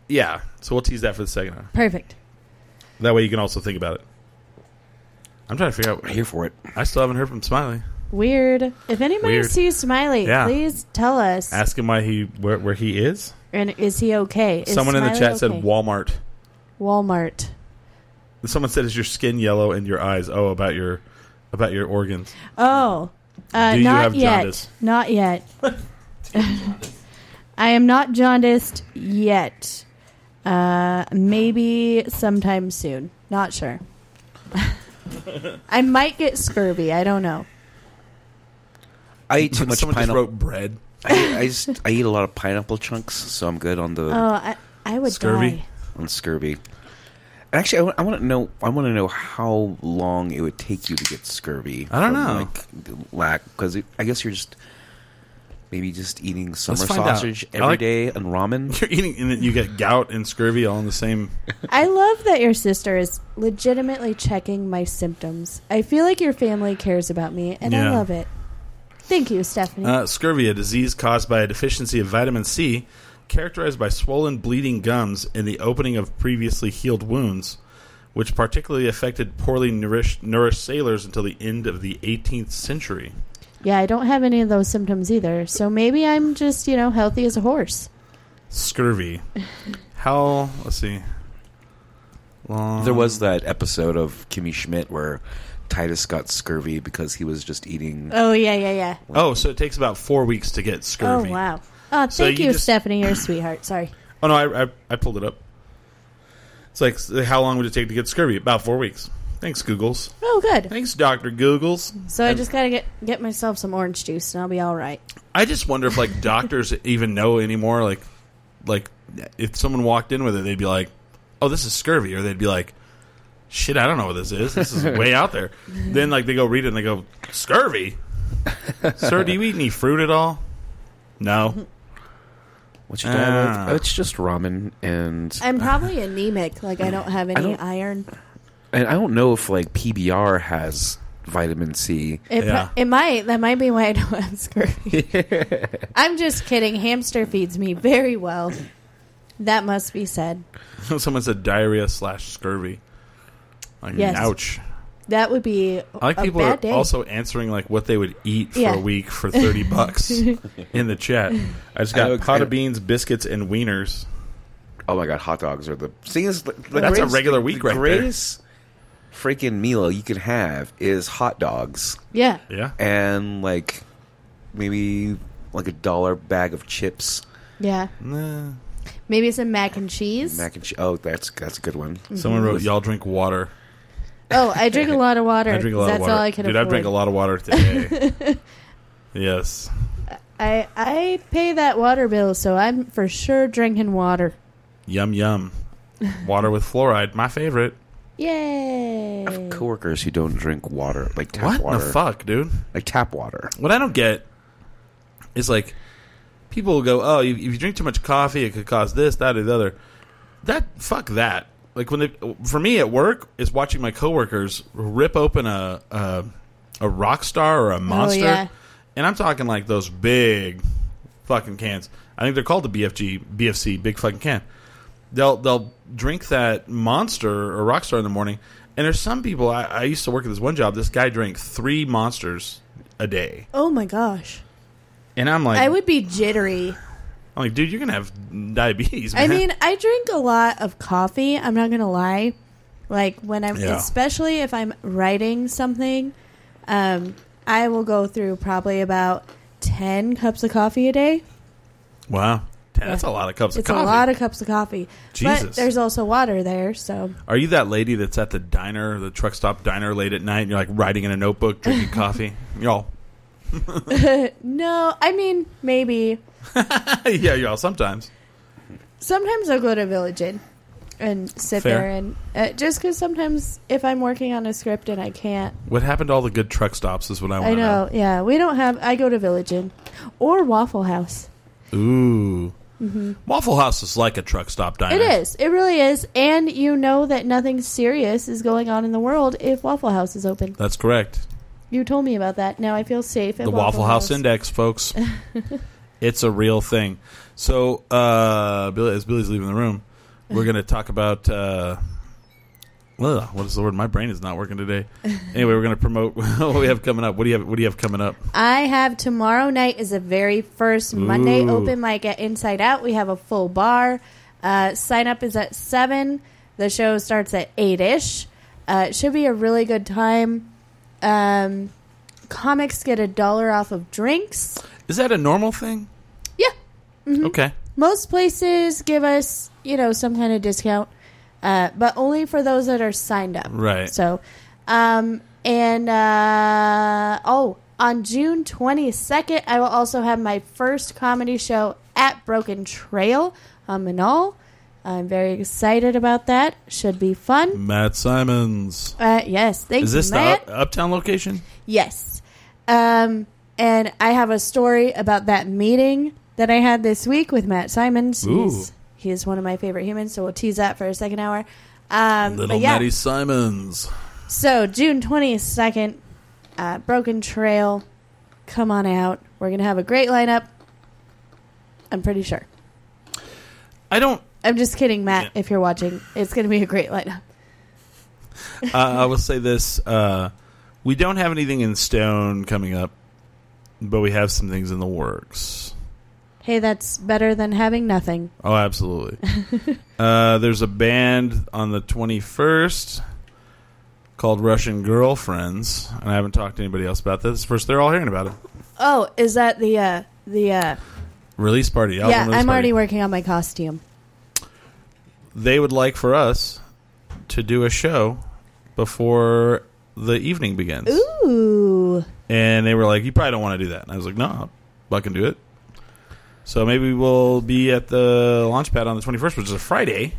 [SPEAKER 2] yeah, so we'll tease that for the second hour.
[SPEAKER 3] Perfect.
[SPEAKER 2] That way you can also think about it. I'm trying to figure out.
[SPEAKER 4] I'm here for it.
[SPEAKER 2] I still haven't heard from Smiley.
[SPEAKER 3] Weird. If anybody
[SPEAKER 2] Weird.
[SPEAKER 3] sees Smiley,
[SPEAKER 2] Yeah.
[SPEAKER 3] please tell us.
[SPEAKER 2] Ask him why he where, where he is.
[SPEAKER 3] and is he okay? Is
[SPEAKER 2] Someone in the
[SPEAKER 3] Smiley
[SPEAKER 2] chat said
[SPEAKER 3] okay?
[SPEAKER 2] Walmart.
[SPEAKER 3] Walmart.
[SPEAKER 2] Someone said, "Is your skin yellow and your eyes? Oh, about your about your organs.
[SPEAKER 3] Oh, uh,
[SPEAKER 2] Do you
[SPEAKER 3] not
[SPEAKER 2] have
[SPEAKER 3] yet.
[SPEAKER 2] jaundice?
[SPEAKER 3] Not yet. I am not jaundiced yet. Uh, maybe sometime soon. Not sure. I might get scurvy. I don't know.
[SPEAKER 4] I eat too much
[SPEAKER 2] Someone just
[SPEAKER 4] pineapple.
[SPEAKER 2] wrote bread.
[SPEAKER 4] I, I just I eat a lot of pineapple chunks, so I'm good on the
[SPEAKER 3] Oh,
[SPEAKER 2] Uh,
[SPEAKER 3] I, I would
[SPEAKER 2] Scurvy?
[SPEAKER 3] die.
[SPEAKER 4] on scurvy. Actually, I want to know. I want to know how long it would take you to get scurvy.
[SPEAKER 2] I don't
[SPEAKER 4] from,
[SPEAKER 2] know.
[SPEAKER 4] like the lack because I guess you're just maybe just eating summer
[SPEAKER 2] find out.
[SPEAKER 4] sausage
[SPEAKER 2] I
[SPEAKER 4] every
[SPEAKER 2] like-
[SPEAKER 4] day and ramen.
[SPEAKER 2] You're eating, and then you get gout and scurvy all in the same.
[SPEAKER 3] I love that your sister is legitimately checking my symptoms. I feel like your family cares about me, and I
[SPEAKER 2] Yeah.
[SPEAKER 3] love it. Thank you, Stephanie.
[SPEAKER 2] Uh, scurvy, a disease caused by a deficiency of vitamin C, characterized by swollen, bleeding gums and the opening of previously healed wounds, which particularly affected poorly nourished, nourished sailors until the end of the 18th century.
[SPEAKER 3] yeah, I don't have any of those symptoms either, so maybe I'm just, you know, healthy as a horse.
[SPEAKER 2] Scurvy. How? Let's see. Long.
[SPEAKER 4] There was that episode of Kimmy Schmidt where Titus got scurvy because he was just eating.
[SPEAKER 3] Oh yeah, yeah, yeah.
[SPEAKER 2] Oh, so it takes about four weeks to get scurvy.
[SPEAKER 3] Oh wow. Oh, thank
[SPEAKER 2] So you
[SPEAKER 3] you,
[SPEAKER 2] just-
[SPEAKER 3] Stephanie, your sweetheart. Sorry.
[SPEAKER 2] Oh no, I, I I pulled it up. It's like how long would it take to get scurvy? About four weeks. Thanks, Googles.
[SPEAKER 3] Oh, good.
[SPEAKER 2] Thanks, Doctor Googles.
[SPEAKER 3] So I just gotta get get myself some orange juice, and I'll be all right.
[SPEAKER 2] I just wonder if like doctors even know anymore. Like, like if someone walked in with it, they'd be like, "Oh, this is scurvy," or they'd be like, "Shit, I don't know what this is. This is way out there." Then like they go read it and they go, "Scurvy, sir? Do you eat any fruit at all?" No.
[SPEAKER 4] What you dying
[SPEAKER 2] Ah.
[SPEAKER 4] with? Oh, it's just ramen, and
[SPEAKER 3] I'm probably anemic. Like I don't have any
[SPEAKER 4] don't-
[SPEAKER 3] iron.
[SPEAKER 4] and I don't know if like PBR has vitamin C.
[SPEAKER 3] It, pro-
[SPEAKER 2] Yeah.
[SPEAKER 3] it might. That might be why I don't have scurvy. I'm just kidding. Hamster feeds me very well. That must be said.
[SPEAKER 2] someone said diarrhea slash scurvy. Like,
[SPEAKER 3] Yes.
[SPEAKER 2] ouch.
[SPEAKER 3] That would be
[SPEAKER 2] I like
[SPEAKER 3] a
[SPEAKER 2] people are
[SPEAKER 3] bad day.
[SPEAKER 2] also answering like what they would eat for
[SPEAKER 3] Yeah.
[SPEAKER 2] a week for thirty bucks in the chat. I just got
[SPEAKER 4] I know-
[SPEAKER 2] pot of beans, biscuits, and wieners.
[SPEAKER 4] Oh my god, hot dogs are the thing is the, the
[SPEAKER 2] That's a
[SPEAKER 4] greatest-
[SPEAKER 2] regular
[SPEAKER 4] the-
[SPEAKER 2] week
[SPEAKER 4] the
[SPEAKER 2] right there.
[SPEAKER 4] greatest freaking meal you can have is hot dogs
[SPEAKER 3] yeah.
[SPEAKER 2] Yeah,
[SPEAKER 4] and like maybe like a dollar bag of chips,
[SPEAKER 3] Yeah.
[SPEAKER 4] uh,
[SPEAKER 2] Nah.
[SPEAKER 3] Maybe some mac and cheese.
[SPEAKER 4] mac and cheese. Oh, that's that's a good one.
[SPEAKER 2] Mm-hmm. Someone
[SPEAKER 3] Mm-hmm.
[SPEAKER 2] wrote, "Y'all drink water."
[SPEAKER 3] oh, I drink a lot of water.
[SPEAKER 2] I drink a lot
[SPEAKER 3] that's
[SPEAKER 2] of water.
[SPEAKER 3] all I can
[SPEAKER 2] Dude,
[SPEAKER 3] afford.
[SPEAKER 2] I drank a lot of water today. yes,
[SPEAKER 3] I I pay that water bill, so I'm for sure drinking water.
[SPEAKER 2] yum yum. Water with fluoride, my favorite.
[SPEAKER 3] Yay!
[SPEAKER 4] Coworkers who don't drink water, like tap
[SPEAKER 2] what
[SPEAKER 4] water,
[SPEAKER 2] the fuck, dude?
[SPEAKER 4] like tap water.
[SPEAKER 2] What I don't get is like people will go, "Oh, if if you drink too much coffee, it could cause this, that, or the other." That fuck that. Like when they, for me at work is watching my coworkers rip open a a, a rock star or a monster,
[SPEAKER 3] yeah.
[SPEAKER 2] and I'm talking like those big fucking cans. I think they're called the BFG BFC big fucking can. They'll they'll drink that monster or rock star in the morning. And there's some people I, I used to work at this one job. This guy drank three monsters a day.
[SPEAKER 3] Oh my gosh,
[SPEAKER 2] And I'm like,
[SPEAKER 3] I would be jittery.
[SPEAKER 2] I'm like, dude, you're gonna have diabetes.
[SPEAKER 3] I
[SPEAKER 2] Man.
[SPEAKER 3] mean, I drink a lot of coffee. I'm not gonna lie. Like when I'm,
[SPEAKER 2] Yeah.
[SPEAKER 3] especially if I'm writing something, um, I will go through probably about ten cups of coffee a day.
[SPEAKER 2] wow, Damn, that's a lot of cups
[SPEAKER 3] It's
[SPEAKER 2] of coffee.
[SPEAKER 3] a lot of cups of coffee. But
[SPEAKER 2] Jesus.
[SPEAKER 3] there's also water there, so
[SPEAKER 2] Are you that lady that's at the diner, the truck stop diner, late at night? and You're like writing in a notebook, drinking coffee. Y'all,
[SPEAKER 3] no. I mean, maybe
[SPEAKER 2] yeah, y'all. Sometimes
[SPEAKER 3] sometimes I'll go to Village Inn and sit
[SPEAKER 2] Fair.
[SPEAKER 3] there and uh, just because sometimes if I'm working on a script and I can't,
[SPEAKER 2] what happened to all the good truck stops is what I want
[SPEAKER 3] I
[SPEAKER 2] to
[SPEAKER 3] know.
[SPEAKER 2] know.
[SPEAKER 3] Yeah, we don't have. I go to Village Inn or Waffle House.
[SPEAKER 2] Ooh, Waffle House is like a truck stop diner.
[SPEAKER 3] Mm-hmm. It is. It really is. And you know that nothing serious is going on in the world if Waffle House is open.
[SPEAKER 2] That's correct.
[SPEAKER 3] You told me about that. Now I feel safe. At
[SPEAKER 2] the Waffle, House, Index, folks. it's a real thing. So, uh, Billy, as Billy's leaving the room, we're going to talk about. Uh, ugh, what is the word? My brain is not working today. Anyway, we're going to promote what we have coming up. What do you have? What do you have coming up?
[SPEAKER 3] I have tomorrow night is the very first Monday
[SPEAKER 2] Ooh.
[SPEAKER 3] open mic at Inside Out. We have a full bar. Uh, sign up is at seven. The show starts at eight ish. Uh, it should be a really good time. Um, comics get a dollar off of drinks.
[SPEAKER 2] Is that a normal thing?
[SPEAKER 3] Yeah, Mm-hmm.
[SPEAKER 2] Okay.
[SPEAKER 3] most places give us you know some kind of discount, uh, but only for those that are signed up.
[SPEAKER 2] Right.
[SPEAKER 3] So, um, and uh, oh, on June 22nd, I will also have my first comedy show at Broken Trail on Manal. I'm very excited about that. Should be fun.
[SPEAKER 2] Matt Simons.
[SPEAKER 3] Uh, yes, thanks,
[SPEAKER 2] Mm. Is this the
[SPEAKER 3] Matt.
[SPEAKER 2] up- Uptown location?
[SPEAKER 3] Yes. Um, and I have a story about that meeting that I had this week with Matt Simons. He's,
[SPEAKER 2] Ooh.
[SPEAKER 3] he is one of my favorite humans, so we'll tease that for a second hour. Um,
[SPEAKER 2] Little
[SPEAKER 3] but yeah,
[SPEAKER 2] Matty Simons.
[SPEAKER 3] so June 22nd, uh, Broken Trail. Come on out. We're going to have a great lineup. I'm pretty sure.
[SPEAKER 2] I don't.
[SPEAKER 3] I'm just kidding, Matt,
[SPEAKER 2] Yeah.
[SPEAKER 3] if you're watching. It's going to be a great lineup.
[SPEAKER 2] uh, I will say this: uh, we don't have anything in stone coming up, but we have some things in the works.
[SPEAKER 3] Hey, that's better than having nothing.
[SPEAKER 2] Oh, absolutely. uh, there's a band on the 21st called Russian Girlfriends, and I haven't talked to anybody else about this. This is the first they're all hearing about it.
[SPEAKER 3] Oh, is that the uh the uh
[SPEAKER 2] Release party. Album
[SPEAKER 3] Yeah,
[SPEAKER 2] release
[SPEAKER 3] I'm
[SPEAKER 2] party.
[SPEAKER 3] already working on my costume.
[SPEAKER 2] They would like for us to do a show before the evening begins.
[SPEAKER 3] Ooh.
[SPEAKER 2] And they were like, "You probably don't want to do that." And I was like, "No, I'll fucking do it." So maybe we'll be at the launch pad on the 21st, which is a Friday,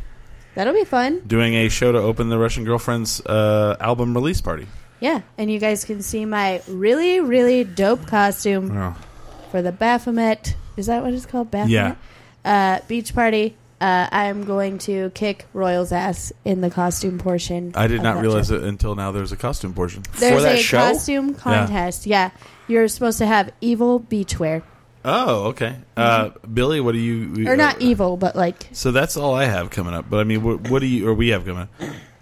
[SPEAKER 3] That'll be fun.
[SPEAKER 2] doing a show to open the Russian Girlfriends uh, album release party.
[SPEAKER 3] Yeah, and you guys can see my really really dope costume
[SPEAKER 2] Oh.
[SPEAKER 3] for the Baphomet. Is that what it's called?
[SPEAKER 2] Yeah.
[SPEAKER 3] Baphomet. Uh beach party. Uh, I'm going to kick Royal's ass in the costume portion.
[SPEAKER 2] I did
[SPEAKER 3] of
[SPEAKER 2] not
[SPEAKER 3] that
[SPEAKER 2] realize
[SPEAKER 3] show.
[SPEAKER 2] it until now there's a costume portion.
[SPEAKER 3] There's
[SPEAKER 4] that
[SPEAKER 3] a
[SPEAKER 4] show?
[SPEAKER 3] costume contest. Yeah. You're supposed to have evil beachwear.
[SPEAKER 2] Oh, okay. Uh, Billy, what do you.
[SPEAKER 3] Mm-hmm. Or not
[SPEAKER 2] uh,
[SPEAKER 3] evil, but like
[SPEAKER 2] So that's all I have coming up. But I mean, what, what do you. Or we have coming up.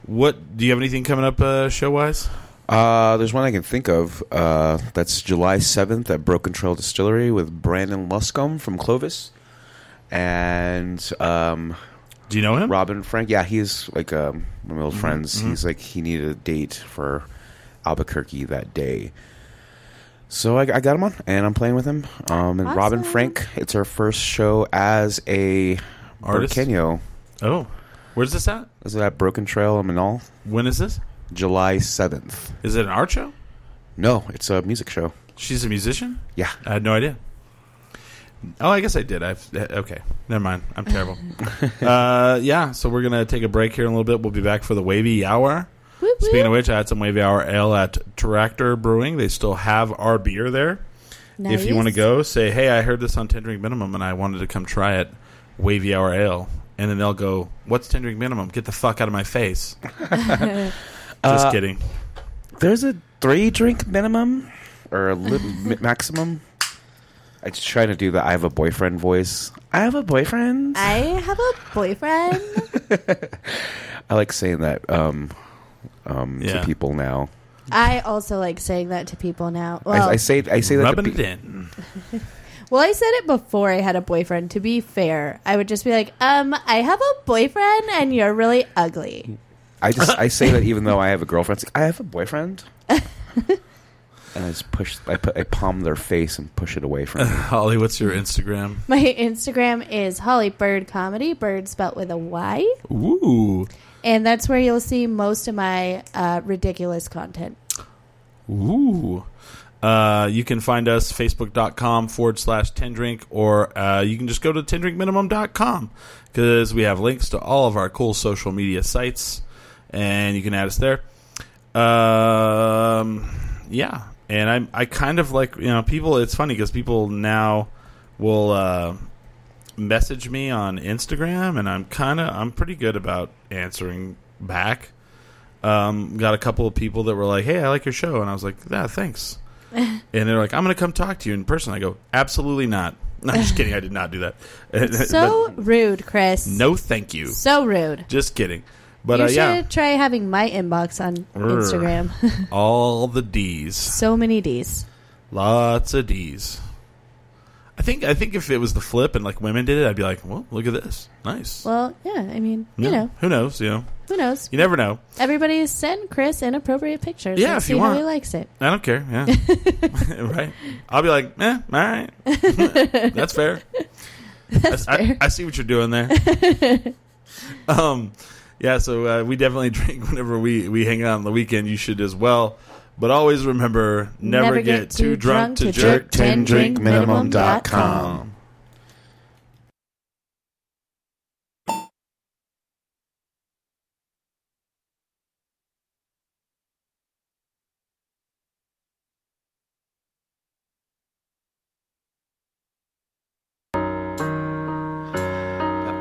[SPEAKER 2] What. Do you have anything coming up uh, show wise?
[SPEAKER 4] Uh, there's one I can think of. Uh, that's July 7th at Broken Trail Distillery with Brandon Luscombe from Clovis and um,
[SPEAKER 2] Do you know him?
[SPEAKER 4] Robin Frank. Yeah, he's like um, one of my old friends. He's like, he needed a date for Albuquerque that day. So I, I got him on, and I'm playing with him. Um, and Robin
[SPEAKER 3] Awesome.
[SPEAKER 4] Frank, it's her first show as a
[SPEAKER 2] Artist?
[SPEAKER 4] Kenyo.
[SPEAKER 2] Oh. Where's this at?
[SPEAKER 4] Is it at Broken Trail in Manal?
[SPEAKER 2] When is this?
[SPEAKER 4] July 7th.
[SPEAKER 2] Is it an art show?
[SPEAKER 4] No, it's a music show.
[SPEAKER 2] She's a musician?
[SPEAKER 4] Yeah.
[SPEAKER 2] I had no idea. Oh, I guess I did. I've eh, okay. Never mind. I'm terrible. uh, yeah. So we're gonna take a break here in a little bit. We'll be back for the Wavy Hour.
[SPEAKER 3] whoop, whoop.
[SPEAKER 2] Speaking of which, I had some Wavy Hour Ale at Tractor Brewing. They still have our beer there. If you want to
[SPEAKER 3] Nice.
[SPEAKER 2] go, say, "Hey, I heard this on Ten Drink Minimum, and I wanted to come try it." Wavy Hour Ale, and then they'll go, "What's Ten Drink Minimum? Get the fuck out of my face!" Just kidding.
[SPEAKER 4] There's a three drink minimum or a li- mi- maximum. I just trying to do the I have a boyfriend voice. I have a boyfriend. I,
[SPEAKER 3] I have a boyfriend.
[SPEAKER 4] like saying that um, um,
[SPEAKER 2] Yeah.
[SPEAKER 4] to people now.
[SPEAKER 3] I also like saying that to people now. Well,
[SPEAKER 4] I, I say I say that to
[SPEAKER 2] Rubbing it
[SPEAKER 4] pe-
[SPEAKER 2] in.
[SPEAKER 3] well, I said it before I had a boyfriend. To be fair, I would just be like, "Um, I have a boyfriend, and you're really ugly."
[SPEAKER 4] I just I say that even though I have a girlfriend. It's like, I have a boyfriend. and I just push. I put. I palm their face and push it away
[SPEAKER 2] Uh.
[SPEAKER 4] from me.
[SPEAKER 2] Holly, what's your Instagram?
[SPEAKER 3] My Instagram is Holly Bird Comedy, bird spelt with a Y,
[SPEAKER 2] Ooh.
[SPEAKER 3] and that's where you'll see most of my uh, ridiculous content.
[SPEAKER 2] Ooh. Uh, you can find us facebook.com forward slash 10 drink or uh, you can just go to 10drinkminimum.com because we have links to all of our cool social media sites and you can add us there um, yeah and I'm, i kind of like you know people it's funny because people now will uh, message me on instagram and i'm kind of i'm pretty good about answering back um, got a couple of people that were like, "Hey, I like your show," and I was like, "Yeah, thanks." and they're like, "I'm going to come talk to you in person." I go, "Absolutely not." No, I'm just kidding. I did not do that.
[SPEAKER 3] So rude, Chris.
[SPEAKER 2] But no, thank you.
[SPEAKER 3] so rude.
[SPEAKER 2] Just kidding. But
[SPEAKER 3] you
[SPEAKER 2] uh,
[SPEAKER 3] should
[SPEAKER 2] yeah,
[SPEAKER 3] try having my inbox on
[SPEAKER 2] Urgh.
[SPEAKER 3] Instagram.
[SPEAKER 2] all the D's,
[SPEAKER 3] so many D's.
[SPEAKER 2] lots of D's. I think I think if it was the flip and like women did it, I'd be like, "Well, look at this, nice."
[SPEAKER 3] Well, yeah, I mean,
[SPEAKER 2] Yeah.
[SPEAKER 3] you know,
[SPEAKER 2] who knows? You know,
[SPEAKER 3] who knows?
[SPEAKER 2] you never know.
[SPEAKER 3] Everybody send Chris inappropriate pictures.
[SPEAKER 2] Yeah,
[SPEAKER 3] and
[SPEAKER 2] if
[SPEAKER 3] see
[SPEAKER 2] you
[SPEAKER 3] how
[SPEAKER 2] want.
[SPEAKER 3] he likes it.
[SPEAKER 2] I don't care. Yeah. right. I'll be like, eh, all right. That's fair. That's I,
[SPEAKER 3] fair.
[SPEAKER 2] I, see what you're doing there. um, yeah, so uh, we definitely drink whenever we, we hang out on the weekend. You should as well. But always remember never, get, too drunk, to jerk.
[SPEAKER 4] 10drinkminimum.com.
[SPEAKER 2] Um,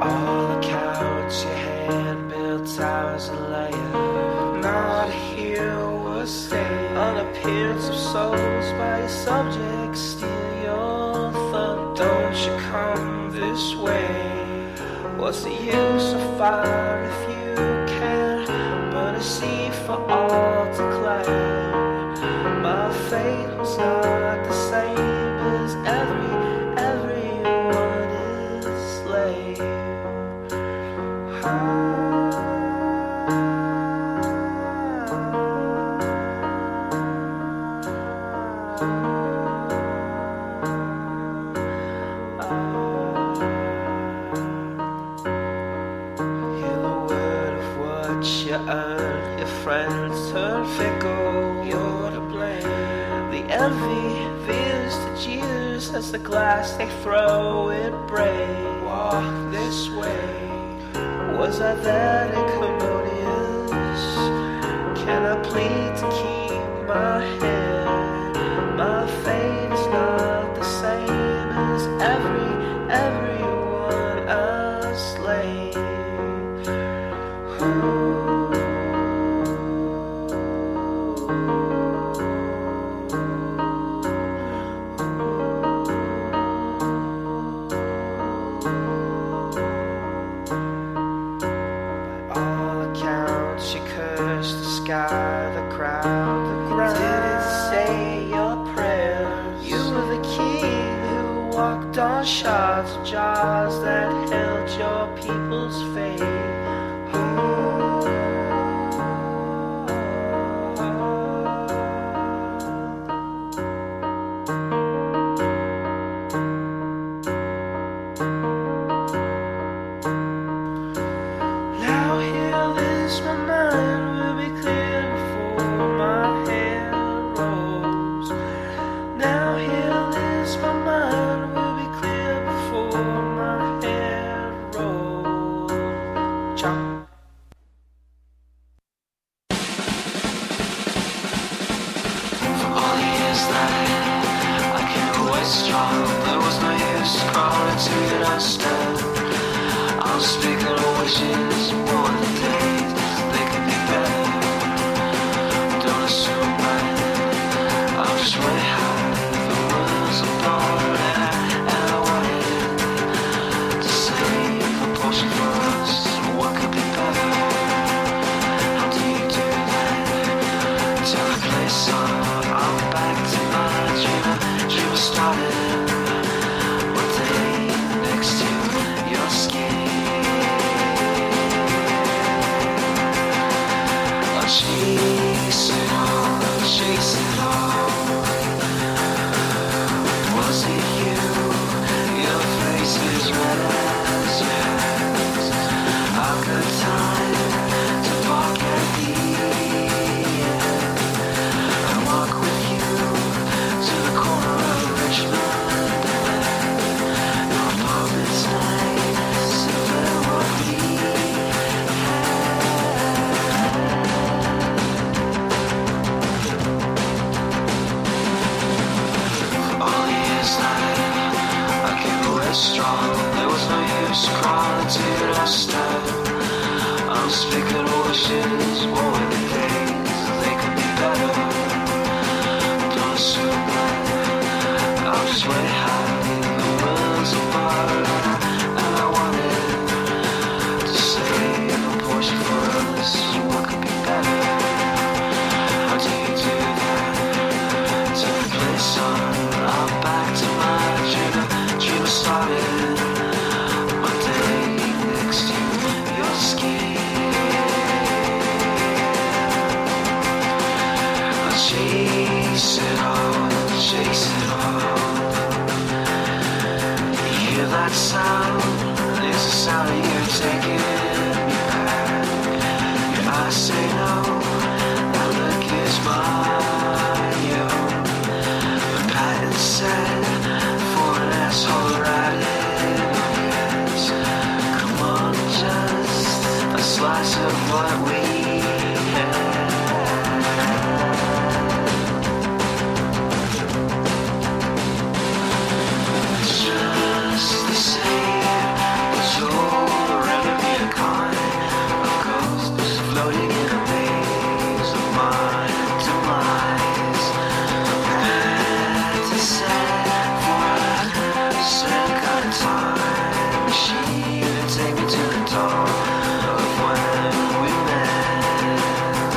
[SPEAKER 5] All the couch you had built towers and layers. Not here was staying. An appearance of souls by your subjects. Steal your thought. Don't you come this way. What's the use of fire if you can't burn a sea for all to climb? My fate was not the same as every, everyone is slave. Ah. Ah. envy, fears the jeers as the glass they throw it breaks. Walk this way. Was I that incommodious? Can I plead to keep my head? My fate is not the same as every, everyone I slay. all accounts, she cursed the sky, the crowd, the ground. Didn't say your prayers. You were the king who walked on shards, jars that held your people's fate. Now hear this, my mind will be clear before my hand rolls. Now hear this, my mind will be clear before my hand rolls. Chop. all the years that I came away strong, there was no use crawling to an understand. I'm speaking of wishes more than days, they could be better. Don't assume that I'm just way high. The world's a ball and and I wanted to save the portion for us. What could be better? How do you do that? to the place on I'm back to my dream Dream started One day next to your skin I'll chase it all, I'll chase it all Was it you? Your face is red as yours A good time to walk at the end I walk with you to the corner of Richmond. Your love is nice, so there will be. All the years that I came away strong, there was no use crawling to the step. I'm speaking of wishes, what were the days? They could be better. Don't assume that I'm just way high. The world's apart, and I wanted to save a portion for us. What could be better? How do you do that? Took the place on. I'm back to my dream. Dream started. One day next to your skin. I'll chase it on, chase it on. You hear that sound? It's the sound of you taking me back. If I say no, that look is mine. yo. The patent set for an asshole right in my hands. Come on, just a slice of what we had. Just the same as your enemy, a kind of ghost floating in a maze of mine demise. Had to set for a second time machine to take me to the dawn of when we met.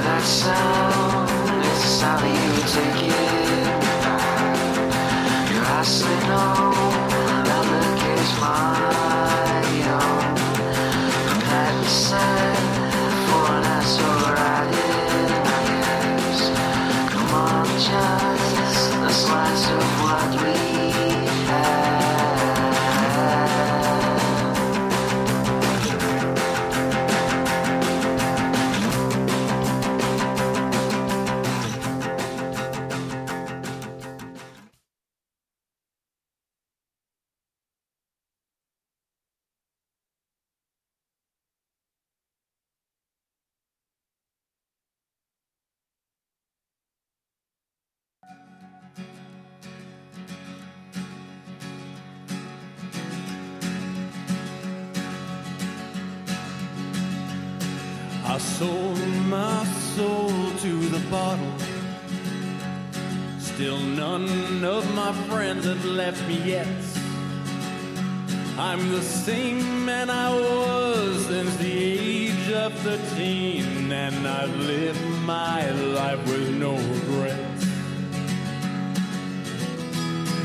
[SPEAKER 5] that sound? It's the sound of you taking back. Your eyes say no, that look is mine. I'm glad you said, for that's alright, I guess. Come on, just a slice of what we have.
[SPEAKER 1] I sold my soul to the bottle. Still none of my friends have left me yet. I'm the same man I was since the age of 13, and I've lived my life with no regrets.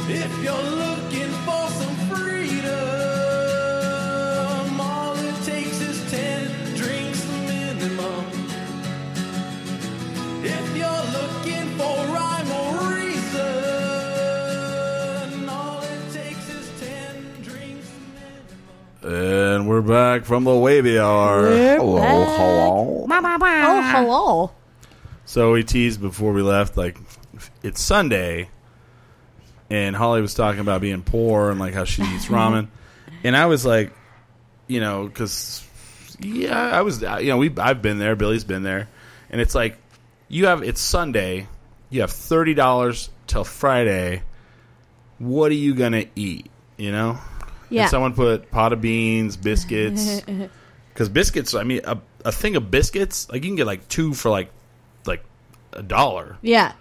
[SPEAKER 1] If you're looking for some freedom, all it takes is ten drinks minimum. If you're looking for rhyme or reason, all it takes is ten drinks minimum.
[SPEAKER 2] And we're back from the wavy hour.
[SPEAKER 4] Hello, hello.
[SPEAKER 3] Oh, hello.
[SPEAKER 2] So we teased before we left, like it's Sunday, and Holly was talking about being poor and like how she eats ramen, and I was like, you know, because yeah, I was, you know, we I've been there, Billy's been there, and it's like you have it's Sunday, you have thirty dollars till Friday. What are you gonna eat? You know,
[SPEAKER 3] Yeah.
[SPEAKER 2] and someone put pot of beans, biscuits. Because biscuits, I mean, a, a thing of biscuits, like you can get like two for like like a dollar
[SPEAKER 3] yeah.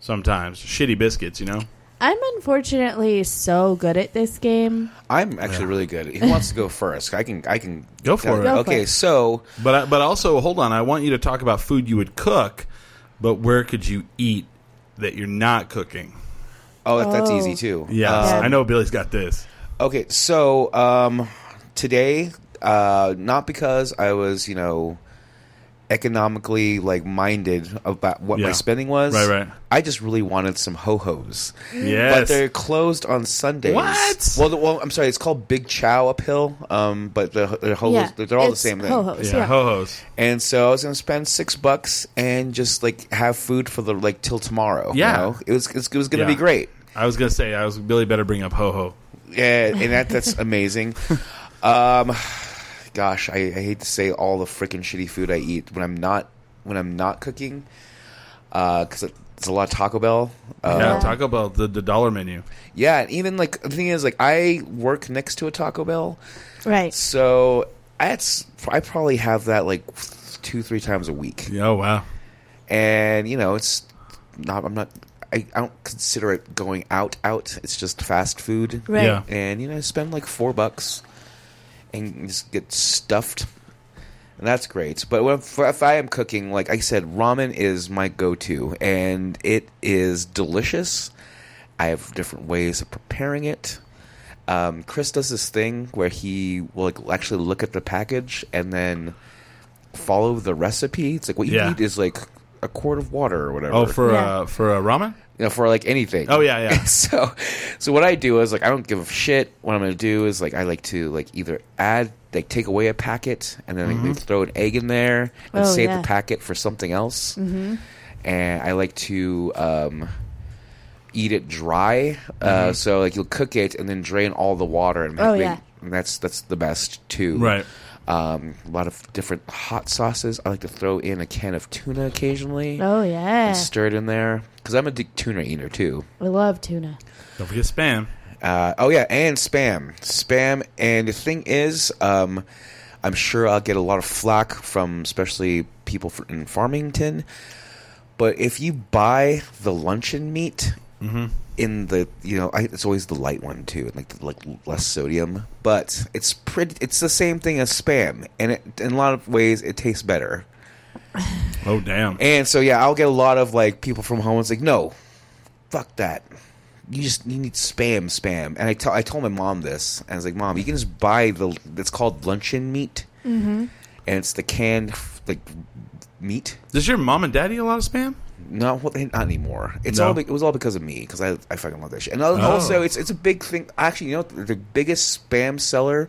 [SPEAKER 2] sometimes. Shitty biscuits, you know.
[SPEAKER 3] I'm unfortunately so good at this game.
[SPEAKER 4] I'm actually really good. Who wants to go first? I can. I can
[SPEAKER 2] Go for it. Go
[SPEAKER 3] for
[SPEAKER 4] okay,
[SPEAKER 3] it.
[SPEAKER 4] so
[SPEAKER 2] But I, but also, hold on, I want you to talk about food you would cook, but where could you eat that you're not cooking?
[SPEAKER 4] oh, that- that's
[SPEAKER 3] Oh.
[SPEAKER 4] easy too.
[SPEAKER 2] Yes,
[SPEAKER 4] Um,
[SPEAKER 2] I know Billy's got this.
[SPEAKER 4] Okay, so um, today, uh, not because I was, you know, economically like minded about what
[SPEAKER 2] Yeah.
[SPEAKER 4] my spending was.
[SPEAKER 2] Right, right.
[SPEAKER 4] I just really wanted some ho hos. But
[SPEAKER 2] Yes.
[SPEAKER 4] they're closed on Sundays.
[SPEAKER 2] What?
[SPEAKER 4] Well, the, well, I'm sorry. It's called Big Chow uphill. Um, but the, the ho
[SPEAKER 3] yeah.
[SPEAKER 4] hos, they're all the
[SPEAKER 3] It's
[SPEAKER 4] same thing.
[SPEAKER 3] Ho-hos,
[SPEAKER 2] yeah,
[SPEAKER 3] yeah.
[SPEAKER 2] ho hos.
[SPEAKER 4] And so I was gonna spend six bucks and just like have food for the like till tomorrow. you
[SPEAKER 2] Yeah.
[SPEAKER 4] know? it was it's, it was gonna
[SPEAKER 2] Yeah.
[SPEAKER 4] be great.
[SPEAKER 2] I was gonna say, I was Billy better bring up ho ho.
[SPEAKER 4] Yeah, and that that's amazing. um, gosh, I, I hate to say all the freaking shitty food I eat when I'm not when I'm not cooking, because it's a lot of Taco Bell. Uh,
[SPEAKER 2] Yeah, Taco Bell, the, the dollar menu.
[SPEAKER 4] yeah, and even like the thing is, like I work next to a Taco Bell,
[SPEAKER 3] Right.
[SPEAKER 4] so that's I probably have that like two three times a week,
[SPEAKER 2] Yeah, Oh wow.
[SPEAKER 4] and you know it's not I'm not. I, I don't consider it going out out. It's just fast food
[SPEAKER 3] Right.
[SPEAKER 2] Yeah.
[SPEAKER 4] and you know spend like four bucks and just get stuffed and that's great but when, if, if i am cooking like i said ramen is my go-to and it is delicious i have different ways of preparing it um, chris does this thing where he will like, actually look at the package and then follow the recipe it's like what you
[SPEAKER 2] Yeah.
[SPEAKER 4] need is like a quart of water or whatever
[SPEAKER 2] Oh, for
[SPEAKER 3] Yeah.
[SPEAKER 2] uh, for uh, ramen.
[SPEAKER 4] you know, for like anything.
[SPEAKER 2] Oh, yeah, yeah.
[SPEAKER 4] so, so what I do is like I don't give a shit. What I'm gonna do is like I like to like either add, like take away a packet, and then like, throw an egg in there
[SPEAKER 3] Oh,
[SPEAKER 4] and save
[SPEAKER 3] yeah.
[SPEAKER 4] the packet for something else. Mm-hmm. And I like to um, eat it dry. Uh, so like you'll cook it and then drain all the water, and,
[SPEAKER 3] Oh,
[SPEAKER 4] make-
[SPEAKER 3] yeah.
[SPEAKER 4] and that's that's the best too.
[SPEAKER 2] Right.
[SPEAKER 4] Um, a lot of different hot sauces. I like to throw in a can of tuna occasionally
[SPEAKER 3] Oh yeah.
[SPEAKER 4] stirred in there because I'm a d- tuna eater too.
[SPEAKER 3] I love tuna.
[SPEAKER 2] Don't forget spam.
[SPEAKER 4] Uh, oh yeah, and spam, spam, and the thing is, um, I'm sure I'll get a lot of flack from especially people fr- in Farmington, but if you buy the luncheon meat. In the you know I, it's always the light one too, like the, like less sodium, but it's pretty. It's the same thing as spam, and it, in a lot of ways it tastes better.
[SPEAKER 2] Oh damn!
[SPEAKER 4] And so yeah, I'll get a lot of like people from home. It's like, no, fuck that. You just you need spam, spam. And I tell I told my mom this, and I was like, mom, you can just buy the it's called luncheon meat, mm-hmm. and it's the canned like meat.
[SPEAKER 2] Does your mom and dad eat a lot of spam?
[SPEAKER 4] Not what not anymore. It's
[SPEAKER 2] No.
[SPEAKER 4] all be- it was all because of me because I I fucking love that shit. And al-
[SPEAKER 2] Oh.
[SPEAKER 4] also it's it's a big thing. Actually, you know the the biggest spam seller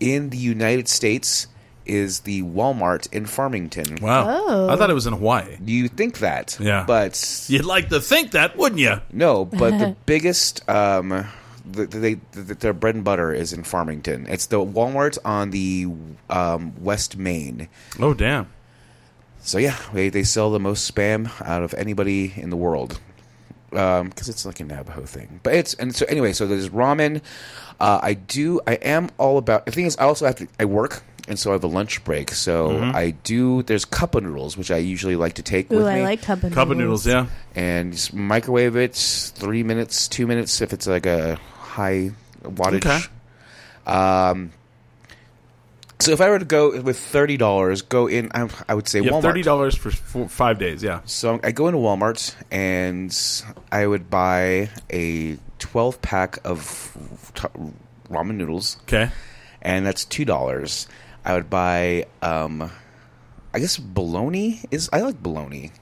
[SPEAKER 4] in the United States is the Walmart in Farmington.
[SPEAKER 2] Wow!
[SPEAKER 3] Oh.
[SPEAKER 2] I thought it was in Hawaii.
[SPEAKER 4] You think that,
[SPEAKER 2] Yeah.
[SPEAKER 4] but
[SPEAKER 2] You'd like to think that, wouldn't you?
[SPEAKER 4] no. But the biggest, um, the, the, they the, their bread and butter is in Farmington. It's the Walmart on the um, West Main.
[SPEAKER 2] Oh damn!
[SPEAKER 4] So yeah, they they sell the most spam out of anybody in the world because it's like a Navajo thing. But it's and so anyway, so there's ramen. Uh, I do. I am all about. The thing is, I also have to. I work. And so I have a lunch break, so I do. There's cup of noodles, which I usually like to take
[SPEAKER 3] Ooh,
[SPEAKER 4] with
[SPEAKER 3] I
[SPEAKER 4] me.
[SPEAKER 3] like cup of
[SPEAKER 2] Cup of noodles, yeah.
[SPEAKER 4] and just microwave it three minutes, two minutes if it's like a high wattage.
[SPEAKER 2] Okay.
[SPEAKER 4] Um, so if I were to go with thirty dollars, go in. I, I would say
[SPEAKER 2] You have
[SPEAKER 4] Walmart.
[SPEAKER 2] thirty dollars for four, five days. Yeah.
[SPEAKER 4] So I go into Walmart and I would buy a twelve pack of t- ramen noodles,
[SPEAKER 2] Okay.
[SPEAKER 4] and that's two dollars. I would buy, um, I guess bologna is. I like bologna.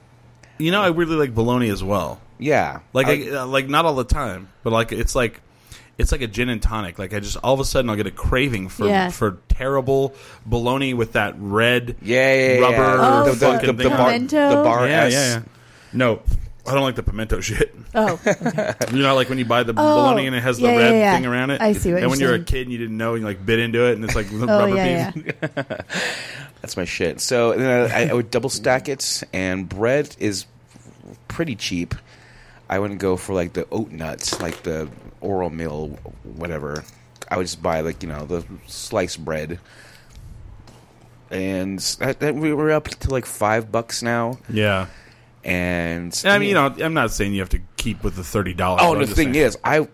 [SPEAKER 2] You know, I really like bologna as well.
[SPEAKER 4] Yeah,
[SPEAKER 2] Like, I, uh, like not all the time, but like it's like it's like a gin and tonic. Like I just all of a sudden I'll get a craving for
[SPEAKER 3] Yeah.
[SPEAKER 2] for terrible bologna with that red.
[SPEAKER 4] Yeah, yeah, yeah.
[SPEAKER 2] Rubber
[SPEAKER 4] yeah.
[SPEAKER 3] Oh,
[SPEAKER 2] fucking thing
[SPEAKER 4] bar,
[SPEAKER 2] on it.
[SPEAKER 4] the bar
[SPEAKER 2] Yeah, yeah,
[SPEAKER 4] S.
[SPEAKER 2] yeah. No, I don't like the pimento shit.
[SPEAKER 3] Oh,
[SPEAKER 2] You know, like when you buy the bologna and it has the
[SPEAKER 3] yeah, yeah,
[SPEAKER 2] red
[SPEAKER 3] yeah.
[SPEAKER 2] thing around it.
[SPEAKER 3] I see what
[SPEAKER 2] And
[SPEAKER 3] you're
[SPEAKER 2] when you're a
[SPEAKER 3] saying.
[SPEAKER 2] kid and you didn't know, and you like bit into it, and it's like the
[SPEAKER 3] oh
[SPEAKER 2] rubber
[SPEAKER 3] yeah,
[SPEAKER 2] beef.
[SPEAKER 3] yeah.
[SPEAKER 4] That's my shit. So and then I, I would double stack it, and bread is pretty cheap. I wouldn't go for like the oat nuts, like the Oral Mill, whatever. I would just buy like you know the sliced bread, and that, that, we were up to like five bucks now.
[SPEAKER 2] Yeah.
[SPEAKER 4] And
[SPEAKER 2] I mean, you know, I'm not saying you have to keep with the thirty dollars.
[SPEAKER 4] oh, and the thing is, I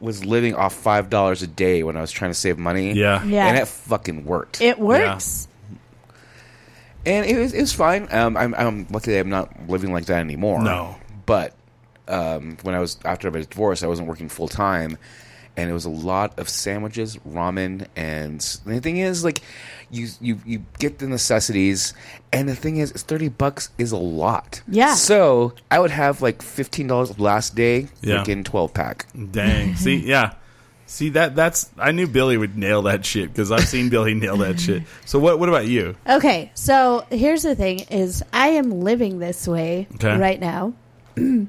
[SPEAKER 4] was living off five dollars a day when I was trying to save money.
[SPEAKER 2] yeah,
[SPEAKER 3] Yeah.
[SPEAKER 4] and that fucking worked.
[SPEAKER 3] It works.
[SPEAKER 4] and it was it was fine. Um, I'm I'm lucky that I'm not living like that anymore.
[SPEAKER 2] No.
[SPEAKER 4] but um, when I was after I was divorced, I wasn't working full time, and it was a lot of sandwiches, ramen, and and the thing is, like, you you you get the necessities, and the thing is, it's thirty bucks is a lot.
[SPEAKER 3] Yeah.
[SPEAKER 4] So I would have like fifteen dollars last day,
[SPEAKER 2] Yeah.
[SPEAKER 4] freaking twelve pack.
[SPEAKER 2] Dang. See, yeah. See that that's I knew Billy would nail that shit because I've seen Billy nail that shit. So what what about you?
[SPEAKER 3] Okay, so here's the thing: is I am living this way
[SPEAKER 2] Okay.
[SPEAKER 3] right now.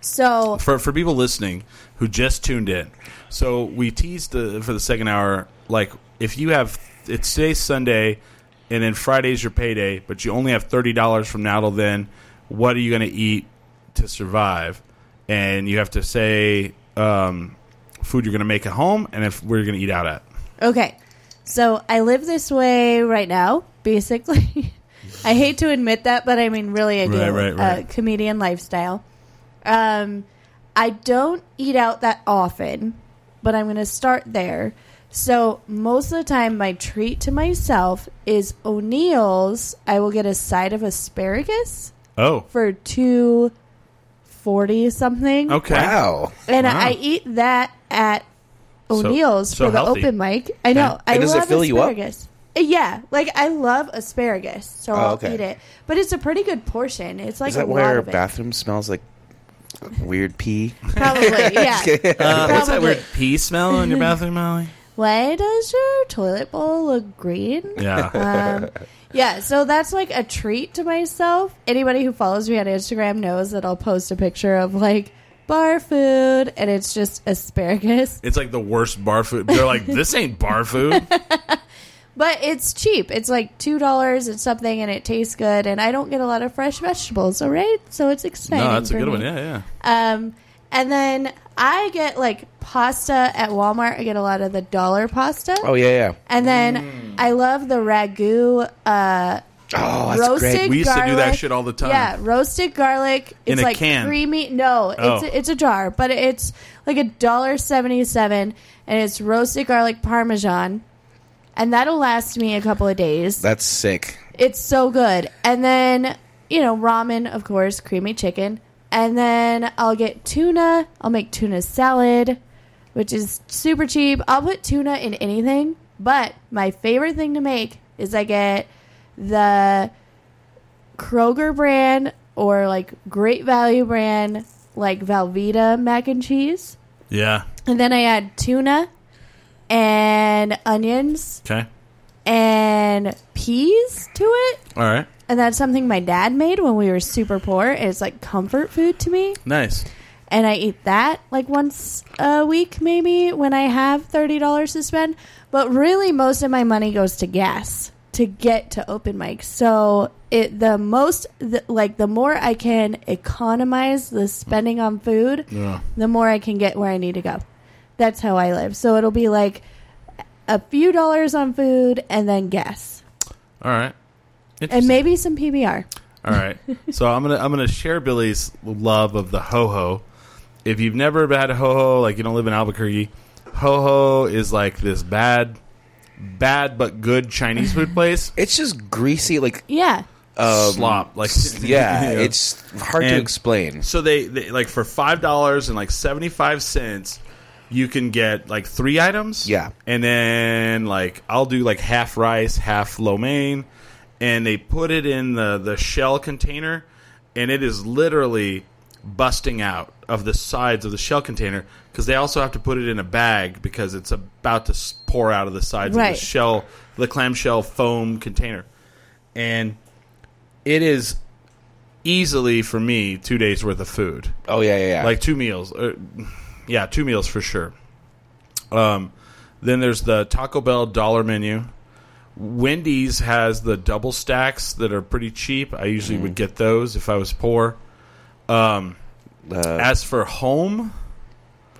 [SPEAKER 3] so
[SPEAKER 2] For for people listening who just tuned in. So we teased the, for the second hour like if you have it's today's Sunday and then Friday's your payday, but you only have $30 from now till then, what are you going to eat to survive? And you have to say um, food you're going to make at home and if we're going to eat out at.
[SPEAKER 3] Okay. So I live this way right now, basically. I hate to admit that, but I mean, really, I do.
[SPEAKER 2] Right, right, right.
[SPEAKER 3] Uh, comedian lifestyle. Um, I don't eat out that often, but I'm going to start there. So most of the time, my treat to myself is O'Neill's. I will get a side of asparagus
[SPEAKER 2] Oh.
[SPEAKER 3] for two forty something.
[SPEAKER 2] Okay.
[SPEAKER 4] Wow.
[SPEAKER 3] And
[SPEAKER 2] Wow.
[SPEAKER 3] I eat that at O'Neill's
[SPEAKER 2] so
[SPEAKER 3] for the
[SPEAKER 2] healthy.
[SPEAKER 3] open mic. I know. I
[SPEAKER 4] And does it
[SPEAKER 3] love
[SPEAKER 4] fill you up?
[SPEAKER 3] asparagus. Uh, Yeah, like I love asparagus, so
[SPEAKER 4] Oh,
[SPEAKER 3] I'll
[SPEAKER 4] okay.
[SPEAKER 3] eat it. But it's a pretty good portion. It's like
[SPEAKER 4] Is that
[SPEAKER 3] a
[SPEAKER 4] why
[SPEAKER 3] lot
[SPEAKER 4] our
[SPEAKER 3] of it.
[SPEAKER 4] bathroom smells like weird pee?
[SPEAKER 3] Probably, yeah.
[SPEAKER 2] Uh, what's that
[SPEAKER 3] Probably.
[SPEAKER 2] weird pee smell in your bathroom, Molly?
[SPEAKER 3] Why does your toilet bowl look green?
[SPEAKER 2] Yeah.
[SPEAKER 3] um, yeah, so that's like a treat to myself. Anybody who follows me on Instagram knows that I'll post a picture of like bar food, and it's just asparagus.
[SPEAKER 2] It's like the worst bar food. They're like, this ain't bar food.
[SPEAKER 3] But it's cheap. It's like two dollars and something, and it tastes good. And I don't get a lot of fresh vegetables, all right? So it's exciting.
[SPEAKER 2] No, that's a
[SPEAKER 3] for
[SPEAKER 2] good
[SPEAKER 3] me.
[SPEAKER 2] one. Yeah, yeah.
[SPEAKER 3] Um, and then I get like pasta at Walmart. I get a lot of the dollar pasta,
[SPEAKER 4] Oh Mm. yeah, yeah.
[SPEAKER 3] and then I love the ragu. Uh,
[SPEAKER 4] Oh, that's
[SPEAKER 3] roasted
[SPEAKER 4] great.
[SPEAKER 2] We used to do that
[SPEAKER 3] garlic-
[SPEAKER 2] shit all the time.
[SPEAKER 3] Yeah, roasted garlic. It's
[SPEAKER 2] In a
[SPEAKER 3] like
[SPEAKER 2] can.
[SPEAKER 3] creamy. No, it's
[SPEAKER 2] Oh.
[SPEAKER 3] it's a jar, but it's like a dollar seventy seven, and it's roasted garlic parmesan, and that'll last me a couple of days.
[SPEAKER 4] That's sick.
[SPEAKER 3] It's so good. And then, you know, ramen, of course, creamy chicken. And then I'll get tuna. I'll make tuna salad, which is super cheap. I'll put tuna in anything. But my favorite thing to make is I get the Kroger brand or like Great Value brand, like Velveeta mac and cheese.
[SPEAKER 2] Yeah.
[SPEAKER 3] And then I add tuna and onions
[SPEAKER 2] Okay.
[SPEAKER 3] and peas to it.
[SPEAKER 2] All right.
[SPEAKER 3] And that's something my dad made when we were super poor. and It's like comfort food to me.
[SPEAKER 2] Nice.
[SPEAKER 3] And I eat that like once a week, maybe when I have $30 to spend. But really, most of my money goes to gas to get to open mics. So it the most, the, like, the more I can economize the spending on food,
[SPEAKER 2] Yeah.
[SPEAKER 3] the more I can get where I need to go. That's how I live. So it'll be like a few dollars on food and then gas.
[SPEAKER 2] All right.
[SPEAKER 3] And maybe some PBR.
[SPEAKER 2] All right. So I'm gonna I'm gonna share Billy's love of the ho ho. If you've never had a ho ho, like you don't live in Albuquerque, ho ho is like this bad, bad but good Chinese food place.
[SPEAKER 4] It's just greasy, like
[SPEAKER 3] Yeah.
[SPEAKER 4] um,
[SPEAKER 2] Slop, like
[SPEAKER 4] Yeah, it's hard to
[SPEAKER 2] And-
[SPEAKER 4] explain.
[SPEAKER 2] so they, they like for five dollars and like seventy five cents. You can get like three items.
[SPEAKER 4] Yeah.
[SPEAKER 2] And then like I'll do like half rice, half lo mein, and they put it in the the shell container, and it is literally busting out of the sides of the shell container because they also have to put it in a bag because it's about to s- pour out of the sides of
[SPEAKER 3] Right.
[SPEAKER 2] the shell, the clamshell foam container, and it is easily for me two days worth of food
[SPEAKER 4] Oh yeah, yeah, yeah.
[SPEAKER 2] like two meals. Uh, yeah, two meals for sure. Um, then there's the Taco Bell dollar menu. Wendy's has the double stacks that are pretty cheap. I
[SPEAKER 4] Mm-hmm.
[SPEAKER 2] usually would get those if I was poor. Um,
[SPEAKER 4] uh,
[SPEAKER 2] as for home,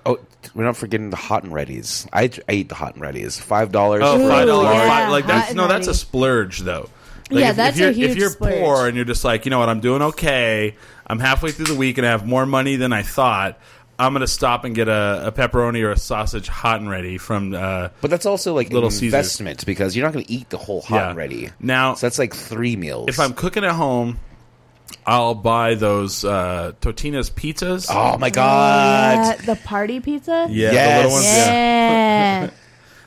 [SPEAKER 4] oh, we're not forgetting the hot and ready's. I, I eat the hot and ready's. Five dollars.
[SPEAKER 2] oh,
[SPEAKER 3] Ooh,
[SPEAKER 2] five dollars,
[SPEAKER 3] yeah,
[SPEAKER 2] like
[SPEAKER 3] hot
[SPEAKER 2] that's
[SPEAKER 3] and
[SPEAKER 2] no, that's a
[SPEAKER 3] ready.
[SPEAKER 2] splurge though. Like,
[SPEAKER 3] Yeah,
[SPEAKER 2] if,
[SPEAKER 3] that's
[SPEAKER 2] if you're,
[SPEAKER 3] a huge
[SPEAKER 2] If you're
[SPEAKER 3] splurge.
[SPEAKER 2] poor and you're just like, you know what, I'm doing okay. I'm halfway through the week and I have more money than I thought. I'm gonna stop and get a, a pepperoni or a sausage hot and ready from uh,
[SPEAKER 4] But that's also like
[SPEAKER 2] Little
[SPEAKER 4] an
[SPEAKER 2] Caesars.
[SPEAKER 4] investment because you're not going to eat the whole hot
[SPEAKER 2] Yeah.
[SPEAKER 4] and ready.
[SPEAKER 2] Now-
[SPEAKER 4] so that's like three meals.
[SPEAKER 2] if I'm cooking at home, I'll buy those uh, Totino's pizzas.
[SPEAKER 4] oh my god,
[SPEAKER 3] Yeah, the party pizza.
[SPEAKER 2] yeah, the
[SPEAKER 4] yes.
[SPEAKER 2] little ones. Yeah.
[SPEAKER 3] Yeah.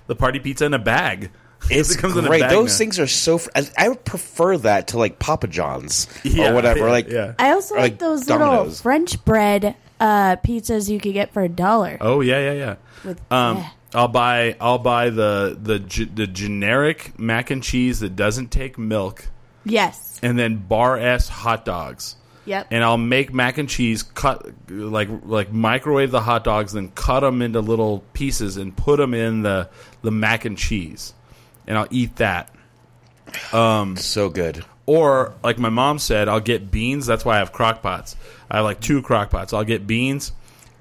[SPEAKER 2] the party pizza in a bag.
[SPEAKER 4] it's
[SPEAKER 2] It comes in a
[SPEAKER 4] great.
[SPEAKER 2] bag
[SPEAKER 4] Those
[SPEAKER 2] now.
[SPEAKER 4] things are so. Fr- I, I would prefer that to like Papa John's
[SPEAKER 2] Yeah,
[SPEAKER 4] or whatever.
[SPEAKER 2] yeah,
[SPEAKER 4] Like
[SPEAKER 2] yeah.
[SPEAKER 3] I also
[SPEAKER 4] Or,
[SPEAKER 3] like,
[SPEAKER 4] like,
[SPEAKER 3] those little
[SPEAKER 4] Domino's.
[SPEAKER 3] French bread uh, pizzas you could get for a dollar.
[SPEAKER 2] Oh yeah, yeah, yeah.
[SPEAKER 3] With-
[SPEAKER 2] um,
[SPEAKER 3] yeah.
[SPEAKER 2] I'll buy I'll buy the the ge- the generic mac and cheese that doesn't take milk,
[SPEAKER 3] Yes.
[SPEAKER 2] and then bar s hot dogs.
[SPEAKER 3] Yep.
[SPEAKER 2] And I'll make mac and cheese, cut like like microwave the hot dogs, then cut them into little pieces and put them in the the mac and cheese, and I'll eat that.
[SPEAKER 4] so good.
[SPEAKER 2] Or like my mom said, I'll get beans. That's why I have crock pots. I have like two crock pots. I'll get beans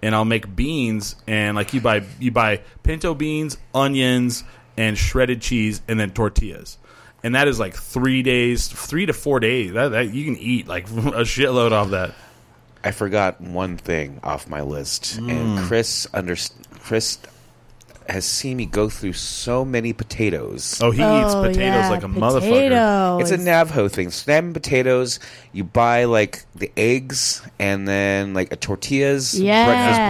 [SPEAKER 2] and I'll make beans and like you buy you buy pinto beans, onions, and shredded cheese and then tortillas. And that is like three days, three to four days. That, that you can eat like a shitload of that.
[SPEAKER 4] I forgot one thing off my list, and Chris under Chris has seen me go through so many potatoes.
[SPEAKER 2] Oh, he eats
[SPEAKER 3] Oh,
[SPEAKER 2] potatoes
[SPEAKER 3] yeah,
[SPEAKER 2] like a motherfucker.
[SPEAKER 3] potatoes.
[SPEAKER 4] It's a Navajo thing. Snap and potatoes. You buy like the eggs and then like a tortillas,
[SPEAKER 3] Yeah.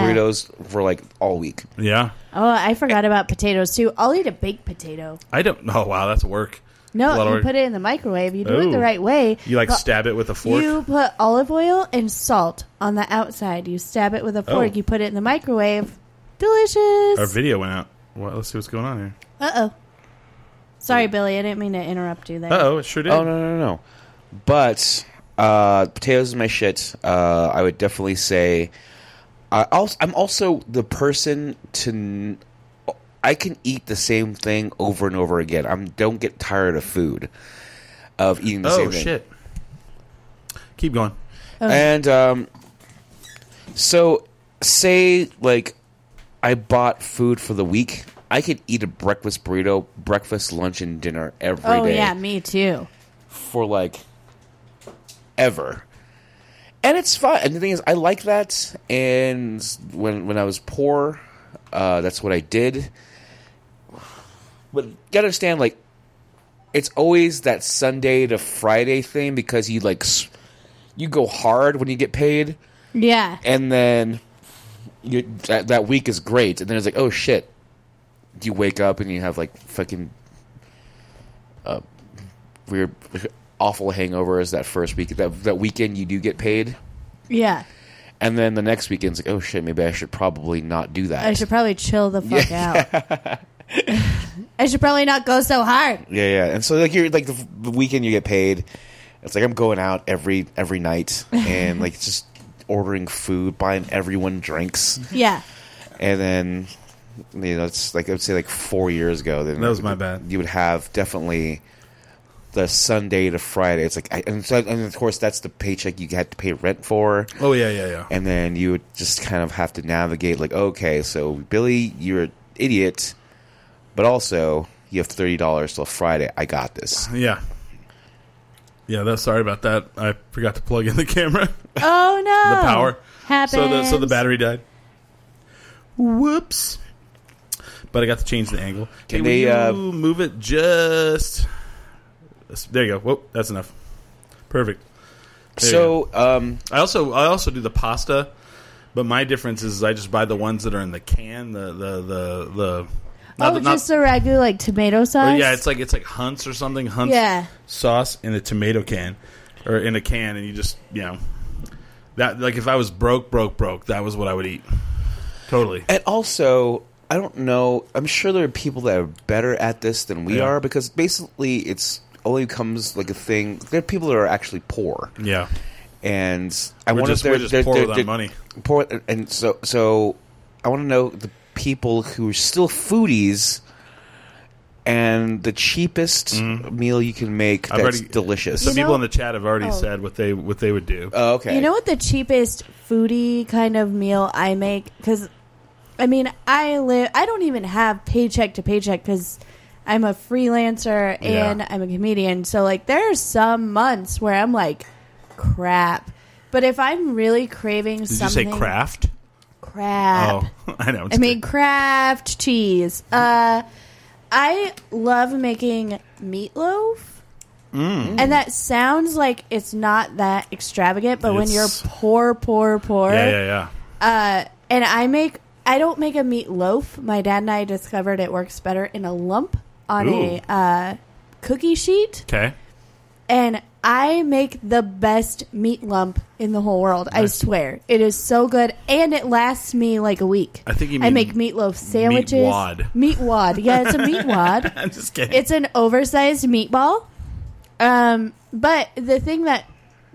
[SPEAKER 4] breakfast burritos for like all week.
[SPEAKER 2] Yeah,
[SPEAKER 3] Oh, I forgot about potatoes too. I'll eat a baked potato.
[SPEAKER 2] I don't. Oh wow, that's work. That's a lot
[SPEAKER 3] No,
[SPEAKER 2] of
[SPEAKER 3] you
[SPEAKER 2] work.
[SPEAKER 3] put it in the microwave. You do it the
[SPEAKER 2] Ooh.
[SPEAKER 3] right way.
[SPEAKER 2] You like
[SPEAKER 3] but
[SPEAKER 2] stab it with a fork.
[SPEAKER 3] You put olive oil and salt on the outside. You stab it with a fork.
[SPEAKER 2] Oh.
[SPEAKER 3] You put it in the microwave.
[SPEAKER 2] Our
[SPEAKER 3] Delicious.
[SPEAKER 2] video went out. Well, let's see what's going on here.
[SPEAKER 3] uh oh. Sorry, Billy. I didn't mean to interrupt you there.
[SPEAKER 2] Uh oh, it sure did.
[SPEAKER 4] Oh no no no! no. But uh, potatoes is my shit. Uh, I would definitely say. I also, I'm also the person to. N- I can eat the same thing over and over again. I don't get tired of food, of eating the
[SPEAKER 2] oh
[SPEAKER 4] same thing.
[SPEAKER 2] shit. Keep going.
[SPEAKER 3] Oh.
[SPEAKER 4] And um, so, say like I bought food for the week. I could eat a breakfast burrito, breakfast, lunch, and dinner every day
[SPEAKER 3] Oh yeah, me too.
[SPEAKER 4] for like ever. And it's fine. And the thing is, I like that. And when when I was poor, uh, that's what I did. But you gotta understand, like, it's always that Sunday to Friday thing because you like s- you go hard when you get paid,
[SPEAKER 3] Yeah.
[SPEAKER 4] and then you that, that week is great, and then it's like, oh shit, you wake up and you have like fucking uh, weird, awful hangover is that first week that that weekend you do get paid.
[SPEAKER 3] Yeah.
[SPEAKER 4] And then the next weekend's like, oh shit, maybe I should probably not do that.
[SPEAKER 3] I should probably chill the fuck out. I should probably not go so hard.
[SPEAKER 4] Yeah, yeah. And so like you're like the, the weekend you get paid. It's like I'm going out every every night and like just ordering food, buying everyone drinks,
[SPEAKER 3] Yeah.
[SPEAKER 4] and then you know it's like I would say like four years ago. Then
[SPEAKER 2] That was my bad.
[SPEAKER 4] You would have definitely the Sunday to Friday. It's like I, and, so, and of course that's the paycheck you had to pay rent for.
[SPEAKER 2] Oh yeah, yeah, yeah.
[SPEAKER 4] and then you would just kind of have to navigate like okay so billy you're an idiot but also you have $30 till friday i got this
[SPEAKER 2] Yeah. Yeah, that's sorry about that. I forgot to plug in the camera.
[SPEAKER 3] Oh no.
[SPEAKER 2] the power.
[SPEAKER 3] Happens.
[SPEAKER 2] So the so the battery died. Whoops. But I got to change the angle.
[SPEAKER 4] Can
[SPEAKER 2] Can hey,
[SPEAKER 4] they,
[SPEAKER 2] will
[SPEAKER 4] uh,
[SPEAKER 2] you move it just There you go. Whoop, that's enough. Perfect. There you go.
[SPEAKER 4] so um
[SPEAKER 2] I also I also do the pasta, but my difference is I just buy the ones that are in the can, the the the, the Oh,
[SPEAKER 3] Oh, just the ragu like tomato sauce.
[SPEAKER 2] yeah, it's like it's like Hunts or something. Hunts
[SPEAKER 3] Yeah.
[SPEAKER 2] sauce in a tomato can, or in a can, and you just you know that like if I was broke, broke, broke, that was what I would eat. Totally.
[SPEAKER 4] and also i don't know i'm sure there are people that are better at this than we
[SPEAKER 2] Yeah.
[SPEAKER 4] are because basically it's only comes like a thing there are people that are actually poor
[SPEAKER 2] Yeah.
[SPEAKER 4] and I
[SPEAKER 2] We're
[SPEAKER 4] want
[SPEAKER 2] just-
[SPEAKER 4] to.
[SPEAKER 2] we're just poor without money.
[SPEAKER 4] Poor, and so so I want to know the people who are still foodies. And the cheapest meal you can make that's
[SPEAKER 2] Mm-hmm. I've already-
[SPEAKER 4] delicious.
[SPEAKER 2] Some
[SPEAKER 3] You
[SPEAKER 2] people
[SPEAKER 3] know-
[SPEAKER 2] in the chat have already
[SPEAKER 3] Oh. Uh,
[SPEAKER 2] said what they what they would do.
[SPEAKER 4] Oh, okay.
[SPEAKER 3] You know what the cheapest foodie kind of meal I make? Because, I mean, I live. I don't even have paycheck to paycheck because I'm a freelancer
[SPEAKER 2] Yeah.
[SPEAKER 3] and I'm a comedian. So like, there are some months where I'm like, crap. But if I'm really craving
[SPEAKER 2] Did
[SPEAKER 3] something,
[SPEAKER 2] you say craft?
[SPEAKER 3] Crap.
[SPEAKER 2] Oh, I know. I'm
[SPEAKER 3] I
[SPEAKER 2] just
[SPEAKER 3] mean,
[SPEAKER 2] kidding.
[SPEAKER 3] craft cheese. Uh, I love making meatloaf.
[SPEAKER 2] Mm.
[SPEAKER 3] And that sounds like it's not that extravagant, but when you're
[SPEAKER 2] It's-
[SPEAKER 3] poor, poor, poor,
[SPEAKER 2] yeah, yeah, yeah.
[SPEAKER 3] uh, and I make, I don't make a meatloaf. My dad and I discovered it works better in a lump on a
[SPEAKER 2] Ooh.
[SPEAKER 3] uh, cookie sheet,
[SPEAKER 2] Okay.
[SPEAKER 3] and I make the best meat lump in the whole world. I swear, it is so good, and it lasts me like a week.
[SPEAKER 2] I think you
[SPEAKER 3] I
[SPEAKER 2] mean
[SPEAKER 3] make meatloaf sandwiches.
[SPEAKER 2] wad.
[SPEAKER 3] Meat wad. Yeah, it's a meat wad.
[SPEAKER 2] I'm just kidding.
[SPEAKER 3] It's an oversized meatball. Um, but the thing that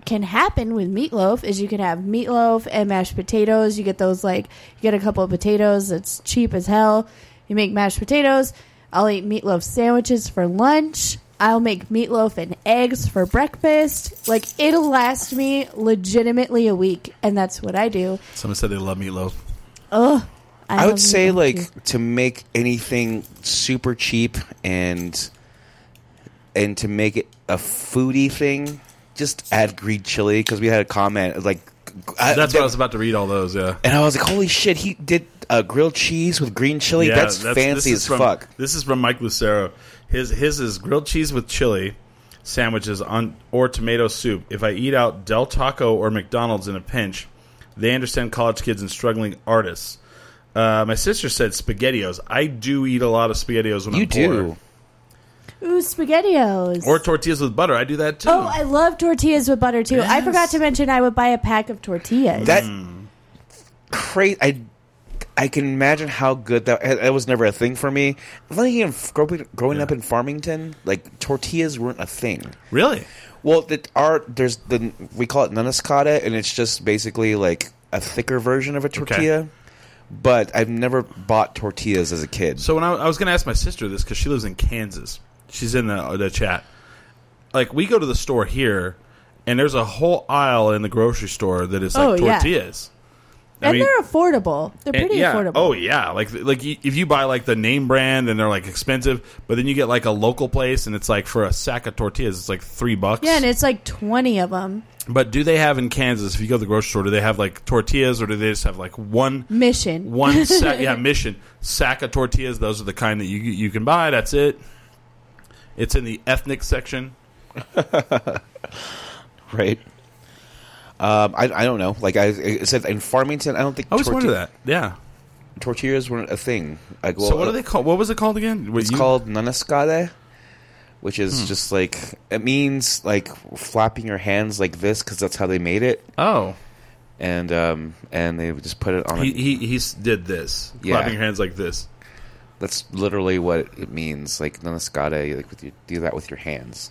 [SPEAKER 3] can happen with meatloaf is you can have meatloaf and mashed potatoes. You get those like you get a couple of potatoes. It's cheap as hell. You make mashed potatoes. I'll eat meatloaf sandwiches for lunch. I'll make meatloaf and eggs for breakfast. Like it'll last me legitimately a week, and that's what I do.
[SPEAKER 2] Someone said they love meatloaf.
[SPEAKER 3] Uh, Ugh.
[SPEAKER 4] I
[SPEAKER 3] love
[SPEAKER 4] would say
[SPEAKER 3] meatloaf
[SPEAKER 4] like
[SPEAKER 3] too.
[SPEAKER 4] to make anything super cheap and and to make it a foodie thing, just add green chili because we had a comment like I-
[SPEAKER 2] That's
[SPEAKER 4] that-
[SPEAKER 2] what I was about to read. All those. Yeah.
[SPEAKER 4] and I was like, holy shit, he did uh, grilled cheese with green chili.
[SPEAKER 2] Yeah,
[SPEAKER 4] that's,
[SPEAKER 2] this
[SPEAKER 4] fancy
[SPEAKER 2] is
[SPEAKER 4] as
[SPEAKER 2] from,
[SPEAKER 4] fuck.
[SPEAKER 2] This is from Mike Lucero. His his is grilled cheese with chili sandwiches on or tomato soup. If I eat out Del Taco or McDonald's in a pinch, they understand college kids and struggling artists. Uh, my sister said spaghettios. I do eat a lot of spaghettios when
[SPEAKER 4] You
[SPEAKER 2] I'm
[SPEAKER 4] do.
[SPEAKER 2] poor.
[SPEAKER 3] ooh spaghettios
[SPEAKER 2] Or tortillas with butter. I do that too.
[SPEAKER 3] Oh, I love tortillas with butter too. I
[SPEAKER 2] Yes.
[SPEAKER 3] forgot to mention I would buy a pack of tortillas.
[SPEAKER 4] That
[SPEAKER 2] Mm.
[SPEAKER 4] crazy. I I can imagine how good that. That was never a thing for me. Like in growing, growing up in Farmington, like tortillas weren't a thing.
[SPEAKER 2] really?
[SPEAKER 4] Well, that are there's the we call it nanascotta, and it's just basically like a thicker version of a tortilla. But I've never bought tortillas as a kid.
[SPEAKER 2] So when I, I was going to ask my sister this because she lives in Kansas, she's in the, the chat. Like we go to the store here, and there's a whole aisle in the grocery store that is like
[SPEAKER 3] Oh, yeah.
[SPEAKER 2] tortillas. I
[SPEAKER 3] and
[SPEAKER 2] mean-
[SPEAKER 3] they're affordable. They're
[SPEAKER 2] and-
[SPEAKER 3] pretty
[SPEAKER 2] yeah.
[SPEAKER 3] affordable.
[SPEAKER 2] Oh yeah, like like y- if you buy like the name brand and they're like expensive, but then you get like a local place and it's like for a sack of tortillas, it's like three bucks.
[SPEAKER 3] Yeah, and it's like 20 of them.
[SPEAKER 2] But do they have in Kansas? If you go to the grocery store, do they have like tortillas, or do they just have like one
[SPEAKER 3] Mission.
[SPEAKER 2] one sack? yeah, mission sack of tortillas. Those are the kind that you you can buy. That's it. It's in the ethnic section.
[SPEAKER 4] right? Um, I, I don't know. Like I, I said, in Farmington, I don't think
[SPEAKER 2] I always wonder
[SPEAKER 4] torti-
[SPEAKER 2] that. Yeah.
[SPEAKER 4] tortillas weren't a thing. Like, well,
[SPEAKER 2] so what are they called? What was it called again? What
[SPEAKER 4] It's
[SPEAKER 2] you- Hmm.
[SPEAKER 4] called nanascade, which is just like it means like flapping your hands like this because that's how they made it,
[SPEAKER 2] Oh,
[SPEAKER 4] and um, and they would just put it on.
[SPEAKER 2] he
[SPEAKER 4] A,
[SPEAKER 2] he, he s- did this,
[SPEAKER 4] Yeah.
[SPEAKER 2] clapping your hands like this.
[SPEAKER 4] that's literally what it means. Like nanascade, like with you do that with your hands.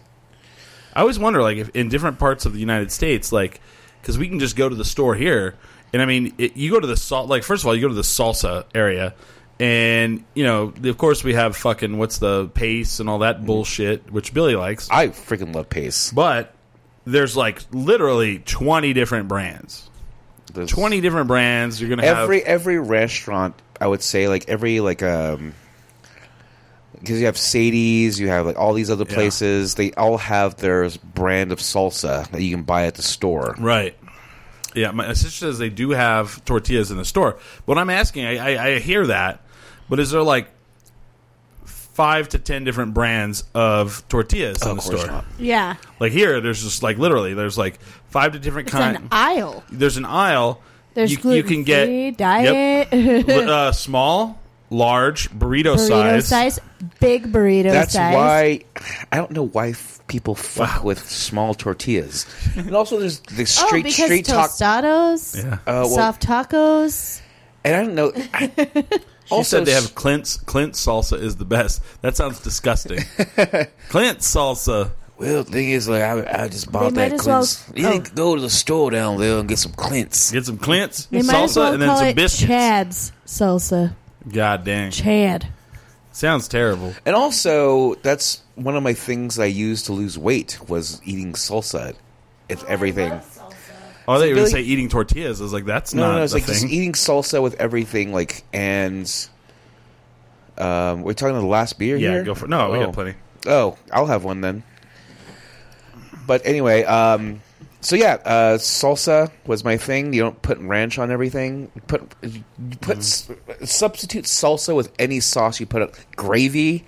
[SPEAKER 2] I always wonder, like, if in different parts of the United States, like, because we can just go to the store here, and I mean, it, you go to the salt. Like, first of all, you go to the salsa area, and you know, of course, we have fucking what's the pace and all that bullshit, which Billy likes.
[SPEAKER 4] I freaking love pace.
[SPEAKER 2] But there's like literally twenty different brands.
[SPEAKER 4] There's-
[SPEAKER 2] Twenty different brands. You're gonna have
[SPEAKER 4] every every restaurant i would say like every like um because you have sadie's you have like all these other
[SPEAKER 2] Yeah.
[SPEAKER 4] places they all have their brand of salsa that you can buy at the store
[SPEAKER 2] Right. Yeah, my sister says they do have tortillas in the store. But I'm asking, I, I, I hear that, but is there like five to ten different brands of tortillas in the store?
[SPEAKER 3] Yeah.
[SPEAKER 2] Like here, there's just like literally, there's like five to different
[SPEAKER 3] It's an
[SPEAKER 2] kind.
[SPEAKER 3] aisle.
[SPEAKER 2] there's an aisle.
[SPEAKER 3] There's
[SPEAKER 2] you, you
[SPEAKER 3] gluten
[SPEAKER 2] can get
[SPEAKER 3] free,
[SPEAKER 2] yep.
[SPEAKER 3] diet,
[SPEAKER 2] Li- uh, small, large, burrito,
[SPEAKER 3] burrito size. big burrito
[SPEAKER 4] that's
[SPEAKER 3] size.
[SPEAKER 4] why i don't know why f- people fuck with small tortillas and also there's the
[SPEAKER 3] Oh,
[SPEAKER 4] straight
[SPEAKER 3] because
[SPEAKER 4] straight talk
[SPEAKER 3] tostados,
[SPEAKER 2] Yeah.
[SPEAKER 4] uh, well,
[SPEAKER 3] soft tacos.
[SPEAKER 4] and i don't know I,
[SPEAKER 2] She
[SPEAKER 4] also
[SPEAKER 2] said they
[SPEAKER 4] s-
[SPEAKER 2] have Clint's Clint's salsa is the best. That sounds disgusting. Clint's salsa.
[SPEAKER 4] well the thing is like i, I just bought
[SPEAKER 3] They might
[SPEAKER 4] that
[SPEAKER 3] as well-
[SPEAKER 4] Clint's. you
[SPEAKER 3] oh.
[SPEAKER 4] can go to the store down there and get some Clint's.
[SPEAKER 2] Get some Clint's
[SPEAKER 3] They
[SPEAKER 2] salsa
[SPEAKER 3] might as well
[SPEAKER 2] and then
[SPEAKER 3] call
[SPEAKER 2] some
[SPEAKER 3] it
[SPEAKER 2] biscuits.
[SPEAKER 3] Chad's salsa.
[SPEAKER 2] God dang.
[SPEAKER 3] Chad.
[SPEAKER 2] Sounds terrible.
[SPEAKER 4] And also, that's one of my things I used to lose weight was eating salsa. It's everything.
[SPEAKER 2] Oh, they were going to say
[SPEAKER 4] Billy-
[SPEAKER 2] eating tortillas. I was like, that's
[SPEAKER 4] No,
[SPEAKER 2] not
[SPEAKER 4] no, no, it's
[SPEAKER 2] the
[SPEAKER 4] like
[SPEAKER 2] thing.
[SPEAKER 4] just eating salsa with everything. Like, and um, we're talking about the last beer
[SPEAKER 2] yeah,
[SPEAKER 4] here.
[SPEAKER 2] go for No, we
[SPEAKER 4] Oh.
[SPEAKER 2] got plenty.
[SPEAKER 4] Oh, I'll have one then. But anyway, um, so yeah, uh, salsa was my thing. You don't put ranch on everything. Put you put s
[SPEAKER 2] Mm-hmm.
[SPEAKER 4] substitute salsa with any sauce you put. on. Gravy,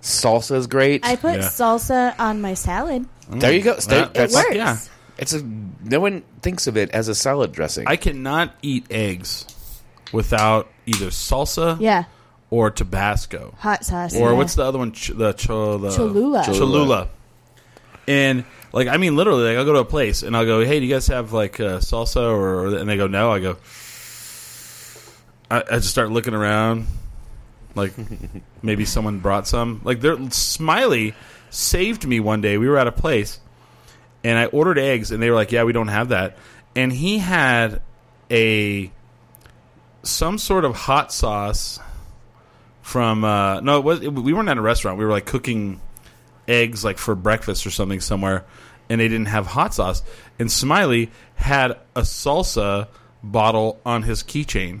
[SPEAKER 4] salsa is great.
[SPEAKER 3] I put
[SPEAKER 2] Yeah.
[SPEAKER 3] salsa on my salad.
[SPEAKER 4] there you go. There-
[SPEAKER 2] Mm, That-
[SPEAKER 3] It
[SPEAKER 4] that's-
[SPEAKER 3] works.
[SPEAKER 2] yeah.
[SPEAKER 4] It's a no one thinks of it as a salad dressing.
[SPEAKER 2] I cannot eat eggs without either salsa
[SPEAKER 3] Yeah.
[SPEAKER 2] or Tabasco.
[SPEAKER 3] Hot sauce.
[SPEAKER 2] Or
[SPEAKER 3] yeah.
[SPEAKER 2] what's the other one? Ch- the, ch- the
[SPEAKER 3] Cholula.
[SPEAKER 2] Cholula. And like, I mean, literally, like, I'll go to a place and I'll go, "Hey, do you guys have like uh, salsa?" Or, or and they go, "No." I go, I, I just start looking around, like maybe someone brought some. Like, they're, Smiley saved me one day. We were at a place, and I ordered eggs, and they were like, "Yeah, we don't have that." And he had a some sort of hot sauce from uh, no, it was it, we weren't at a restaurant. We were like cooking eggs like for breakfast or something somewhere, and they didn't have hot sauce. And Smiley had a salsa bottle on his keychain.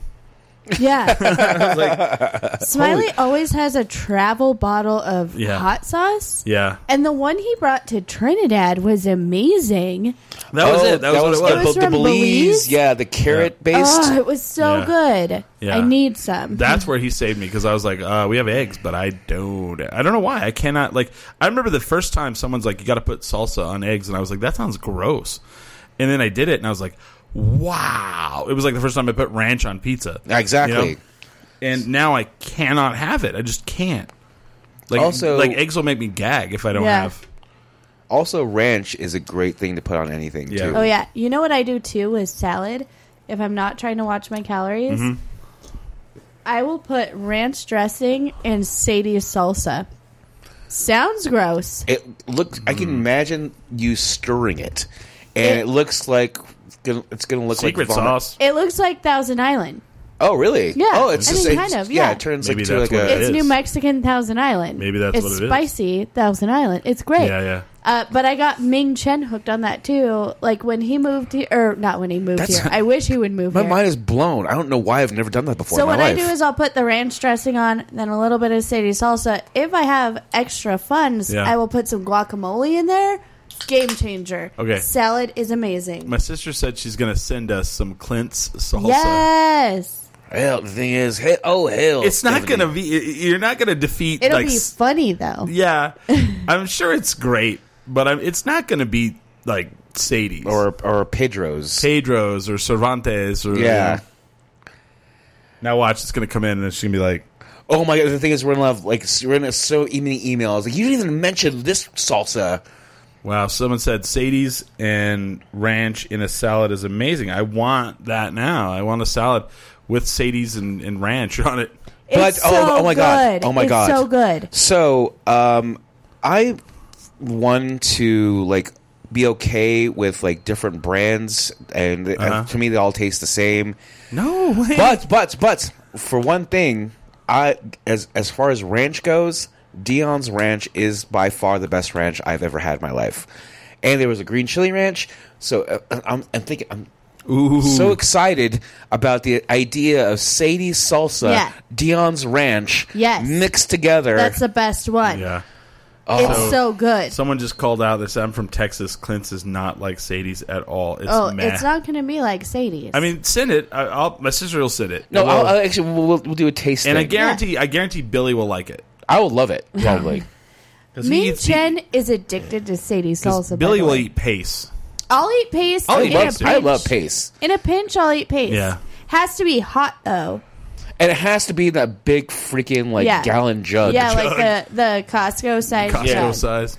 [SPEAKER 3] Yeah.
[SPEAKER 2] I was like,
[SPEAKER 3] Smiley always has a travel bottle of
[SPEAKER 2] Yeah.
[SPEAKER 3] hot sauce.
[SPEAKER 2] yeah,
[SPEAKER 3] And the one he brought to Trinidad was amazing.
[SPEAKER 2] that was
[SPEAKER 4] Oh,
[SPEAKER 2] it. That, was, what it
[SPEAKER 3] It
[SPEAKER 2] was.
[SPEAKER 3] was
[SPEAKER 4] the,
[SPEAKER 3] from
[SPEAKER 4] Belize,
[SPEAKER 3] Belize?
[SPEAKER 4] yeah, the carrot
[SPEAKER 3] Oh,
[SPEAKER 4] based.
[SPEAKER 3] it was so
[SPEAKER 2] Yeah.
[SPEAKER 3] good.
[SPEAKER 2] Yeah.
[SPEAKER 3] I need some.
[SPEAKER 2] That's where he saved me because I was like, uh, "We have eggs, but I don't. I don't know why. I cannot like. I remember the first time someone's like, "You got to put salsa on eggs," and I was like, "That sounds gross." And then I did it, and I was like, "Wow!" It was like the first time I put ranch on pizza.
[SPEAKER 4] Exactly.
[SPEAKER 2] You know? And now I cannot have it. I just can't. Like
[SPEAKER 4] Also-
[SPEAKER 2] like eggs will make me gag if I don't
[SPEAKER 3] Yeah.
[SPEAKER 2] have.
[SPEAKER 4] Also, ranch is a great thing to put on anything
[SPEAKER 2] Yeah.
[SPEAKER 4] too.
[SPEAKER 3] Oh yeah, you know what I do too is salad. If I'm not trying to watch my calories,
[SPEAKER 2] Mm-hmm.
[SPEAKER 3] I will put ranch dressing and Sadie's salsa. Sounds gross.
[SPEAKER 4] It looks. I
[SPEAKER 2] Mm.
[SPEAKER 4] can imagine you stirring it, and it,
[SPEAKER 3] It-
[SPEAKER 4] looks like it's going to look
[SPEAKER 2] Secret
[SPEAKER 4] like vomit.
[SPEAKER 2] sauce.
[SPEAKER 3] It looks like Thousand Island.
[SPEAKER 4] Oh, really?
[SPEAKER 3] Yeah,
[SPEAKER 4] Oh, it's
[SPEAKER 3] I
[SPEAKER 4] just
[SPEAKER 3] mean,
[SPEAKER 4] it's-
[SPEAKER 3] kind of, yeah.
[SPEAKER 4] it turns
[SPEAKER 2] Maybe
[SPEAKER 4] like to
[SPEAKER 2] that's
[SPEAKER 4] like
[SPEAKER 2] what it
[SPEAKER 4] a.
[SPEAKER 3] It's
[SPEAKER 2] is.
[SPEAKER 3] New Mexican Thousand Island.
[SPEAKER 2] Maybe that's
[SPEAKER 3] it's
[SPEAKER 2] what it is.
[SPEAKER 3] Spicy Thousand Island. It's great.
[SPEAKER 2] Yeah, yeah.
[SPEAKER 3] Uh, but I got Ming Chen hooked on that too. Like when he moved here, or not when he moved
[SPEAKER 4] That's-
[SPEAKER 3] here. I wish he would move
[SPEAKER 4] My
[SPEAKER 3] here.
[SPEAKER 4] mind is blown. I don't know why I've never done that before.
[SPEAKER 3] So
[SPEAKER 4] in my
[SPEAKER 3] what
[SPEAKER 4] life.
[SPEAKER 3] I do is I'll put the ranch dressing on, then a little bit of Sadie salsa. If I have extra funds,
[SPEAKER 2] Yeah.
[SPEAKER 3] I will put some guacamole in there. Game changer.
[SPEAKER 2] Okay.
[SPEAKER 3] Salad is amazing.
[SPEAKER 2] My sister said she's gonna send us some Clint's salsa.
[SPEAKER 3] yes.
[SPEAKER 4] Hell, the thing is, he- oh hell,
[SPEAKER 2] It's not
[SPEAKER 4] Tiffany.
[SPEAKER 2] gonna be. You're not gonna defeat.
[SPEAKER 3] It'll
[SPEAKER 2] like,
[SPEAKER 3] be
[SPEAKER 2] s-
[SPEAKER 3] funny though.
[SPEAKER 2] yeah, I'm sure it's great, but I'm, it's not gonna be like Sadie's
[SPEAKER 4] or or Pedro's.
[SPEAKER 2] Pedro's or Cervantes or
[SPEAKER 4] yeah.
[SPEAKER 2] Now watch, it's gonna come in and it's gonna be like,
[SPEAKER 4] Oh my god, the thing is, we're gonna have like s- we're gonna have so many emails. Like you didn't even mention this salsa.
[SPEAKER 2] "Wow, someone said Sadie's and ranch in a salad is amazing. I want that now. I want a salad with Sadie's and, and ranch on it."
[SPEAKER 3] It's
[SPEAKER 4] But- oh,
[SPEAKER 3] so
[SPEAKER 4] oh my God.
[SPEAKER 3] good.
[SPEAKER 4] Oh my
[SPEAKER 3] It's
[SPEAKER 4] God.
[SPEAKER 3] so good.
[SPEAKER 4] So, um, I want to like be okay with like different brands, and uh,
[SPEAKER 2] Uh-huh.
[SPEAKER 4] to me, they all taste the same.
[SPEAKER 2] No way.
[SPEAKER 4] But but but for one thing, I as as far as ranch goes, Dion's ranch is by far the best ranch I've ever had in my life. And there was a green chili ranch, so uh, I'm, I'm thinking I'm
[SPEAKER 2] Ooh.
[SPEAKER 4] so excited about the idea of Sadie's salsa,
[SPEAKER 3] Yeah.
[SPEAKER 4] Dion's ranch,
[SPEAKER 3] Yes.
[SPEAKER 4] mixed together.
[SPEAKER 3] That's the best one.
[SPEAKER 2] yeah. Oh.
[SPEAKER 3] It's so good.
[SPEAKER 2] Someone just called out this. I'm from Texas. Clint's is not like Sadie's at all. It's
[SPEAKER 3] oh,
[SPEAKER 2] meh.
[SPEAKER 3] it's not going to be like Sadie's.
[SPEAKER 2] I mean, send it. I, I'll, my sister will send it.
[SPEAKER 4] no,
[SPEAKER 2] Well,
[SPEAKER 4] I'll, I'll actually we'll, we'll do a taste.
[SPEAKER 2] and I
[SPEAKER 4] thing.
[SPEAKER 2] guarantee, I guarantee Billy will like it.
[SPEAKER 4] I will love it probably.
[SPEAKER 2] 'Cause he
[SPEAKER 3] me and
[SPEAKER 2] eats- he-
[SPEAKER 3] Jen is addicted to Sadie's
[SPEAKER 2] 'cause
[SPEAKER 3] salsa. by
[SPEAKER 2] Billy
[SPEAKER 3] the
[SPEAKER 2] will
[SPEAKER 3] way.
[SPEAKER 2] eat pace.
[SPEAKER 3] I'll eat pace.
[SPEAKER 2] I'll eat
[SPEAKER 3] in a pinch.
[SPEAKER 2] pace, dude.
[SPEAKER 4] I love pace,
[SPEAKER 3] In a pinch, I'll eat pace.
[SPEAKER 2] Yeah.
[SPEAKER 3] Has to be hot though.
[SPEAKER 4] and it has to be in that big freaking like
[SPEAKER 3] Yeah.
[SPEAKER 4] gallon jug.
[SPEAKER 3] yeah, like the the Costco size.
[SPEAKER 2] Costco
[SPEAKER 3] jug.
[SPEAKER 2] size.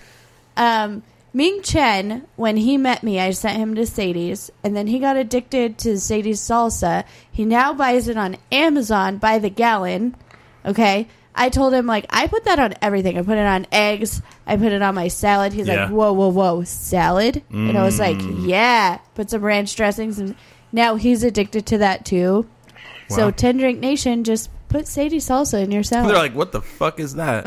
[SPEAKER 3] Um, Ming Chen, when he met me, I sent him to Sadie's, and then he got addicted to Sadie's salsa. He now buys it on Amazon by the gallon. Okay. I told him like I put that on everything. I put it on eggs. I put it on my salad. He's
[SPEAKER 2] Yeah. Mm.
[SPEAKER 3] like, "Whoa, whoa, whoa, salad!" And I was like, "Yeah." Put some ranch dressings. And now he's addicted to that too.
[SPEAKER 2] Wow.
[SPEAKER 3] So Ten Drink Nation, just put Sadie salsa in your salad.
[SPEAKER 2] They're like, what the fuck is that?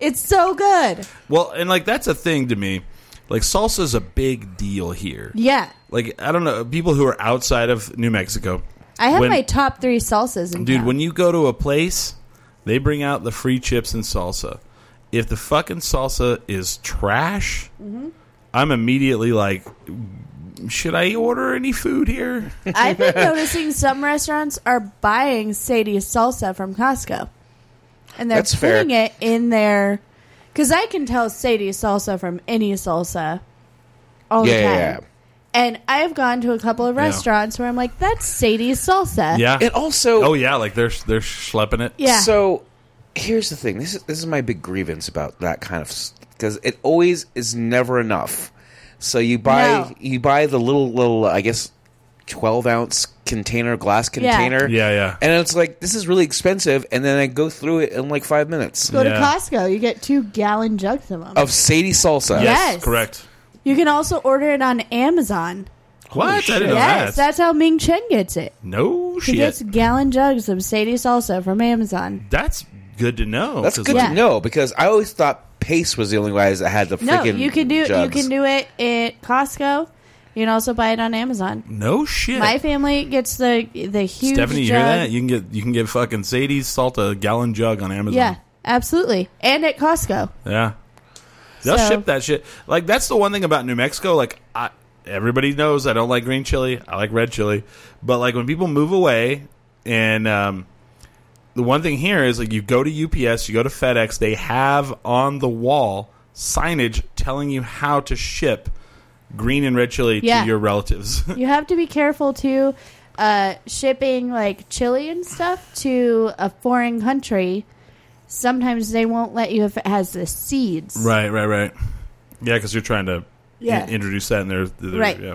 [SPEAKER 3] it's so good.
[SPEAKER 2] well, and like that's a thing to me. Like salsa is a big deal here.
[SPEAKER 3] Yeah.
[SPEAKER 2] Like I don't know people who are outside of New Mexico.
[SPEAKER 3] I have
[SPEAKER 2] When-
[SPEAKER 3] my top three salsas in
[SPEAKER 2] Dude,
[SPEAKER 3] town.
[SPEAKER 2] when you go to a place, they bring out the free chips and salsa. If the fucking salsa is trash, I'm immediately like, should I order any food here?
[SPEAKER 3] I've been noticing some restaurants are buying Sadie's salsa from Costco, and they're
[SPEAKER 4] That's fair.
[SPEAKER 3] putting it in their. Because I can tell Sadie's salsa from any salsa, all
[SPEAKER 4] yeah,
[SPEAKER 3] the
[SPEAKER 4] yeah,
[SPEAKER 3] time.
[SPEAKER 4] yeah.
[SPEAKER 3] And I have gone to a couple of
[SPEAKER 2] Yeah.
[SPEAKER 3] restaurants where I'm like, "That's Sadie's salsa."
[SPEAKER 2] yeah.
[SPEAKER 4] And also,
[SPEAKER 2] oh yeah, like they're they're schlepping it.
[SPEAKER 3] yeah.
[SPEAKER 4] So here's the thing. This is this is my big grievance about that kind of because it always is never enough. So you buy
[SPEAKER 3] No.
[SPEAKER 4] you buy the little little I guess twelve ounce container glass container.
[SPEAKER 2] Yeah, yeah.
[SPEAKER 4] And it's like this is really expensive, and then I go through it in like five minutes
[SPEAKER 3] Go
[SPEAKER 2] Yeah.
[SPEAKER 3] to Costco, you get two gallon jugs of them.
[SPEAKER 4] of Sadie salsa.
[SPEAKER 3] Yeah. Yes.
[SPEAKER 2] correct.
[SPEAKER 3] you can also order it on Amazon.
[SPEAKER 2] What? I didn't
[SPEAKER 4] shit.
[SPEAKER 2] know
[SPEAKER 3] yes,
[SPEAKER 2] that.
[SPEAKER 3] that's how Ming Chen gets it.
[SPEAKER 2] No
[SPEAKER 3] She
[SPEAKER 2] shit.
[SPEAKER 3] gets gallon jugs of Sadie's salsa from Amazon.
[SPEAKER 2] that's good to know.
[SPEAKER 4] That's
[SPEAKER 2] 'cause,
[SPEAKER 4] good
[SPEAKER 3] Yeah.
[SPEAKER 4] to know because I always thought Pace was the only guys that had the
[SPEAKER 3] No,
[SPEAKER 4] freaking.
[SPEAKER 3] you can do
[SPEAKER 4] jugs.
[SPEAKER 3] you can do it at Costco. You can also buy it on Amazon.
[SPEAKER 2] No shit.
[SPEAKER 3] My family gets the the huge
[SPEAKER 2] Stephanie, you
[SPEAKER 3] jug.
[SPEAKER 2] hear that? You can get you can get fucking Sadie's salta gallon jug on Amazon.
[SPEAKER 3] yeah, absolutely. And at Costco.
[SPEAKER 2] Yeah. They'll
[SPEAKER 3] So-
[SPEAKER 2] ship that shit. Like that's the one thing about New Mexico. Like I, everybody knows I don't like green chili. I like red chili. But like when people move away, and um, the one thing here is like you go to UPS, you go to FedEx. They have on the wall signage telling you how to ship green and red chili
[SPEAKER 3] Yeah.
[SPEAKER 2] to your relatives.
[SPEAKER 3] You have to be careful too uh, shipping like chili and stuff to a foreign country. Sometimes they won't let you if it has the seeds.
[SPEAKER 2] right, right, right. Yeah, because you're trying to
[SPEAKER 3] Yeah.
[SPEAKER 2] in- introduce that in their, their
[SPEAKER 3] Right.
[SPEAKER 2] Yeah.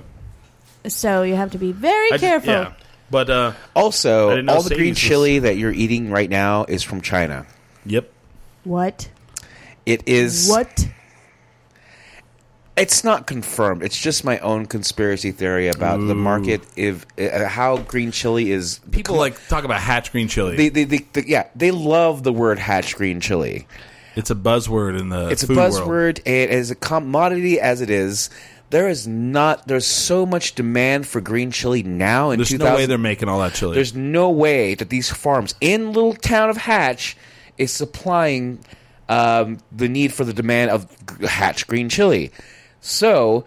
[SPEAKER 3] So you have to be very
[SPEAKER 2] I just-
[SPEAKER 3] careful.
[SPEAKER 2] yeah. But uh, I
[SPEAKER 4] Also,
[SPEAKER 2] didn't know
[SPEAKER 4] all the
[SPEAKER 2] Sadie's
[SPEAKER 4] green
[SPEAKER 2] was-
[SPEAKER 4] chili that you're eating right now is from China.
[SPEAKER 2] yep.
[SPEAKER 3] What?
[SPEAKER 4] It is
[SPEAKER 3] What?
[SPEAKER 4] It's not confirmed. It's just my own conspiracy theory about the market if uh, how green chili is.
[SPEAKER 2] People like talk about hatch green chili.
[SPEAKER 4] they, they, they, they- yeah, they love the word hatch green chili.
[SPEAKER 2] It's a buzzword in the
[SPEAKER 4] It's a
[SPEAKER 2] food
[SPEAKER 4] buzzword
[SPEAKER 2] world.
[SPEAKER 4] and as a commodity as it is. There is not. There's so much demand for green chili now in
[SPEAKER 2] There's
[SPEAKER 4] 2000.
[SPEAKER 2] no way they're making all that chili.
[SPEAKER 4] there's no way that these farms in little town of Hatch is supplying um, the need for the demand of g- hatch green chili. So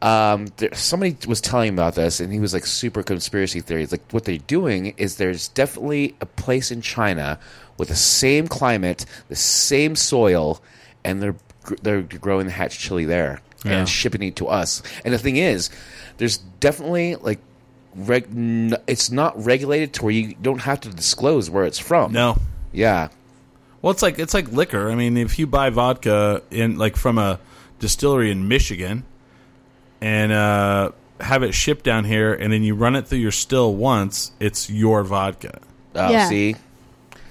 [SPEAKER 4] um, there, somebody was telling me about this, and he was like super conspiracy theory. It's like what they're doing is there's definitely a place in China with the same climate, the same soil, and they're gr- they're growing the hatch chili there
[SPEAKER 2] Yeah.
[SPEAKER 4] and shipping it to us. And the thing is, there's definitely like. Reg- n- it's not regulated to where you don't have to disclose where it's from.
[SPEAKER 2] No.
[SPEAKER 4] Yeah.
[SPEAKER 2] Well, it's like it's like liquor. I mean, if you buy vodka in like from a distillery in Michigan and uh, have it shipped down here, and then you run it through your still once, it's your vodka.
[SPEAKER 4] Oh,
[SPEAKER 3] Yeah.
[SPEAKER 4] see?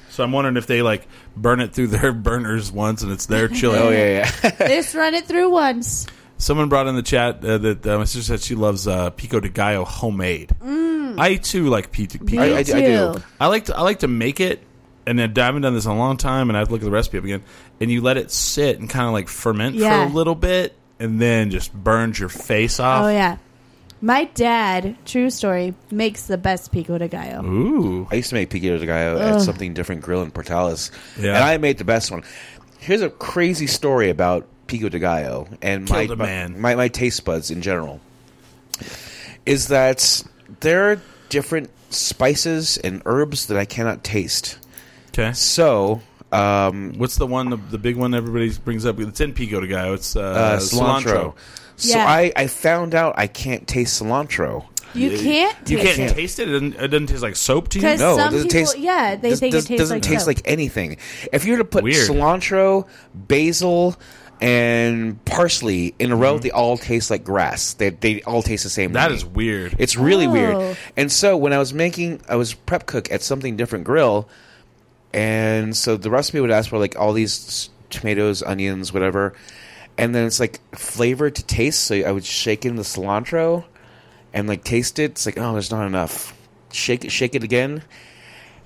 [SPEAKER 2] So I'm wondering if they like burn it through their burners once, and it's their chili.
[SPEAKER 4] Oh, yeah, yeah.
[SPEAKER 3] Just run it through once.
[SPEAKER 2] Someone brought in the chat uh, that uh, my sister said she loves uh, pico de gallo homemade. I too like pico. pico.
[SPEAKER 4] I-
[SPEAKER 3] Mm. Me
[SPEAKER 4] I- I
[SPEAKER 3] too.
[SPEAKER 4] do.
[SPEAKER 2] I like to I like to make it, and then I haven't done this in a long time, and I have to look at the recipe up again. And you let it sit and kind of like ferment
[SPEAKER 3] Yeah.
[SPEAKER 2] for a little bit, and then just burns your face off.
[SPEAKER 3] Oh yeah. My dad, true story, makes the best pico de
[SPEAKER 2] Mm.
[SPEAKER 3] gallo.
[SPEAKER 2] Ooh,
[SPEAKER 4] I used to make pico de gallo at something different grill in Portales,
[SPEAKER 2] Yeah.
[SPEAKER 4] and I made the best one. Here's a crazy story about pico de gallo and my,
[SPEAKER 2] Killed a man.
[SPEAKER 4] my my taste buds in general. Is that there are different spices and herbs that I cannot taste.
[SPEAKER 2] okay.
[SPEAKER 4] So um,
[SPEAKER 2] What's the one the, the big one everybody brings up? It's in pico de gallo. It's uh,
[SPEAKER 4] uh, cilantro.
[SPEAKER 2] cilantro.
[SPEAKER 4] So
[SPEAKER 3] Yeah.
[SPEAKER 4] I, I found out I can't taste cilantro.
[SPEAKER 3] You can't.
[SPEAKER 2] You
[SPEAKER 3] taste
[SPEAKER 2] can't
[SPEAKER 3] it.
[SPEAKER 2] taste it. It doesn't, it doesn't taste like soap to you.
[SPEAKER 3] Because
[SPEAKER 4] No,
[SPEAKER 3] some
[SPEAKER 4] does it
[SPEAKER 3] people,
[SPEAKER 4] taste-
[SPEAKER 3] yeah, they
[SPEAKER 4] does-
[SPEAKER 3] think
[SPEAKER 4] does-
[SPEAKER 3] it tastes
[SPEAKER 4] doesn't
[SPEAKER 3] like
[SPEAKER 4] taste
[SPEAKER 3] soap.
[SPEAKER 4] like anything. If you were to put
[SPEAKER 2] Weird.
[SPEAKER 4] cilantro, basil, and parsley in a row, they all taste like grass. They they all taste the same. to
[SPEAKER 2] Mm-hmm. That
[SPEAKER 4] me.
[SPEAKER 2] is weird.
[SPEAKER 4] It's really
[SPEAKER 3] Oh.
[SPEAKER 4] weird. And so when I was making, I was prep cook at something different grill, and so the recipe would ask for like all these s- tomatoes, onions, whatever, and then it's like flavored to taste. So I would shake in the cilantro, and like taste it. It's like oh, there's not enough. Shake it, shake it again,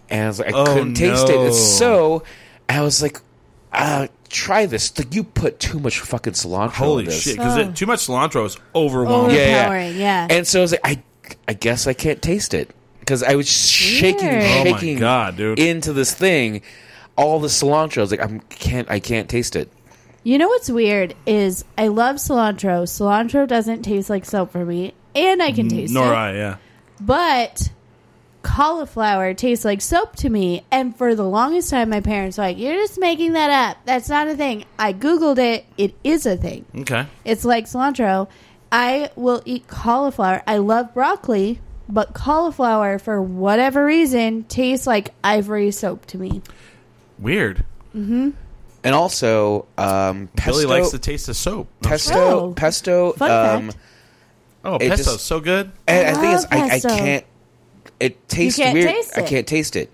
[SPEAKER 4] and I was like I
[SPEAKER 2] Oh,
[SPEAKER 4] couldn't taste it.
[SPEAKER 2] no.
[SPEAKER 4] It's so I was like. Uh, try this. Like you put too much fucking cilantro. in
[SPEAKER 2] Holy
[SPEAKER 4] this.
[SPEAKER 2] shit! Because
[SPEAKER 3] Oh.
[SPEAKER 2] too much cilantro is overwhelming.
[SPEAKER 3] Overwhelming.
[SPEAKER 2] Yeah.
[SPEAKER 3] Overpowering, yeah.
[SPEAKER 4] And so I was like, I, I guess I can't taste it because I was shaking,
[SPEAKER 3] Weird. Oh
[SPEAKER 2] my
[SPEAKER 4] shaking
[SPEAKER 2] God, dude.
[SPEAKER 4] into this thing. All the cilantro. I was like, I can't, I can't taste it.
[SPEAKER 3] You know what's weird is I love cilantro. Cilantro doesn't taste like soap for me, and I can taste
[SPEAKER 2] Mm, Nor
[SPEAKER 3] it.
[SPEAKER 2] I. Yeah.
[SPEAKER 3] But cauliflower tastes like soap to me. And for the longest time, my parents were like, "You're just making that up. That's not a thing." I googled it. It is a thing.
[SPEAKER 2] Okay.
[SPEAKER 3] It's like cilantro. I will eat cauliflower. I love broccoli, but cauliflower, for whatever reason, tastes like ivory soap to me.
[SPEAKER 2] Weird.
[SPEAKER 4] And also, um, pesto,
[SPEAKER 2] Billy likes the taste of soap. No,
[SPEAKER 4] pesto,
[SPEAKER 3] Oh.
[SPEAKER 4] pesto.
[SPEAKER 3] Fun
[SPEAKER 4] um,
[SPEAKER 3] fact.
[SPEAKER 2] Oh,
[SPEAKER 4] It
[SPEAKER 2] pesto's
[SPEAKER 4] just-
[SPEAKER 2] so good.
[SPEAKER 4] and I think it's,
[SPEAKER 3] love
[SPEAKER 4] I, I
[SPEAKER 3] pesto.
[SPEAKER 4] can't. It tastes
[SPEAKER 3] can't
[SPEAKER 4] weird.
[SPEAKER 3] taste
[SPEAKER 4] I
[SPEAKER 3] it.
[SPEAKER 4] can't taste it.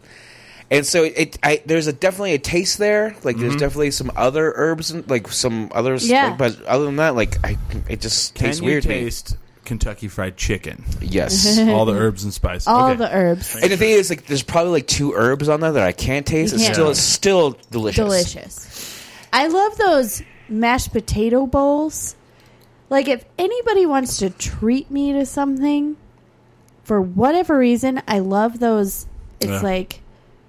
[SPEAKER 4] And so it, I, there's a definitely a taste there. Like
[SPEAKER 2] Mm-hmm.
[SPEAKER 4] there's definitely some other herbs, and, like some others.
[SPEAKER 3] Yeah.
[SPEAKER 4] but other than that, like I, it just
[SPEAKER 2] Can
[SPEAKER 4] tastes
[SPEAKER 2] you
[SPEAKER 4] weird. to me.
[SPEAKER 2] taste Kentucky Fried Chicken?
[SPEAKER 4] Yes.
[SPEAKER 2] All the herbs and spices.
[SPEAKER 3] All
[SPEAKER 2] Okay.
[SPEAKER 3] the herbs,
[SPEAKER 4] And the thing is, like, there's probably like two herbs on there that I can't taste.
[SPEAKER 3] You
[SPEAKER 4] It's
[SPEAKER 3] can't.
[SPEAKER 4] still, it's still delicious.
[SPEAKER 3] delicious. I love those mashed potato bowls. Like, if anybody wants to treat me to something, for whatever reason, I love those. It's
[SPEAKER 2] Yeah.
[SPEAKER 3] like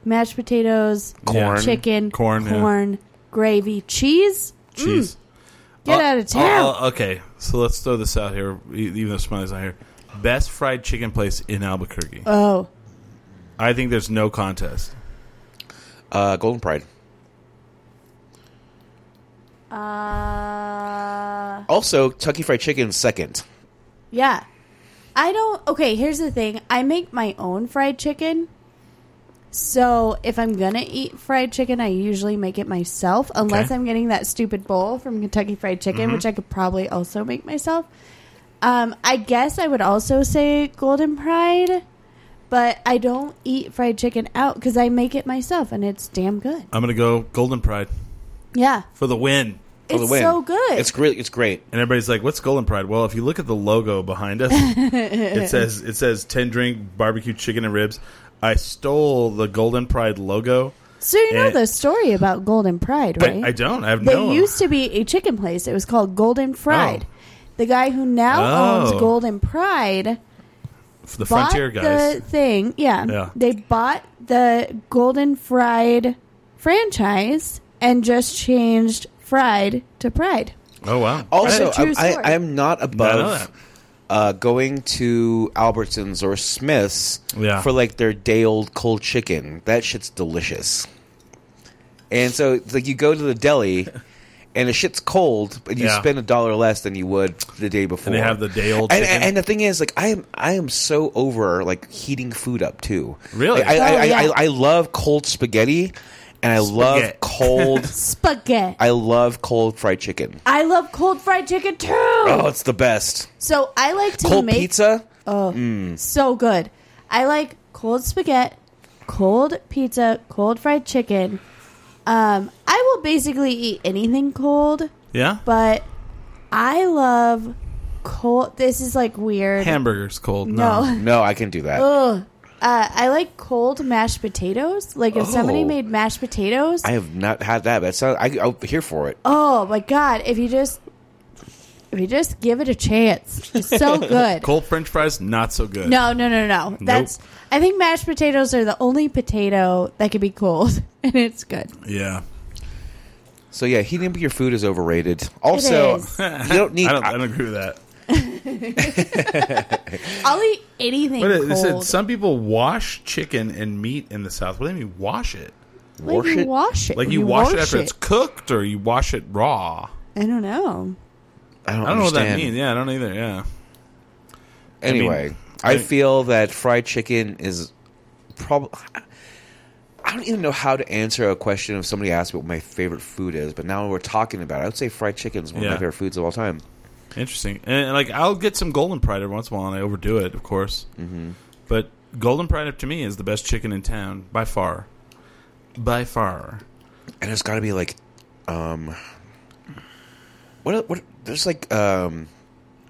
[SPEAKER 3] mashed potatoes,
[SPEAKER 4] Corn.
[SPEAKER 3] chicken,
[SPEAKER 2] Corn, yeah.
[SPEAKER 3] corn, gravy, cheese.
[SPEAKER 2] cheese.
[SPEAKER 3] Mm, Get
[SPEAKER 2] Uh,
[SPEAKER 3] out of town.
[SPEAKER 2] uh, uh, okay, so let's throw this out here, e- even though Smiley's not here. Best fried chicken place in Albuquerque.
[SPEAKER 3] Oh,
[SPEAKER 2] I think there's no contest.
[SPEAKER 4] Uh, Golden Pride.
[SPEAKER 3] Uh,
[SPEAKER 4] Also, Tucky Fried Chicken is second.
[SPEAKER 3] yeah. I don't. Okay, here's the thing. I make my own fried chicken. So if I'm gonna eat fried chicken, I usually make it myself, unless
[SPEAKER 2] Okay.
[SPEAKER 3] I'm getting that stupid bowl from Kentucky Fried Chicken, which I could probably also make myself. Um, I guess I would also say Golden Pride, but I don't eat fried chicken out because I make it myself, and it's damn good.
[SPEAKER 2] I'm gonna go Golden Pride
[SPEAKER 3] Yeah,
[SPEAKER 2] for the win.
[SPEAKER 4] for the
[SPEAKER 3] it's
[SPEAKER 4] win.
[SPEAKER 3] so good.
[SPEAKER 4] It's really, it's great.
[SPEAKER 2] And everybody's like, "What's Golden Pride?" Well, if you look at the logo behind us, it says it says ten drink barbecue chicken and ribs. I stole the Golden Pride logo.
[SPEAKER 3] so you know
[SPEAKER 2] and-
[SPEAKER 3] the story about Golden Pride, right?
[SPEAKER 2] I, I don't. I have
[SPEAKER 3] They
[SPEAKER 2] no.
[SPEAKER 3] used to be a chicken place. It was called Golden Fried.
[SPEAKER 2] Oh.
[SPEAKER 3] The guy who now
[SPEAKER 2] Oh.
[SPEAKER 3] owns Golden Pride
[SPEAKER 2] for the
[SPEAKER 3] bought
[SPEAKER 2] Frontier guys.
[SPEAKER 3] the thing. Yeah.
[SPEAKER 2] Yeah.
[SPEAKER 3] They bought the Golden Fried franchise and just changed fried to pride.
[SPEAKER 2] Oh wow!
[SPEAKER 4] Also,
[SPEAKER 3] That's a
[SPEAKER 4] I,
[SPEAKER 3] true
[SPEAKER 4] I,
[SPEAKER 3] story.
[SPEAKER 4] I'm not above
[SPEAKER 2] that.
[SPEAKER 4] uh, going to Albertsons or Smiths
[SPEAKER 2] Yeah.
[SPEAKER 4] for like their day old cold chicken. That shit's delicious. And so it's like you go to the deli and the shit's cold, but you
[SPEAKER 2] Yeah.
[SPEAKER 4] spend a dollar less than you would the day before.
[SPEAKER 2] and they have the day old
[SPEAKER 4] And,
[SPEAKER 2] chicken.
[SPEAKER 4] and, the thing is, like, I am I am so over like heating food up too.
[SPEAKER 2] Really?
[SPEAKER 4] Like, I,
[SPEAKER 3] Oh,
[SPEAKER 4] I,
[SPEAKER 3] yeah.
[SPEAKER 4] I I love cold spaghetti, and I
[SPEAKER 2] Spaghetti.
[SPEAKER 4] love cold.
[SPEAKER 3] Spaghetti. I,
[SPEAKER 4] I love cold fried chicken.
[SPEAKER 3] love cold fried chicken too.
[SPEAKER 4] Oh, it's the best.
[SPEAKER 3] So I like to
[SPEAKER 4] Cold
[SPEAKER 3] make
[SPEAKER 4] pizza.
[SPEAKER 3] Oh, so good. I like cold spaghetti, cold pizza, cold fried chicken. Um, I will basically eat anything cold,
[SPEAKER 2] yeah,
[SPEAKER 3] but I love cold. This is like weird.
[SPEAKER 2] hamburgers cold.
[SPEAKER 3] no.
[SPEAKER 2] No,
[SPEAKER 4] No, I can do that.
[SPEAKER 3] Ugh. Uh, I like cold mashed potatoes. Like if somebody
[SPEAKER 4] Oh.
[SPEAKER 3] made mashed potatoes,
[SPEAKER 4] I have not had that, but it sounds, I, I'm here for it.
[SPEAKER 3] oh my god! If you just if you just give it a chance, it's so good.
[SPEAKER 2] cold French fries not so good.
[SPEAKER 3] No, no, no, no. That's I think mashed potatoes are the only potato that can be cold, and it's good.
[SPEAKER 2] Yeah,
[SPEAKER 4] So yeah, heating up your food is overrated. Also,
[SPEAKER 3] is.
[SPEAKER 4] you don't need.
[SPEAKER 2] I don't. I don't agree with that.
[SPEAKER 3] I'll eat anything
[SPEAKER 2] But it,
[SPEAKER 3] cold.
[SPEAKER 2] it said some people wash chicken and meat in the South. What do you mean wash it?
[SPEAKER 3] like
[SPEAKER 4] wash
[SPEAKER 3] you
[SPEAKER 4] it.
[SPEAKER 3] wash it.
[SPEAKER 2] Like you, wash, it after it's cooked, or you wash it raw?
[SPEAKER 3] I don't know.
[SPEAKER 4] I don't,
[SPEAKER 2] I don't know what that
[SPEAKER 4] understand.
[SPEAKER 2] means. Yeah, I don't either. Yeah,
[SPEAKER 4] Anyway, I,
[SPEAKER 2] I mean, I-
[SPEAKER 4] feel that fried chicken is probably. I don't even know how to answer a question if somebody asked me what my favorite food is, but now we're talking about it. I would say fried chicken is one of
[SPEAKER 2] Yeah.
[SPEAKER 4] my favorite foods of all time.
[SPEAKER 2] interesting. And, and, like I'll get some golden pride every once in a while, and I overdo it, of course. Mm-hmm. But golden pride to me is the best chicken in town by far, by far.
[SPEAKER 4] And it's got to be like, um, what? What? There's like, um,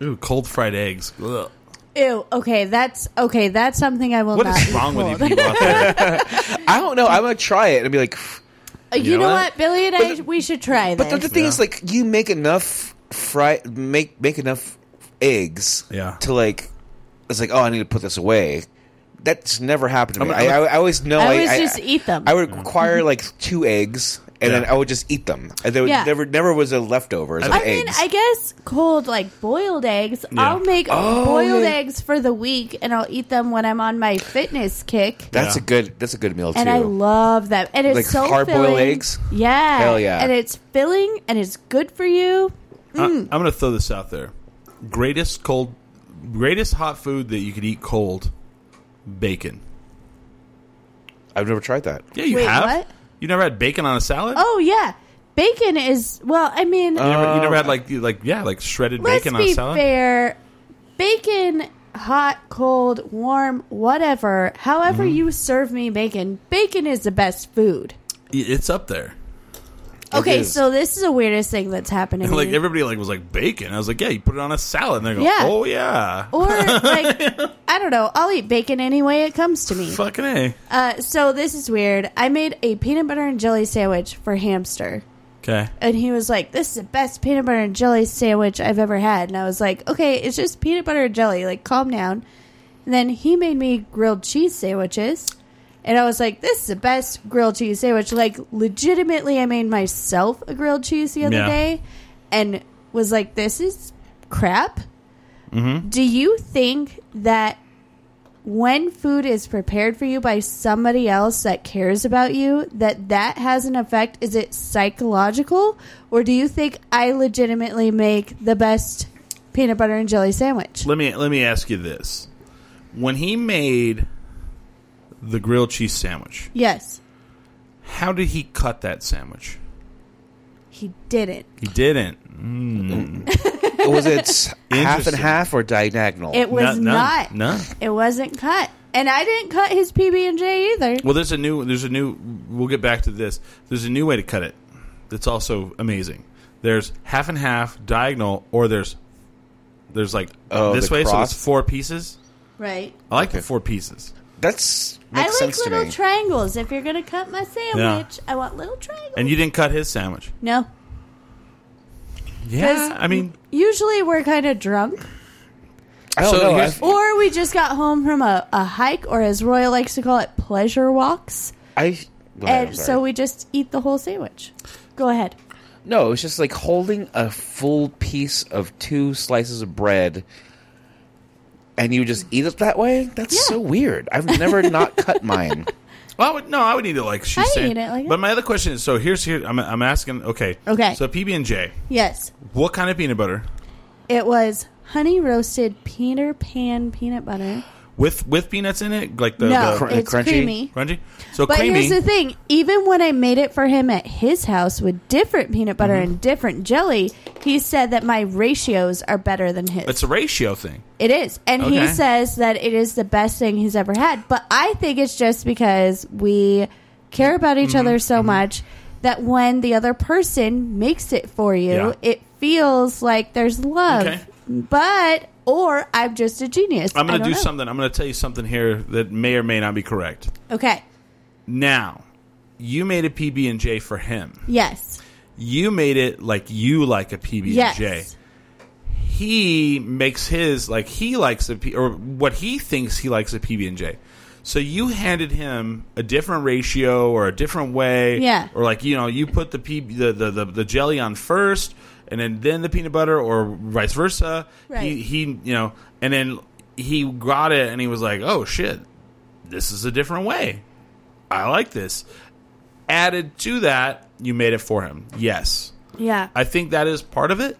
[SPEAKER 2] Ooh, cold fried eggs. Ugh.
[SPEAKER 3] Ew. Okay, that's okay. That's something I will
[SPEAKER 2] What
[SPEAKER 3] not
[SPEAKER 2] is
[SPEAKER 3] eat
[SPEAKER 2] wrong with you
[SPEAKER 3] cold.
[SPEAKER 2] people out there?
[SPEAKER 4] I don't know. I'm gonna try it and be like.
[SPEAKER 3] Uh, you?
[SPEAKER 2] You know
[SPEAKER 3] know
[SPEAKER 2] what?
[SPEAKER 3] what, Billy and I, we should try
[SPEAKER 4] But the,
[SPEAKER 3] this.
[SPEAKER 4] the thing is,
[SPEAKER 2] Yeah.
[SPEAKER 4] like, you make enough fry, make make enough eggs,
[SPEAKER 2] Yeah.
[SPEAKER 4] to like, it's like, oh, I need to put this away. That's never happened to me.
[SPEAKER 2] I'm-
[SPEAKER 4] I, I, I always know.
[SPEAKER 3] I
[SPEAKER 4] I
[SPEAKER 3] always
[SPEAKER 4] I-
[SPEAKER 3] just eat them.
[SPEAKER 4] I would require like two eggs, and then
[SPEAKER 2] Yeah.
[SPEAKER 4] I would just eat them. And there would-
[SPEAKER 3] Yeah.
[SPEAKER 4] never never was a leftover.
[SPEAKER 2] I
[SPEAKER 3] I
[SPEAKER 4] Like
[SPEAKER 3] mean,
[SPEAKER 4] eggs.
[SPEAKER 3] I guess cold like boiled eggs.
[SPEAKER 2] Yeah.
[SPEAKER 3] I'll make
[SPEAKER 4] Oh,
[SPEAKER 3] boiled
[SPEAKER 4] yeah.
[SPEAKER 3] eggs for the week, and I'll eat them when I'm on my fitness kick.
[SPEAKER 4] that's
[SPEAKER 2] Yeah.
[SPEAKER 4] a good that's a good meal
[SPEAKER 3] and
[SPEAKER 4] too.
[SPEAKER 3] I love them. And it's
[SPEAKER 4] Like
[SPEAKER 3] so
[SPEAKER 4] hard-boiled
[SPEAKER 3] filling.
[SPEAKER 4] eggs?
[SPEAKER 3] Yeah,
[SPEAKER 4] Hell yeah.
[SPEAKER 3] And it's filling, and it's good for you.
[SPEAKER 2] I, I'm going to throw this out there. Greatest cold, greatest hot food that you could eat cold, bacon.
[SPEAKER 4] I've never tried that.
[SPEAKER 2] Yeah, you
[SPEAKER 3] Wait,
[SPEAKER 2] have.
[SPEAKER 3] what?
[SPEAKER 2] You never had bacon on a salad?
[SPEAKER 3] Oh yeah, bacon is well. I mean,
[SPEAKER 4] Oh,
[SPEAKER 2] You never, you never had like you- like yeah like shredded
[SPEAKER 3] let's
[SPEAKER 2] bacon on a
[SPEAKER 3] be
[SPEAKER 2] salad.
[SPEAKER 3] fair. Bacon, hot, cold, warm, whatever. However
[SPEAKER 2] Mm-hmm.
[SPEAKER 3] you serve me bacon, bacon is the best food.
[SPEAKER 2] Y- It's up there.
[SPEAKER 3] Okay,
[SPEAKER 4] is.
[SPEAKER 3] so this is the weirdest thing that's happening.
[SPEAKER 2] like everybody like was like bacon. I was like yeah, you put it on a salad. And they
[SPEAKER 3] Mm-hmm.
[SPEAKER 2] go
[SPEAKER 3] Yeah.
[SPEAKER 2] oh yeah,
[SPEAKER 3] or like I don't know. I'll eat bacon any way it comes to me.
[SPEAKER 2] fucking a.
[SPEAKER 3] Uh, so this is weird. I made a peanut butter and jelly sandwich for hamster.
[SPEAKER 2] Okay,
[SPEAKER 3] And he was like, "This is the best peanut butter and jelly sandwich I've ever had." And I was like, "Okay, it's just peanut butter and jelly. Like, calm down." And then he made me grilled cheese sandwiches, and I was like, "This is the best grilled cheese sandwich." Like, legitimately, I made myself a grilled cheese the other
[SPEAKER 2] Yeah.
[SPEAKER 3] day, and was like, "This is crap." Do you think that when food is prepared for you by somebody else that cares about you, that that has an effect? Is it psychological, or do you think I legitimately make the best peanut butter and jelly sandwich?
[SPEAKER 2] let me let me ask you this: when he made the grilled cheese sandwich,
[SPEAKER 3] Yes,
[SPEAKER 2] how did he cut that sandwich?
[SPEAKER 3] he didn't.
[SPEAKER 2] He didn't.
[SPEAKER 4] Was it half
[SPEAKER 2] Interesting.
[SPEAKER 4] and half or diagonal?
[SPEAKER 3] It was
[SPEAKER 2] No, no,
[SPEAKER 3] not.
[SPEAKER 2] no.
[SPEAKER 3] it wasn't cut, and I didn't cut his PB and J either.
[SPEAKER 2] Well, there's a new. There's a new. We'll get back to this. There's a new way to cut it. That's also amazing. There's half and half diagonal, or there's there's like
[SPEAKER 4] Oh,
[SPEAKER 2] this
[SPEAKER 4] the
[SPEAKER 2] way, so
[SPEAKER 4] cross?
[SPEAKER 2] it's four pieces.
[SPEAKER 3] Right.
[SPEAKER 2] I like
[SPEAKER 4] Okay.
[SPEAKER 2] the four pieces.
[SPEAKER 4] that's
[SPEAKER 3] I
[SPEAKER 4] makes
[SPEAKER 3] like
[SPEAKER 4] sense to
[SPEAKER 3] little
[SPEAKER 4] me.
[SPEAKER 3] triangles. If you're gonna cut my sandwich, I want little triangles.
[SPEAKER 2] And you didn't cut his sandwich.
[SPEAKER 3] no.
[SPEAKER 2] Yeah,
[SPEAKER 3] 'Cause
[SPEAKER 2] I mean,
[SPEAKER 3] Usually we're kind of drunk,
[SPEAKER 4] I don't
[SPEAKER 2] So
[SPEAKER 4] know.
[SPEAKER 2] here's-
[SPEAKER 4] I,
[SPEAKER 3] or we just got home from a, a hike, or as Roy likes to call it, pleasure walks.
[SPEAKER 4] I Go ahead, I'm
[SPEAKER 3] and
[SPEAKER 4] sorry.
[SPEAKER 3] so we just eat the whole sandwich. Go ahead.
[SPEAKER 4] No, it was just like holding a full piece of two slices of bread and you just eat it that way? That's
[SPEAKER 3] Yeah.
[SPEAKER 4] so weird. I've never not cut mine.
[SPEAKER 2] Well, I would, no, I would eat it like she's
[SPEAKER 3] I'd
[SPEAKER 2] saying.
[SPEAKER 3] eat it like
[SPEAKER 2] but
[SPEAKER 3] that.
[SPEAKER 2] my other question is: so here's here. I'm, I'm asking. Okay.
[SPEAKER 3] Okay.
[SPEAKER 2] So PB and J.
[SPEAKER 3] Yes,
[SPEAKER 2] What kind of peanut butter?
[SPEAKER 3] it was honey roasted Peter Pan peanut butter.
[SPEAKER 2] With with peanuts in it, like the,
[SPEAKER 3] no,
[SPEAKER 2] the
[SPEAKER 4] cr-
[SPEAKER 3] it's
[SPEAKER 4] crunchy?
[SPEAKER 3] creamy.
[SPEAKER 2] crunchy. So
[SPEAKER 3] But
[SPEAKER 2] creamy.
[SPEAKER 3] here's the thing: even when I made it for him at his house with different peanut butter and different jelly, he said that my ratios are better than his.
[SPEAKER 2] it's a ratio thing.
[SPEAKER 3] It is. And he
[SPEAKER 2] Okay.
[SPEAKER 3] says that it is the best thing he's ever had. But I think it's just because we care about
[SPEAKER 2] Mm-hmm.
[SPEAKER 3] each other so much that when the other person makes it for you,
[SPEAKER 2] Yeah.
[SPEAKER 3] it feels like there's love.
[SPEAKER 2] Okay.
[SPEAKER 3] But, or I'm just a genius.
[SPEAKER 2] I'm
[SPEAKER 3] I
[SPEAKER 2] going to
[SPEAKER 3] don't
[SPEAKER 2] do
[SPEAKER 3] know.
[SPEAKER 2] something. I'm going to tell you something here that may or may not be correct.
[SPEAKER 3] Okay.
[SPEAKER 2] Now, you made a PB and J for him.
[SPEAKER 3] Yes.
[SPEAKER 2] You made it like you like a PB and
[SPEAKER 3] Yes.
[SPEAKER 2] J. He makes his like he likes a P or what he thinks he likes a PB and J. So you handed him a different ratio or a different way,
[SPEAKER 3] Yeah.
[SPEAKER 2] Or like you know you put the PB the the, the, the jelly on first, and then then the peanut butter or vice versa.
[SPEAKER 3] Right.
[SPEAKER 2] He, he you know and then he got it and he was like oh shit this is a different way. I like this. Added to that, you made it for him. Yes.
[SPEAKER 3] Yeah.
[SPEAKER 2] I think that is part of it.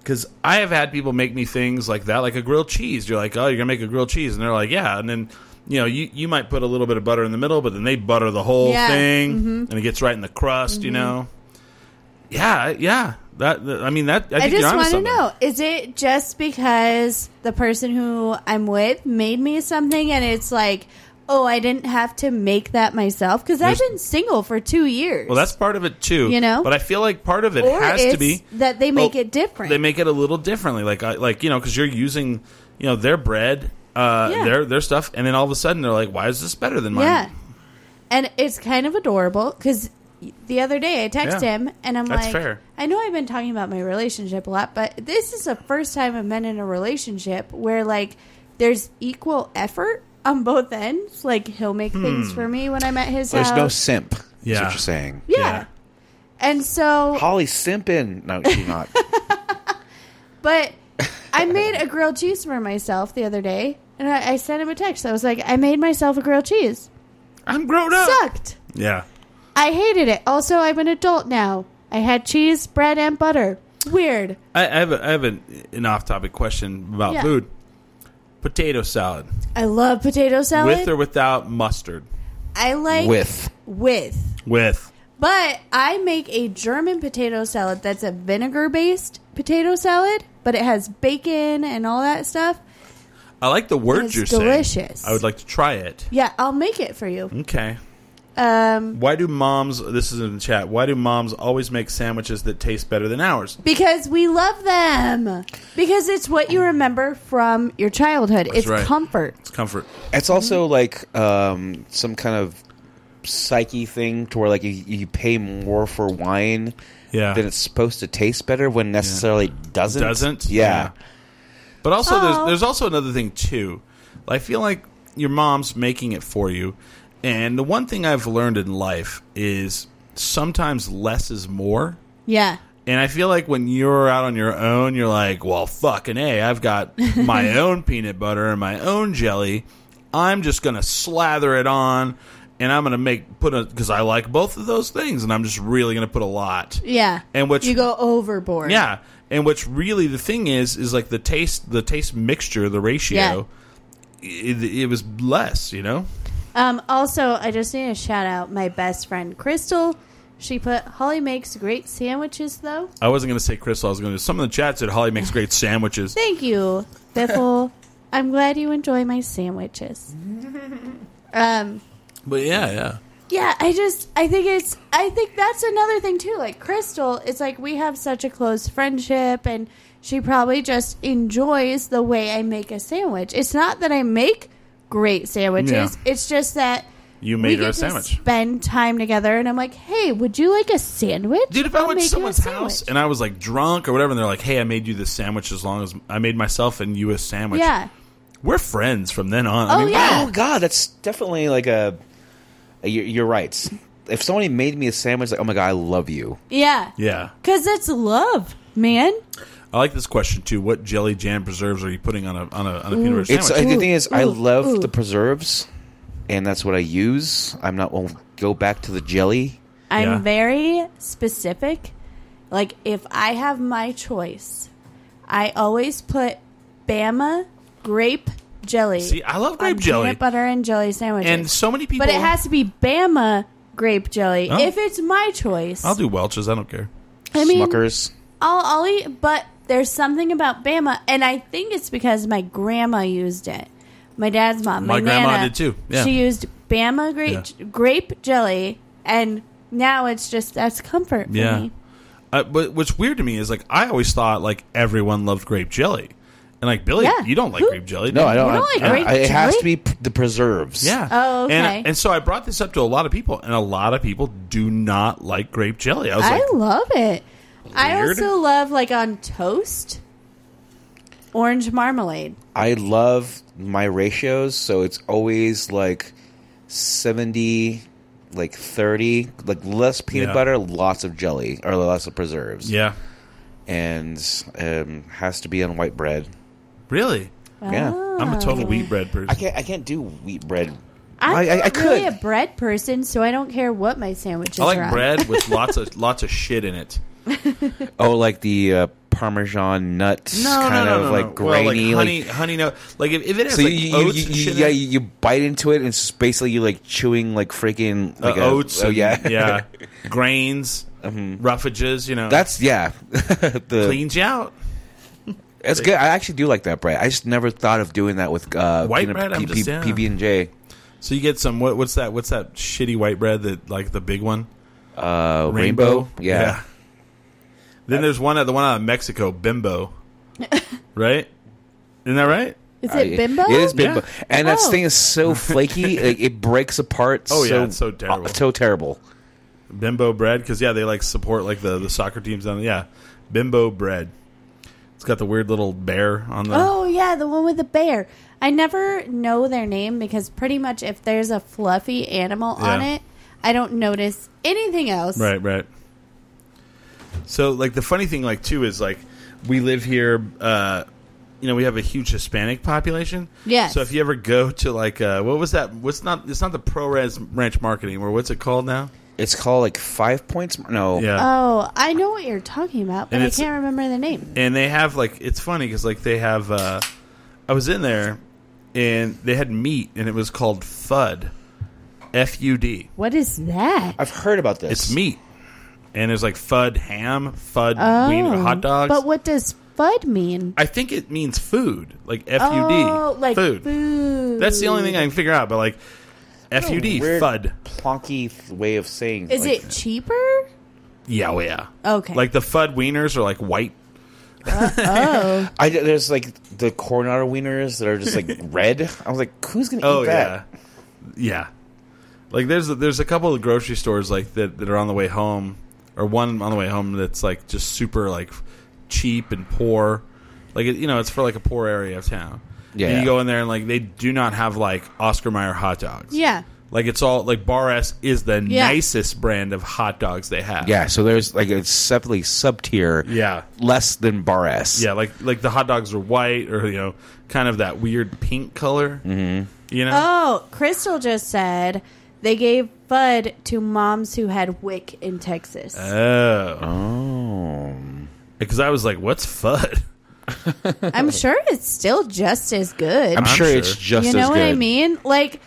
[SPEAKER 2] Because I have had people make me things like that, like a grilled cheese. You're like, oh, you're going to make a grilled cheese. And they're like, yeah. And then, you know, you, you might put a little bit of butter in the middle, but then they butter the whole
[SPEAKER 3] Yeah. Mm-hmm.
[SPEAKER 2] thing and it gets right in the crust, you know? Yeah, I- yeah. That, that- I mean, that, I,
[SPEAKER 3] I
[SPEAKER 2] think
[SPEAKER 3] just
[SPEAKER 2] want to
[SPEAKER 3] know is it just because the person who I'm with made me something and it's like, oh, I didn't have to make that myself? Because I've
[SPEAKER 2] There's-
[SPEAKER 3] been single for two years.
[SPEAKER 2] Well, that's part of it too.
[SPEAKER 3] You know?
[SPEAKER 2] but I feel like part of it
[SPEAKER 3] Or
[SPEAKER 2] has
[SPEAKER 3] it's
[SPEAKER 2] to be Oh,
[SPEAKER 3] that they make it different.
[SPEAKER 2] They make it a little differently, like I, like you know, because you're using you know their bread, uh,
[SPEAKER 3] Yeah.
[SPEAKER 2] their their stuff, and then all of a sudden they're like, "Why is this better than mine?"
[SPEAKER 3] Yeah. And it's kind of adorable because the other day I text
[SPEAKER 2] Yeah.
[SPEAKER 3] him and I'm
[SPEAKER 2] That's
[SPEAKER 3] like,
[SPEAKER 2] fair.
[SPEAKER 3] I know I've been talking about my relationship a lot, but this is the first time I've been in a relationship where like there's equal effort on both ends. Like he'll make
[SPEAKER 2] Hmm.
[SPEAKER 3] things for me when I'm at his
[SPEAKER 4] There's
[SPEAKER 3] house.
[SPEAKER 4] no simp. Yeah.
[SPEAKER 2] Yeah.
[SPEAKER 4] what you're saying.
[SPEAKER 3] yeah.
[SPEAKER 2] Yeah.
[SPEAKER 3] And so,
[SPEAKER 4] Holly simping. No, she's not.
[SPEAKER 3] but I made a grilled cheese for myself the other day and I, I sent him a text. I was like, I made myself a grilled cheese.
[SPEAKER 2] I'm grown up.
[SPEAKER 3] Sucked.
[SPEAKER 2] Yeah,
[SPEAKER 3] I hated it. Also, I'm an adult now. I had cheese, bread, and butter. Weird.
[SPEAKER 2] I, I have a, I have an, an off topic question about
[SPEAKER 3] Yeah.
[SPEAKER 2] food. Potato salad,
[SPEAKER 3] I love potato salad.
[SPEAKER 2] with or without mustard?
[SPEAKER 3] I like
[SPEAKER 4] With.
[SPEAKER 3] with.
[SPEAKER 2] With
[SPEAKER 3] But I make a German potato salad that's a vinegar based potato salad, but it has bacon and all that stuff.
[SPEAKER 2] I like the
[SPEAKER 3] It's
[SPEAKER 2] words you're
[SPEAKER 3] delicious.
[SPEAKER 2] saying. I would like to try it.
[SPEAKER 3] Yeah, I'll make it for you.
[SPEAKER 2] Okay.
[SPEAKER 3] Um,
[SPEAKER 2] Why do moms? This is in the chat. Why do moms always make sandwiches that taste better than ours?
[SPEAKER 3] because we love them. Because it's what you remember from your childhood. it's
[SPEAKER 2] right.
[SPEAKER 3] comfort.
[SPEAKER 2] It's comfort.
[SPEAKER 4] It's also like um, some kind of psyche thing to where like you, you pay more for wine
[SPEAKER 2] Yeah.
[SPEAKER 4] than it's supposed to taste better when necessarily doesn't.
[SPEAKER 2] doesn't.
[SPEAKER 4] Yeah.
[SPEAKER 2] But also,
[SPEAKER 3] Oh.
[SPEAKER 2] there's, there's also another thing too. I feel like your mom's making it for you, and the one thing I've learned in life is sometimes less is more.
[SPEAKER 3] Yeah.
[SPEAKER 2] And I feel like when you're out on your own, you're like, well, fucking A, I've got my own peanut butter and my own jelly. I'm just going to slather it on and I'm going to make, put a, because I like both of those things and I'm just really going to put a lot.
[SPEAKER 3] Yeah.
[SPEAKER 2] And what's-
[SPEAKER 3] you go overboard.
[SPEAKER 2] Yeah, and what's really the thing is is like the taste, the taste mixture, the ratio. It, it was less, you know.
[SPEAKER 3] Um, also, I just need to shout out my best friend Crystal. She put Holly makes great sandwiches, though.
[SPEAKER 2] I wasn't going to say Crystal. I was going to. Some of the chat said Holly makes great sandwiches.
[SPEAKER 3] Thank you, Biffle. I'm glad you enjoy my sandwiches. Um,
[SPEAKER 2] But yeah, yeah,
[SPEAKER 3] yeah, I just I think it's I think that's another thing too. Like Crystal, it's like we have such a close friendship, and she probably just enjoys the way I make a sandwich. It's not that I make great sandwiches;
[SPEAKER 2] Yeah.
[SPEAKER 3] it's just that
[SPEAKER 2] you
[SPEAKER 3] we
[SPEAKER 2] made her
[SPEAKER 3] get
[SPEAKER 2] a
[SPEAKER 3] To
[SPEAKER 2] sandwich,
[SPEAKER 3] spend time together, and I'm like, hey, would you like a sandwich?
[SPEAKER 2] dude. If I
[SPEAKER 3] I'll
[SPEAKER 2] went to
[SPEAKER 3] make you a
[SPEAKER 2] someone's house
[SPEAKER 3] sandwich."
[SPEAKER 2] and I was like drunk or whatever, and they're like, "Hey, I made you this sandwich. As long as I made myself and you a sandwich,
[SPEAKER 3] yeah,
[SPEAKER 2] we're friends from then on." I
[SPEAKER 3] Oh,
[SPEAKER 2] mean,
[SPEAKER 3] yeah.
[SPEAKER 4] Oh God, that's definitely like a. a- You're, you're right. if somebody made me a sandwich, like, oh my god, I love you.
[SPEAKER 3] Yeah.
[SPEAKER 2] Yeah.
[SPEAKER 3] Because it's love, man.
[SPEAKER 2] I like this question too. What jelly jam preserves are you putting on a on a, on a peanut butter
[SPEAKER 4] It's
[SPEAKER 2] sandwich?
[SPEAKER 4] uh, the thing is, I
[SPEAKER 3] Ooh,
[SPEAKER 4] love
[SPEAKER 3] ooh.
[SPEAKER 4] the preserves, and that's what I use. I'm not won't go back to the jelly.
[SPEAKER 3] I'm
[SPEAKER 2] Yeah.
[SPEAKER 3] very specific. Like, if I have my choice, I always put Bama grape jelly.
[SPEAKER 2] See, I love grape
[SPEAKER 3] on
[SPEAKER 2] jelly.
[SPEAKER 3] Peanut butter and jelly sandwiches.
[SPEAKER 2] And so many people.
[SPEAKER 3] but it has to be Bama grape jelly
[SPEAKER 2] Oh.
[SPEAKER 3] if it's my choice.
[SPEAKER 2] I'll do Welch's. I don't care.
[SPEAKER 3] I mean,
[SPEAKER 4] Smuckers.
[SPEAKER 3] I'll, I'll eat, but there's something about Bama, and I think it's because my grandma used it. My dad's mom, my,
[SPEAKER 2] My grandma
[SPEAKER 3] nana,
[SPEAKER 2] did too, yeah.
[SPEAKER 3] She used Bama grape grape jelly, and now it's just that's comfort for
[SPEAKER 2] Yeah.
[SPEAKER 3] me.
[SPEAKER 2] Uh, but what's weird to me is like I always thought like everyone loved grape jelly, and like Billy,
[SPEAKER 3] Yeah.
[SPEAKER 2] you don't like
[SPEAKER 3] Who-
[SPEAKER 2] grape jelly.
[SPEAKER 4] No,
[SPEAKER 2] do
[SPEAKER 4] I
[SPEAKER 2] you?
[SPEAKER 4] don't.
[SPEAKER 3] You don't
[SPEAKER 4] I-
[SPEAKER 3] like
[SPEAKER 4] I-
[SPEAKER 3] grape
[SPEAKER 4] It has
[SPEAKER 3] jelly?
[SPEAKER 4] to be p- the preserves.
[SPEAKER 2] Yeah.
[SPEAKER 3] Oh, okay.
[SPEAKER 2] And, and so I brought this up to a lot of people, and a lot of people do not like grape jelly. I was
[SPEAKER 3] I
[SPEAKER 2] like,
[SPEAKER 3] love it. I
[SPEAKER 2] Weird.
[SPEAKER 3] also love like on toast, orange marmalade.
[SPEAKER 4] I love my ratios, so it's always like 70 like 30 like less peanut
[SPEAKER 2] Yeah.
[SPEAKER 4] butter, lots of jelly or lots of preserves.
[SPEAKER 2] yeah,
[SPEAKER 4] And um has to be on white bread.
[SPEAKER 2] really?
[SPEAKER 4] Oh, Yeah.
[SPEAKER 2] I'm a total wheat bread person.
[SPEAKER 4] I can't I can't do wheat bread.
[SPEAKER 3] Ah. I'm
[SPEAKER 4] I- I- I
[SPEAKER 3] not really
[SPEAKER 4] could.
[SPEAKER 3] a bread person, so I don't care what my sandwiches
[SPEAKER 2] I
[SPEAKER 3] are. on.
[SPEAKER 2] like bread with lots of lots of shit in it.
[SPEAKER 4] Oh, like the uh, parmesan nut kind of like
[SPEAKER 2] Well, like
[SPEAKER 4] grainy
[SPEAKER 2] honey, honey, no. Like if, if it has
[SPEAKER 4] so
[SPEAKER 2] like
[SPEAKER 4] you, you,
[SPEAKER 2] oats
[SPEAKER 4] you,
[SPEAKER 2] and shit, in
[SPEAKER 4] yeah,
[SPEAKER 2] it,
[SPEAKER 4] you, you bite into it, and it's basically you like chewing like freaking
[SPEAKER 2] uh,
[SPEAKER 4] like a-
[SPEAKER 2] oats.
[SPEAKER 4] Oh
[SPEAKER 2] and-
[SPEAKER 4] yeah, Mm-hmm.
[SPEAKER 2] yeah, grains, roughages. You know,
[SPEAKER 4] That's yeah. the
[SPEAKER 2] cleans you out.
[SPEAKER 4] It's good. I actually do like that bread. I just never thought of doing that with uh,
[SPEAKER 2] White
[SPEAKER 4] peanut-
[SPEAKER 2] bread? I'm
[SPEAKER 4] P-
[SPEAKER 2] just- yeah.
[SPEAKER 4] PB and J.
[SPEAKER 2] So you get some what, what's that? What's that shitty white bread that like the big one?
[SPEAKER 4] Uh, rainbow. Yeah.
[SPEAKER 2] Then there's one at the one out of Mexico, Bimbo. right? Isn't that right?
[SPEAKER 3] Is
[SPEAKER 4] I-
[SPEAKER 3] it bimbo?
[SPEAKER 4] It is bimbo.
[SPEAKER 2] Yeah.
[SPEAKER 4] And that
[SPEAKER 3] Oh.
[SPEAKER 4] thing is so flaky, like, it breaks apart.
[SPEAKER 2] Oh, yeah,
[SPEAKER 4] so,
[SPEAKER 2] it's so terrible.
[SPEAKER 4] uh, so terrible.
[SPEAKER 2] Bimbo bread because yeah, they like support like the the soccer teams down. Yeah, Bimbo bread. It's got the weird little bear on the.
[SPEAKER 3] Oh yeah, the one with the bear. I never know their name because pretty much if there's a fluffy animal on
[SPEAKER 2] Yeah.
[SPEAKER 3] it, I don't notice anything else.
[SPEAKER 2] Right, right. So like the funny thing like too is like we live here uh you know, we have a huge Hispanic population.
[SPEAKER 3] Yes.
[SPEAKER 2] So if you ever go to like uh what was that what's not it's not the ProRes ranch marketing or what's it called now?
[SPEAKER 4] It's called like five points. No.
[SPEAKER 3] Oh, I know what you're talking about, but
[SPEAKER 2] And
[SPEAKER 3] I
[SPEAKER 2] it's-
[SPEAKER 3] can't remember the name.
[SPEAKER 2] and they have like it's funny because like they have uh i was in there and they had meat and it was called fud f-u-d
[SPEAKER 3] What is that?
[SPEAKER 4] I've heard about this.
[SPEAKER 2] it's meat and there's like fud ham fud
[SPEAKER 3] Oh,
[SPEAKER 2] wiener hot dogs
[SPEAKER 3] But what does fud mean?
[SPEAKER 2] i think it means food like f-u-d
[SPEAKER 3] Oh, like food.
[SPEAKER 2] that's the only thing i can figure out but like
[SPEAKER 4] What a
[SPEAKER 2] f-u-d
[SPEAKER 4] weird
[SPEAKER 2] fud
[SPEAKER 4] Plonky th- way of saying.
[SPEAKER 3] Is
[SPEAKER 4] like,
[SPEAKER 3] it cheaper?
[SPEAKER 2] yeah oh, yeah
[SPEAKER 3] Okay.
[SPEAKER 2] like the fud wieners are like white
[SPEAKER 3] oh,
[SPEAKER 4] I there's like the Coronado wieners that are just like red. I was like, who's gonna
[SPEAKER 2] Oh
[SPEAKER 4] eat that?
[SPEAKER 2] yeah, yeah. Like there's a, there's a couple of grocery stores like that that are on the way home, or one on the way home that's like just super like cheap and poor. Like it, you know, it's for like a poor area of town.
[SPEAKER 4] Yeah.
[SPEAKER 2] And you go in there and like they do not have like Oscar Mayer hot dogs.
[SPEAKER 3] yeah.
[SPEAKER 2] Like it's all like Bar S is the
[SPEAKER 3] Yeah.
[SPEAKER 2] nicest brand of hot dogs they have.
[SPEAKER 4] Yeah. So there's like a separately sub tier.
[SPEAKER 2] Yeah.
[SPEAKER 4] Less than bar S.
[SPEAKER 2] Yeah, like like the hot dogs are white or you know, kind of that weird pink color. Mm-hmm. You know?
[SPEAKER 3] Oh, Crystal just said they gave fud to moms who had WIC in Texas.
[SPEAKER 2] oh.
[SPEAKER 4] Oh.
[SPEAKER 2] Because I was like, "What's FUD?"
[SPEAKER 3] I'm sure it's still just as good.
[SPEAKER 4] I'm,
[SPEAKER 2] I'm
[SPEAKER 4] sure,
[SPEAKER 2] sure.
[SPEAKER 4] it's just
[SPEAKER 3] you know
[SPEAKER 4] as
[SPEAKER 3] what
[SPEAKER 4] good.
[SPEAKER 3] I mean? Like,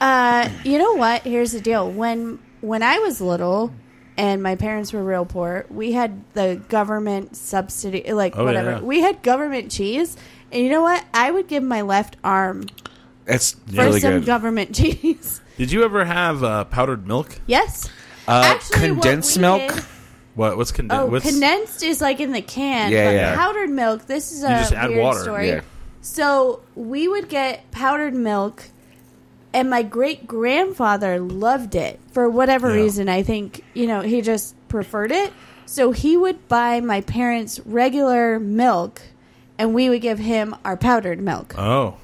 [SPEAKER 3] uh, you know what? Here's the deal. When when I was little, and my parents were real poor, we had the government subsidy, like
[SPEAKER 2] Oh,
[SPEAKER 3] whatever.
[SPEAKER 2] yeah.
[SPEAKER 3] We had government cheese, and you know what? I would give my left arm
[SPEAKER 4] It's
[SPEAKER 3] for
[SPEAKER 4] really
[SPEAKER 3] some
[SPEAKER 4] good.
[SPEAKER 3] government cheese.
[SPEAKER 2] Did you ever have uh, powdered milk?
[SPEAKER 3] yes,
[SPEAKER 4] Uh,
[SPEAKER 3] Actually, what
[SPEAKER 4] condensed
[SPEAKER 3] we
[SPEAKER 4] milk.
[SPEAKER 3] did-
[SPEAKER 2] What? What's condensed?
[SPEAKER 3] Oh,
[SPEAKER 2] what's,
[SPEAKER 3] condensed is like in the can.
[SPEAKER 4] Yeah,
[SPEAKER 3] but
[SPEAKER 4] yeah.
[SPEAKER 3] Powdered milk. This is a
[SPEAKER 2] just add
[SPEAKER 3] weird
[SPEAKER 2] water.
[SPEAKER 3] story.
[SPEAKER 4] Yeah.
[SPEAKER 3] So we would get powdered milk, and my great grandfather loved it for whatever
[SPEAKER 2] Yeah.
[SPEAKER 3] reason. I think you know he just preferred it. So he would buy my parents regular milk, and we would give him our powdered milk.
[SPEAKER 2] oh,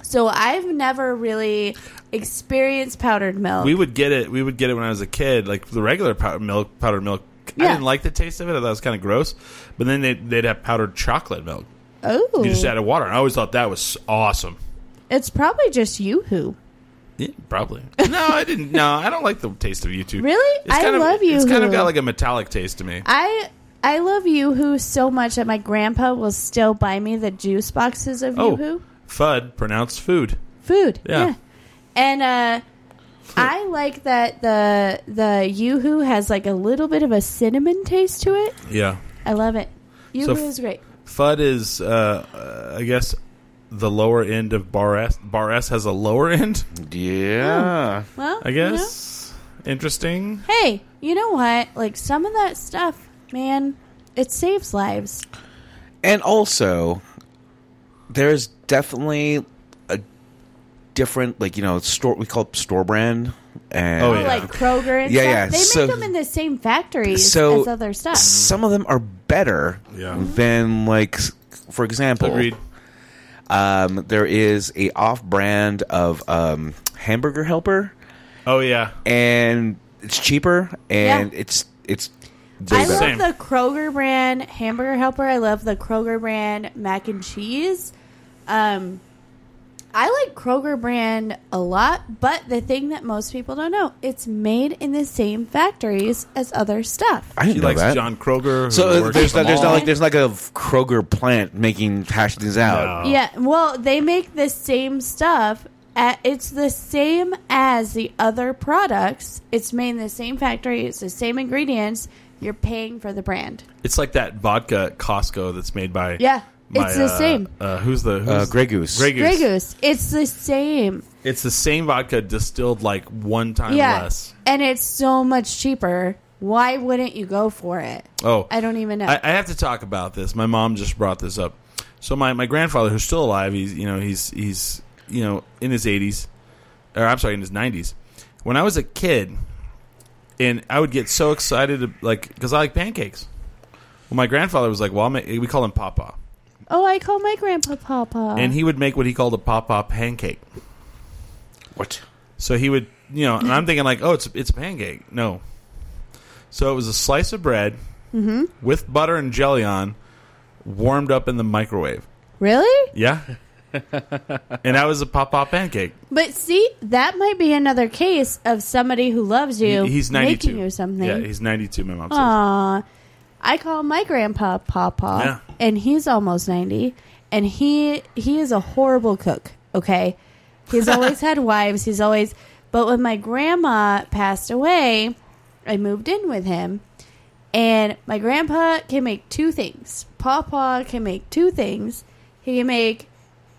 [SPEAKER 3] So I've never really experienced powdered milk.
[SPEAKER 2] We would get it. We would get it when I was a kid, like the regular powder milk. Powdered milk. I
[SPEAKER 3] Yeah.
[SPEAKER 2] didn't like the taste of it. I thought it was kind of gross. But then they'd, they'd have powdered chocolate milk.
[SPEAKER 3] oh,
[SPEAKER 2] You just added water. And I always thought that was awesome.
[SPEAKER 3] it's probably just YooHoo.
[SPEAKER 2] Yeah, probably. No, I didn't. No, I don't like the taste of YouTube.
[SPEAKER 3] Really?
[SPEAKER 2] It's
[SPEAKER 3] I
[SPEAKER 2] kind of,
[SPEAKER 3] love
[SPEAKER 2] It's kind of
[SPEAKER 3] Yoohoo.
[SPEAKER 2] got like a metallic taste to me.
[SPEAKER 3] I I love YooHoo so much that my grandpa will still buy me the juice boxes of
[SPEAKER 2] Oh,
[SPEAKER 3] YooHoo
[SPEAKER 2] FUD, pronounced food.
[SPEAKER 3] food.
[SPEAKER 2] Yeah.
[SPEAKER 3] and uh, I like that the the YooHoo has like a little bit of a cinnamon taste to it.
[SPEAKER 2] Yeah.
[SPEAKER 3] I love it. YooHoo
[SPEAKER 2] f-
[SPEAKER 3] is great.
[SPEAKER 2] FUD is, uh, uh, I guess, the lower end of Bar S. Bar S has a lower end,
[SPEAKER 4] Yeah.
[SPEAKER 3] Well,
[SPEAKER 2] I
[SPEAKER 3] you know.
[SPEAKER 2] guess. Interesting.
[SPEAKER 3] hey, you know what? Like some of that stuff, man, it saves lives.
[SPEAKER 4] And also, there's definitely a different, like, you know, store, we call it store brand. And
[SPEAKER 2] Oh,
[SPEAKER 3] Oh,
[SPEAKER 2] yeah.
[SPEAKER 3] Like Kroger and
[SPEAKER 4] Yeah,
[SPEAKER 3] stuff.
[SPEAKER 4] yeah,
[SPEAKER 3] They make
[SPEAKER 4] so-
[SPEAKER 3] them in the same factories
[SPEAKER 4] So-
[SPEAKER 3] as other stuff.
[SPEAKER 4] some of them are better
[SPEAKER 2] Yeah.
[SPEAKER 4] than, like, s- for example,
[SPEAKER 2] Agreed.
[SPEAKER 4] Um, there is a off-brand of um, hamburger helper,
[SPEAKER 2] Oh, yeah.
[SPEAKER 4] and it's cheaper, and
[SPEAKER 3] Yeah.
[SPEAKER 4] it's it's
[SPEAKER 3] I
[SPEAKER 4] way
[SPEAKER 3] love
[SPEAKER 4] better.
[SPEAKER 2] Same.
[SPEAKER 3] the Kroger brand hamburger helper. I love the Kroger brand mac and cheese. Um, I like Kroger brand a lot, but the thing that most people don't know, it's made in the same factories as other stuff.
[SPEAKER 4] I didn't
[SPEAKER 2] She
[SPEAKER 4] know
[SPEAKER 2] likes
[SPEAKER 4] that.
[SPEAKER 2] John Kroger. who
[SPEAKER 4] so uh,
[SPEAKER 2] works
[SPEAKER 4] there's
[SPEAKER 2] at
[SPEAKER 4] not,
[SPEAKER 2] the
[SPEAKER 4] there's not
[SPEAKER 2] mall.
[SPEAKER 4] like there's like a Kroger plant making hash things out.
[SPEAKER 2] No.
[SPEAKER 3] Yeah, well, they make the same stuff. At, it's the same as the other products. It's made in the same factory. It's the same ingredients. You're paying for the brand.
[SPEAKER 2] It's like that vodka at Costco that's made by.
[SPEAKER 3] Yeah,
[SPEAKER 2] by,
[SPEAKER 3] it's the
[SPEAKER 2] uh,
[SPEAKER 3] same.
[SPEAKER 2] Uh, who's the. Who's
[SPEAKER 4] Uh, Grey Goose.
[SPEAKER 2] Grey Goose.
[SPEAKER 3] Grey Goose. It's the same.
[SPEAKER 2] It's the same vodka distilled like one time
[SPEAKER 3] yeah,
[SPEAKER 2] less.
[SPEAKER 3] and it's so much cheaper. Why wouldn't you go for it?
[SPEAKER 2] Oh,
[SPEAKER 3] I don't even know.
[SPEAKER 2] I, I have to talk about this. My mom just brought this up. So my, my grandfather, who's still alive, he's you know he's he's you know in his eighties, or I'm sorry, in his nineties. When I was a kid, and I would get so excited, to, like because I like pancakes. Well, my grandfather was like, "Well, I'll make, we call him Papa,"
[SPEAKER 3] oh, I call my grandpa Papa.
[SPEAKER 2] and he would make what he called a Papa pancake.
[SPEAKER 4] What?
[SPEAKER 2] So he would, you know, and I'm thinking like, oh, it's it's a pancake. No. So it was a slice of bread with butter and jelly on, warmed up in the microwave.
[SPEAKER 3] really?
[SPEAKER 2] Yeah. and that was a pop pop pancake.
[SPEAKER 3] But see, that might be another case of somebody who loves you.
[SPEAKER 2] He- he's 92.
[SPEAKER 3] Making you something.
[SPEAKER 2] Yeah, he's 92, my mom says.
[SPEAKER 3] Aw. I call my grandpa Papa,
[SPEAKER 2] Yeah.
[SPEAKER 3] and he's almost ninety, and he he is a horrible cook. Okay, he's always had wives. He's always, but when my grandma passed away, I moved in with him, and my grandpa can make two things. Papa can make two things. He can make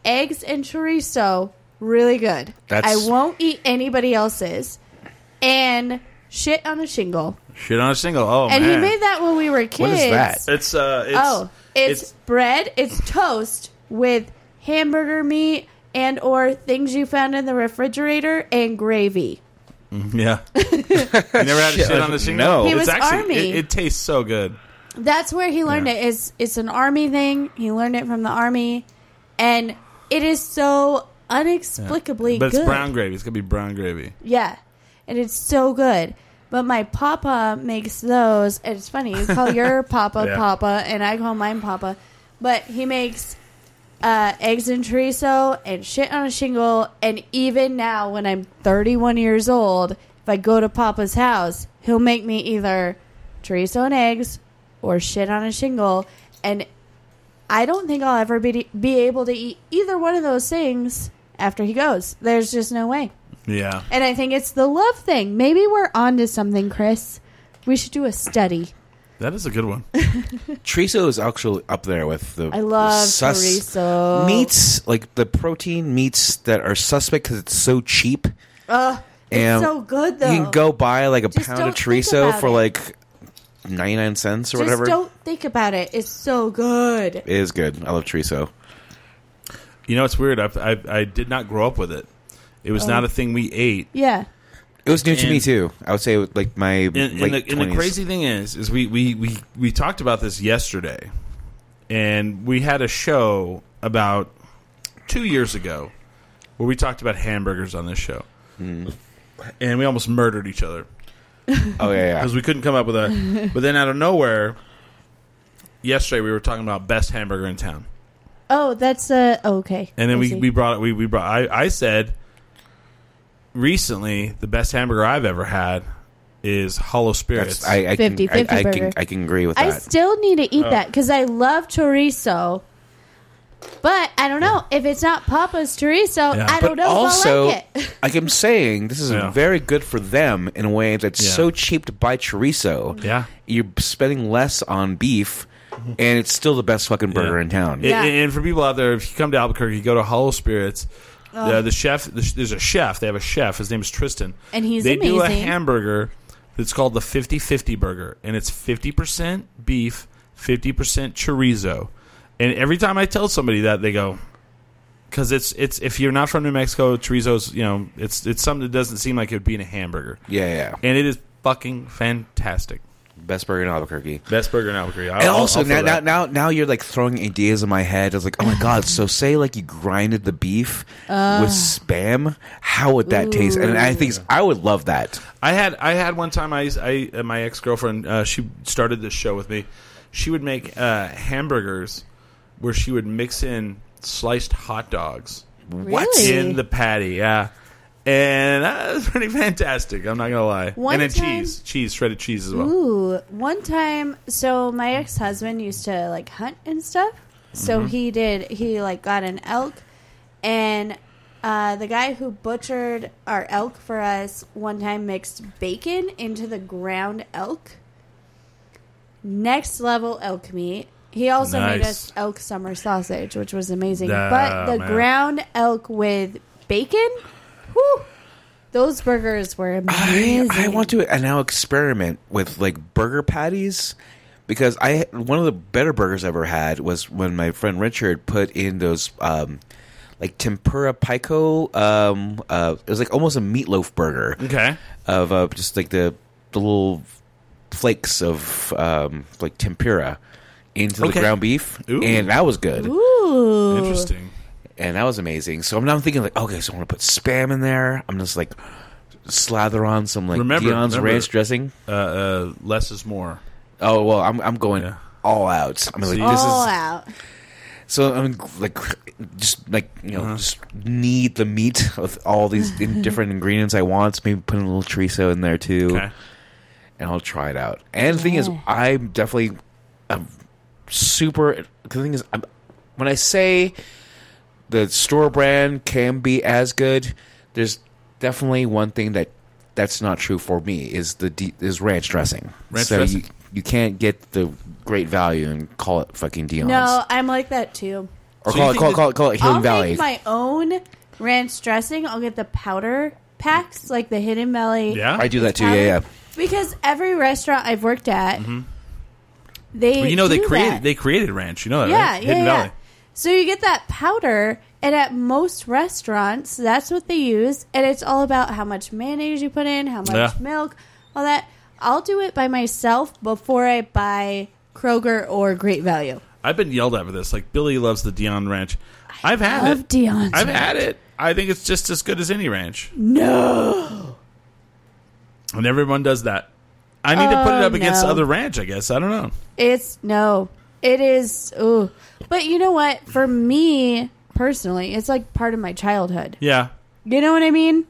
[SPEAKER 3] eggs and chorizo really good.
[SPEAKER 4] That's-
[SPEAKER 3] I won't eat anybody else's, and shit on a shingle.
[SPEAKER 2] Shit on a single. Oh,
[SPEAKER 3] And
[SPEAKER 2] man.
[SPEAKER 3] he made that when we were kids.
[SPEAKER 4] What is that?
[SPEAKER 2] It's, uh, it's,
[SPEAKER 3] oh, it's,
[SPEAKER 2] it's-
[SPEAKER 3] bread. It's toast with hamburger meat and or things you found in the refrigerator and gravy.
[SPEAKER 2] yeah. you never had a shit on a single?
[SPEAKER 4] No.
[SPEAKER 3] He
[SPEAKER 2] it's
[SPEAKER 3] was
[SPEAKER 2] actually,
[SPEAKER 3] Army.
[SPEAKER 2] It, it tastes so good.
[SPEAKER 3] That's where he learned
[SPEAKER 2] Yeah.
[SPEAKER 3] it. It's it's an army thing. He learned it from the army, and it is so inexplicably
[SPEAKER 2] But it's
[SPEAKER 3] good.
[SPEAKER 2] brown gravy. It's going to be brown gravy.
[SPEAKER 3] Yeah, and it's so good. But my papa makes those. And it's funny. You call your papa
[SPEAKER 2] Yeah.
[SPEAKER 3] papa, and I call mine papa. But he makes uh, eggs and chorizo and shit on a shingle. And even now, when I'm 31 years old, if I go to papa's house, he'll make me either chorizo and eggs or shit on a shingle. And I don't think I'll ever be be able to eat either one of those things after he goes. There's just no way.
[SPEAKER 2] Yeah.
[SPEAKER 3] And I think it's the love thing. Maybe we're onto something, Chris. We should do a study.
[SPEAKER 2] That is a good one.
[SPEAKER 4] Chorizo is actually up there with the
[SPEAKER 3] I love
[SPEAKER 4] sus-
[SPEAKER 3] chorizo.
[SPEAKER 4] meats, like the protein meats that are suspect because it's so cheap.
[SPEAKER 3] Ugh, it's
[SPEAKER 4] And
[SPEAKER 3] so good though.
[SPEAKER 4] You can go buy like a
[SPEAKER 3] Just
[SPEAKER 4] pound
[SPEAKER 3] don't
[SPEAKER 4] of
[SPEAKER 3] think
[SPEAKER 4] chorizo
[SPEAKER 3] about
[SPEAKER 4] for
[SPEAKER 3] it.
[SPEAKER 4] like ninety nine cents or
[SPEAKER 3] Just
[SPEAKER 4] whatever.
[SPEAKER 3] don't think about it. It's so good.
[SPEAKER 4] It is good. I love chorizo.
[SPEAKER 2] You know, it's weird. I, I, I did not grow up with it. It
[SPEAKER 3] Oh.
[SPEAKER 2] was not a thing we ate.
[SPEAKER 3] Yeah.
[SPEAKER 4] It was new to me
[SPEAKER 2] And-
[SPEAKER 4] too. I would say like my
[SPEAKER 2] And,
[SPEAKER 4] late
[SPEAKER 2] and, the, and the
[SPEAKER 4] 20s.
[SPEAKER 2] crazy thing is, is we, we, we, we talked about this yesterday, and we had a show about two years ago where we talked about hamburgers on this show, and we almost murdered each other
[SPEAKER 4] Oh yeah,
[SPEAKER 2] because we couldn't come up with a. but then out of nowhere, yesterday we were talking about best hamburger in town,
[SPEAKER 3] Oh, that's uh oh, okay.
[SPEAKER 2] and
[SPEAKER 3] I
[SPEAKER 2] then we,
[SPEAKER 3] see.
[SPEAKER 2] we brought it. We we brought. I I said recently the best hamburger I've ever had is Hollow Spirits.
[SPEAKER 4] That's, I, I, can,
[SPEAKER 3] 50,
[SPEAKER 4] I, I
[SPEAKER 3] 50
[SPEAKER 4] can
[SPEAKER 3] burger.
[SPEAKER 4] I can agree with
[SPEAKER 3] I
[SPEAKER 4] that. Oh.
[SPEAKER 3] still need to eat that because I love chorizo. But I don't know if it's not Papa's chorizo.
[SPEAKER 2] Yeah.
[SPEAKER 3] I
[SPEAKER 2] But
[SPEAKER 3] don't know
[SPEAKER 4] also,
[SPEAKER 3] if I like it.
[SPEAKER 4] I'm saying, this is
[SPEAKER 2] Yeah.
[SPEAKER 4] very good for them in a way that's
[SPEAKER 2] Yeah.
[SPEAKER 4] so cheap to buy chorizo.
[SPEAKER 2] Yeah.
[SPEAKER 4] you're spending less on beef, and it's still the best fucking burger
[SPEAKER 2] Yeah.
[SPEAKER 4] in town.
[SPEAKER 2] And-
[SPEAKER 3] Yeah.
[SPEAKER 2] And, and for people out there, if you come to Albuquerque, you go to Hollow Spirits. The, the chef, the, there's a chef. They have a chef. His name is Tristan,
[SPEAKER 3] And he's
[SPEAKER 2] they do a
[SPEAKER 3] amazing.
[SPEAKER 2] hamburger that's called the 50-50 burger, and it's fifty percent beef, fifty percent chorizo. And every time I tell somebody that, they go, because it's it's if you're not from New Mexico, chorizo's you know it's it's something that doesn't seem like it would be in a hamburger,
[SPEAKER 4] Yeah, yeah,
[SPEAKER 2] and it is fucking fantastic.
[SPEAKER 4] best burger in Albuquerque.
[SPEAKER 2] Best burger in Albuquerque. I'll-
[SPEAKER 4] And
[SPEAKER 2] I'll-
[SPEAKER 4] also
[SPEAKER 2] I'll throw
[SPEAKER 4] now, now,
[SPEAKER 2] that.
[SPEAKER 4] now, now you're like throwing ideas in my head. I was like, oh my god. So say like you grinded the beef
[SPEAKER 3] Uh.
[SPEAKER 4] with spam. How would that taste? And I think I would love that.
[SPEAKER 2] I had I had one time I I uh, my ex girlfriend uh, she started this show with me. She would make uh, hamburgers where she would mix in sliced hot dogs
[SPEAKER 4] What?
[SPEAKER 3] Really?
[SPEAKER 2] in the patty. Yeah. And that was pretty fantastic. I'm not gonna lie.
[SPEAKER 3] One
[SPEAKER 2] and then
[SPEAKER 3] time-
[SPEAKER 2] cheese, cheese, shredded cheese as well.
[SPEAKER 3] Ooh, one time, so my ex husband used to like hunt and stuff. So he did. He like got an elk, and uh, the guy who butchered our elk for us one time mixed bacon into the ground elk. Next level elk meat. He also made
[SPEAKER 2] Nice.
[SPEAKER 3] us elk summer sausage, which was amazing.
[SPEAKER 2] Ah,
[SPEAKER 3] but the
[SPEAKER 2] man.
[SPEAKER 3] ground elk with bacon, whew, those burgers were
[SPEAKER 4] I,
[SPEAKER 3] amazing.
[SPEAKER 4] I want to and now experiment with like burger patties because I one of the better burgers I ever had was when my friend Richard put in those um like tempura pico um uh it was like almost a meatloaf burger
[SPEAKER 2] Okay.
[SPEAKER 4] of uh, just like the the little flakes of um like tempura into
[SPEAKER 2] Okay.
[SPEAKER 4] the ground beef
[SPEAKER 2] Ooh.
[SPEAKER 4] and that was good
[SPEAKER 3] Ooh.
[SPEAKER 2] Interesting.
[SPEAKER 4] and that was amazing so I'm now thinking like okay so I'm gonna put spam in there I'm just like slather on some like
[SPEAKER 2] Remember-
[SPEAKER 4] Dion's
[SPEAKER 2] remember-
[SPEAKER 4] ranch dressing
[SPEAKER 2] Uh, uh, less is more.
[SPEAKER 4] Oh well, I'm I'm going
[SPEAKER 2] Yeah.
[SPEAKER 4] all out. I'm like
[SPEAKER 2] See?
[SPEAKER 4] this is
[SPEAKER 3] all out.
[SPEAKER 4] so I'm like just like you know
[SPEAKER 2] Uh-huh.
[SPEAKER 4] just knead the meat with all these in- different ingredients I want. Maybe put in a little chorizo in there too,
[SPEAKER 2] Okay.
[SPEAKER 4] and I'll try it out. And the thing is,
[SPEAKER 3] Yeah.
[SPEAKER 4] I'm definitely I'm super. 'cause The thing is, I'm, when I say the store brand can be as good, there's definitely one thing that that's not true for me is the de- is ranch dressing.
[SPEAKER 2] Ranch
[SPEAKER 4] so
[SPEAKER 2] dressing.
[SPEAKER 4] You, you can't get the great value and call it fucking Dion's
[SPEAKER 3] No, I'm like that too.
[SPEAKER 4] or
[SPEAKER 2] So you
[SPEAKER 4] call, it,
[SPEAKER 2] think
[SPEAKER 4] call,
[SPEAKER 2] that-
[SPEAKER 4] it, call it call it
[SPEAKER 3] I'll
[SPEAKER 4] Hidden Valley.
[SPEAKER 3] make my own ranch dressing. I'll get the powder packs, like the Hidden Valley.
[SPEAKER 2] Yeah.
[SPEAKER 4] I do that too. Yeah,
[SPEAKER 3] powder.
[SPEAKER 4] yeah.
[SPEAKER 3] Because every restaurant I've worked at, they
[SPEAKER 2] Mm-hmm. Well, you know they
[SPEAKER 3] do
[SPEAKER 2] created
[SPEAKER 3] that.
[SPEAKER 2] they created ranch. You know that
[SPEAKER 3] yeah,
[SPEAKER 2] right?
[SPEAKER 3] yeah,
[SPEAKER 2] Hidden
[SPEAKER 3] yeah.
[SPEAKER 2] Valley.
[SPEAKER 3] So you get that powder, and at most restaurants, that's what they use, and it's all about how much mayonnaise you put in, how much
[SPEAKER 2] Yeah.
[SPEAKER 3] milk, all that. I'll do it by myself before I buy Kroger or Great Value.
[SPEAKER 2] I've been yelled at for this. Like Billy loves the Dion ranch. I've had
[SPEAKER 3] Love
[SPEAKER 2] it.
[SPEAKER 3] Dion's
[SPEAKER 2] I've had it. I think it's just as good as any ranch.
[SPEAKER 3] No.
[SPEAKER 2] And everyone does that. I need to put it
[SPEAKER 3] Oh,
[SPEAKER 2] up against
[SPEAKER 3] no.
[SPEAKER 2] other ranch, I guess. I don't know.
[SPEAKER 3] It's no. It is ooh. But you know what? For me personally, it's like part of my childhood.
[SPEAKER 2] Yeah.
[SPEAKER 3] You know what I mean?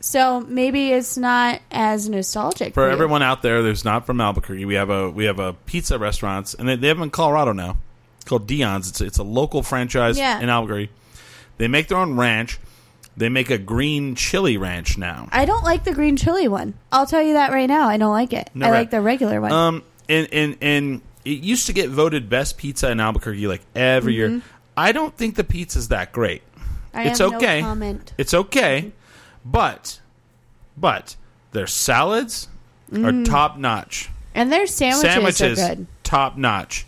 [SPEAKER 3] So maybe it's not as nostalgic
[SPEAKER 2] For
[SPEAKER 3] you.
[SPEAKER 2] everyone out there that's not from Albuquerque, we have a we have a pizza restaurants and they, they have them in Colorado now. It's called Dion's. It's it's a local franchise
[SPEAKER 3] Yeah.
[SPEAKER 2] in Albuquerque. They make their own ranch. They make a green chili ranch now.
[SPEAKER 3] I don't like the green chili one. I'll tell you that right now. I don't like it.
[SPEAKER 2] No,
[SPEAKER 3] I
[SPEAKER 2] right.
[SPEAKER 3] like the regular one.
[SPEAKER 2] Um, and and and it used to get voted best pizza in Albuquerque like every
[SPEAKER 3] Mm-hmm.
[SPEAKER 2] year. I don't think the pizza's that great.
[SPEAKER 3] I
[SPEAKER 2] it's
[SPEAKER 3] have
[SPEAKER 2] okay.
[SPEAKER 3] no comment.
[SPEAKER 2] It's okay, but but their salads are top notch.
[SPEAKER 3] And their Mm. sandwiches,
[SPEAKER 2] Sandwiches,
[SPEAKER 3] are good.
[SPEAKER 2] top notch.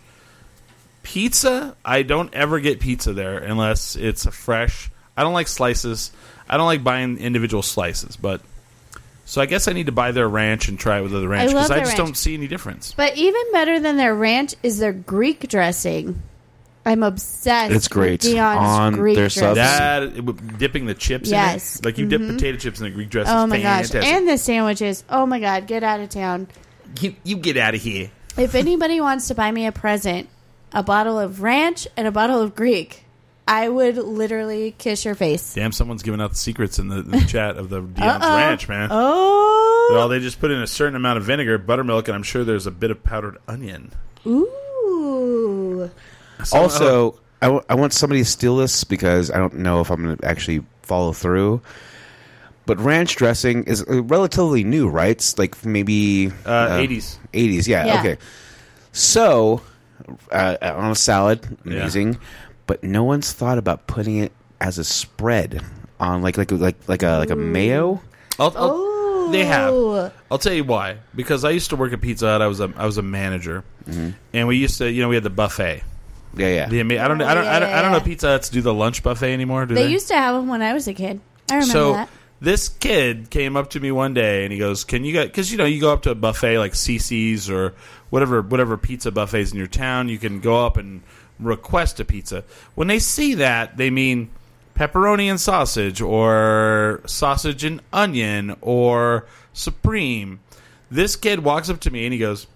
[SPEAKER 2] Pizza, I don't ever get pizza there unless it's a fresh. I don't like slices. I don't like buying individual slices, but so I guess I need to buy their ranch and try it with other ranch
[SPEAKER 3] love
[SPEAKER 2] because I
[SPEAKER 3] their
[SPEAKER 2] just
[SPEAKER 3] ranch.
[SPEAKER 2] don't see any difference.
[SPEAKER 3] But even better than their ranch is their Greek dressing. I'm obsessed.
[SPEAKER 4] It's great.
[SPEAKER 3] with Dion's
[SPEAKER 4] On
[SPEAKER 3] Greek
[SPEAKER 4] their
[SPEAKER 3] dress.
[SPEAKER 4] subs.
[SPEAKER 2] That it would- dipping the chips
[SPEAKER 3] Yes. Mm-hmm.
[SPEAKER 2] in it. Like you dip potato chips in the Greek dress.
[SPEAKER 3] Oh
[SPEAKER 2] is
[SPEAKER 3] my gosh!
[SPEAKER 2] fantastic.
[SPEAKER 3] And the sandwiches. Oh my god! Get out of town.
[SPEAKER 2] you, you get out of here.
[SPEAKER 3] If anybody wants to buy me a present, a bottle of ranch and a bottle of Greek, I would literally kiss your face.
[SPEAKER 2] Damn, someone's giving out the secrets in the, in the chat of the Dion's
[SPEAKER 3] Uh-oh.
[SPEAKER 2] Ranch, man. Well,
[SPEAKER 3] Oh,
[SPEAKER 2] they just put in a certain amount of vinegar, buttermilk, and I'm sure there's a bit of powdered onion.
[SPEAKER 3] ooh!
[SPEAKER 2] Someone-
[SPEAKER 4] Also, I, w- I want somebody to steal this because I don't know if I'm going to actually follow through. But ranch dressing is uh, relatively new, right? It's like maybe
[SPEAKER 2] Uh, 80s.
[SPEAKER 4] 80s, yeah.
[SPEAKER 3] Yeah.
[SPEAKER 4] Okay. So, uh, on a salad,
[SPEAKER 2] Yeah.
[SPEAKER 4] amazing. But no one's thought about putting it as a spread on like like like like a like a mayo.
[SPEAKER 2] I'll- I'll-
[SPEAKER 3] Ooh.
[SPEAKER 2] they have. I'll tell you why. Because I used to work at Pizza Hut. I was a I was a manager,
[SPEAKER 3] Mm-hmm.
[SPEAKER 2] and we used to you know we had the buffet.
[SPEAKER 4] Yeah, yeah.
[SPEAKER 2] The ama- I don't I don't I don't, I don't know
[SPEAKER 3] Yeah.
[SPEAKER 2] if Pizza Huts do the lunch buffet anymore. Do they,
[SPEAKER 3] They used to have them when I was a kid. I remember
[SPEAKER 2] so
[SPEAKER 3] that.
[SPEAKER 2] this kid came up to me one day and he goes, "Can you guys? Because you know you go up to a buffet like CC's or whatever whatever pizza buffets in your town. You can go up and request a pizza. When they see that, they mean pepperoni and sausage, or sausage and onion, or supreme." This kid walks up to me and he goes,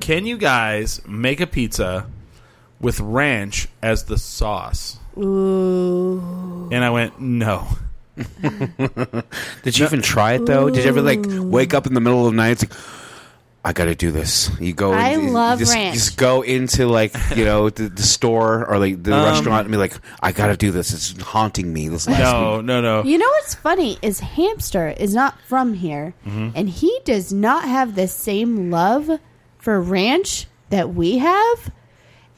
[SPEAKER 2] "Can you guys make a pizza with ranch as the sauce?"
[SPEAKER 3] Ooh.
[SPEAKER 2] And I went, "No."
[SPEAKER 4] Did you even try it though? Did you ever like wake up in the middle of the night? It's like, I gotta do this. You go.
[SPEAKER 3] I
[SPEAKER 4] in- you
[SPEAKER 3] love
[SPEAKER 4] just,
[SPEAKER 3] ranch.
[SPEAKER 4] Just go into like you know the, the store or like the
[SPEAKER 2] Um,
[SPEAKER 4] restaurant and be like, I gotta do this. It's haunting me. This last week.
[SPEAKER 2] No, no, no.
[SPEAKER 3] You know what's funny is Hamster is not from here,
[SPEAKER 2] Mm-hmm.
[SPEAKER 3] and he does not have the same love for ranch that we have.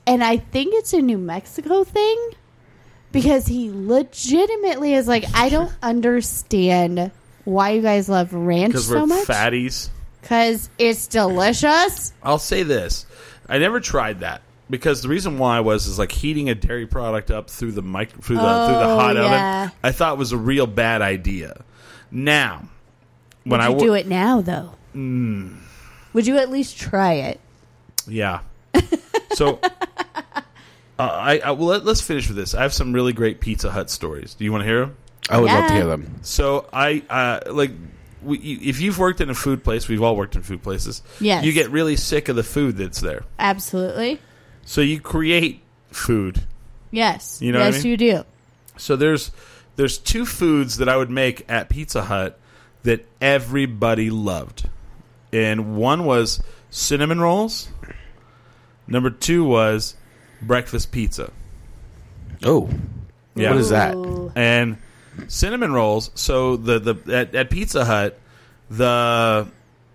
[SPEAKER 3] And I think it's a New Mexico thing because he legitimately is like, I don't understand why you guys love ranch
[SPEAKER 2] because
[SPEAKER 3] so
[SPEAKER 2] we're
[SPEAKER 3] much
[SPEAKER 2] fatties.
[SPEAKER 3] because it's delicious.
[SPEAKER 2] I'll say this: I never tried that because the reason why was is like heating a dairy product up through the mic through the through the
[SPEAKER 3] Oh,
[SPEAKER 2] hot
[SPEAKER 3] yeah.
[SPEAKER 2] oven. I thought was a real bad idea. Now,
[SPEAKER 3] Would
[SPEAKER 2] when I Mm.
[SPEAKER 3] you
[SPEAKER 2] wo-
[SPEAKER 3] do it now though? Would you at least try it?
[SPEAKER 2] yeah. So, uh, I, I well let, let's finish with this. I have some really great Pizza Hut stories. Do you want to hear them?
[SPEAKER 4] I would love to
[SPEAKER 3] Yeah.
[SPEAKER 4] hear them.
[SPEAKER 2] So I uh, like we, you- if you've worked in a food place, we've all worked in food places.
[SPEAKER 3] Yes.
[SPEAKER 2] you get really sick of the food that's there.
[SPEAKER 3] Absolutely.
[SPEAKER 2] So you create food.
[SPEAKER 3] Yes.
[SPEAKER 2] You know what I
[SPEAKER 3] yes,
[SPEAKER 2] mean?
[SPEAKER 3] you do.
[SPEAKER 2] So there's there's two foods that I would make at Pizza Hut that everybody loved. And one was cinnamon rolls. Number 2 was breakfast pizza.
[SPEAKER 4] Oh,
[SPEAKER 2] Yeah.
[SPEAKER 4] what is that?
[SPEAKER 3] Ooh.
[SPEAKER 2] and cinnamon rolls. So the the at, at Pizza Hut, the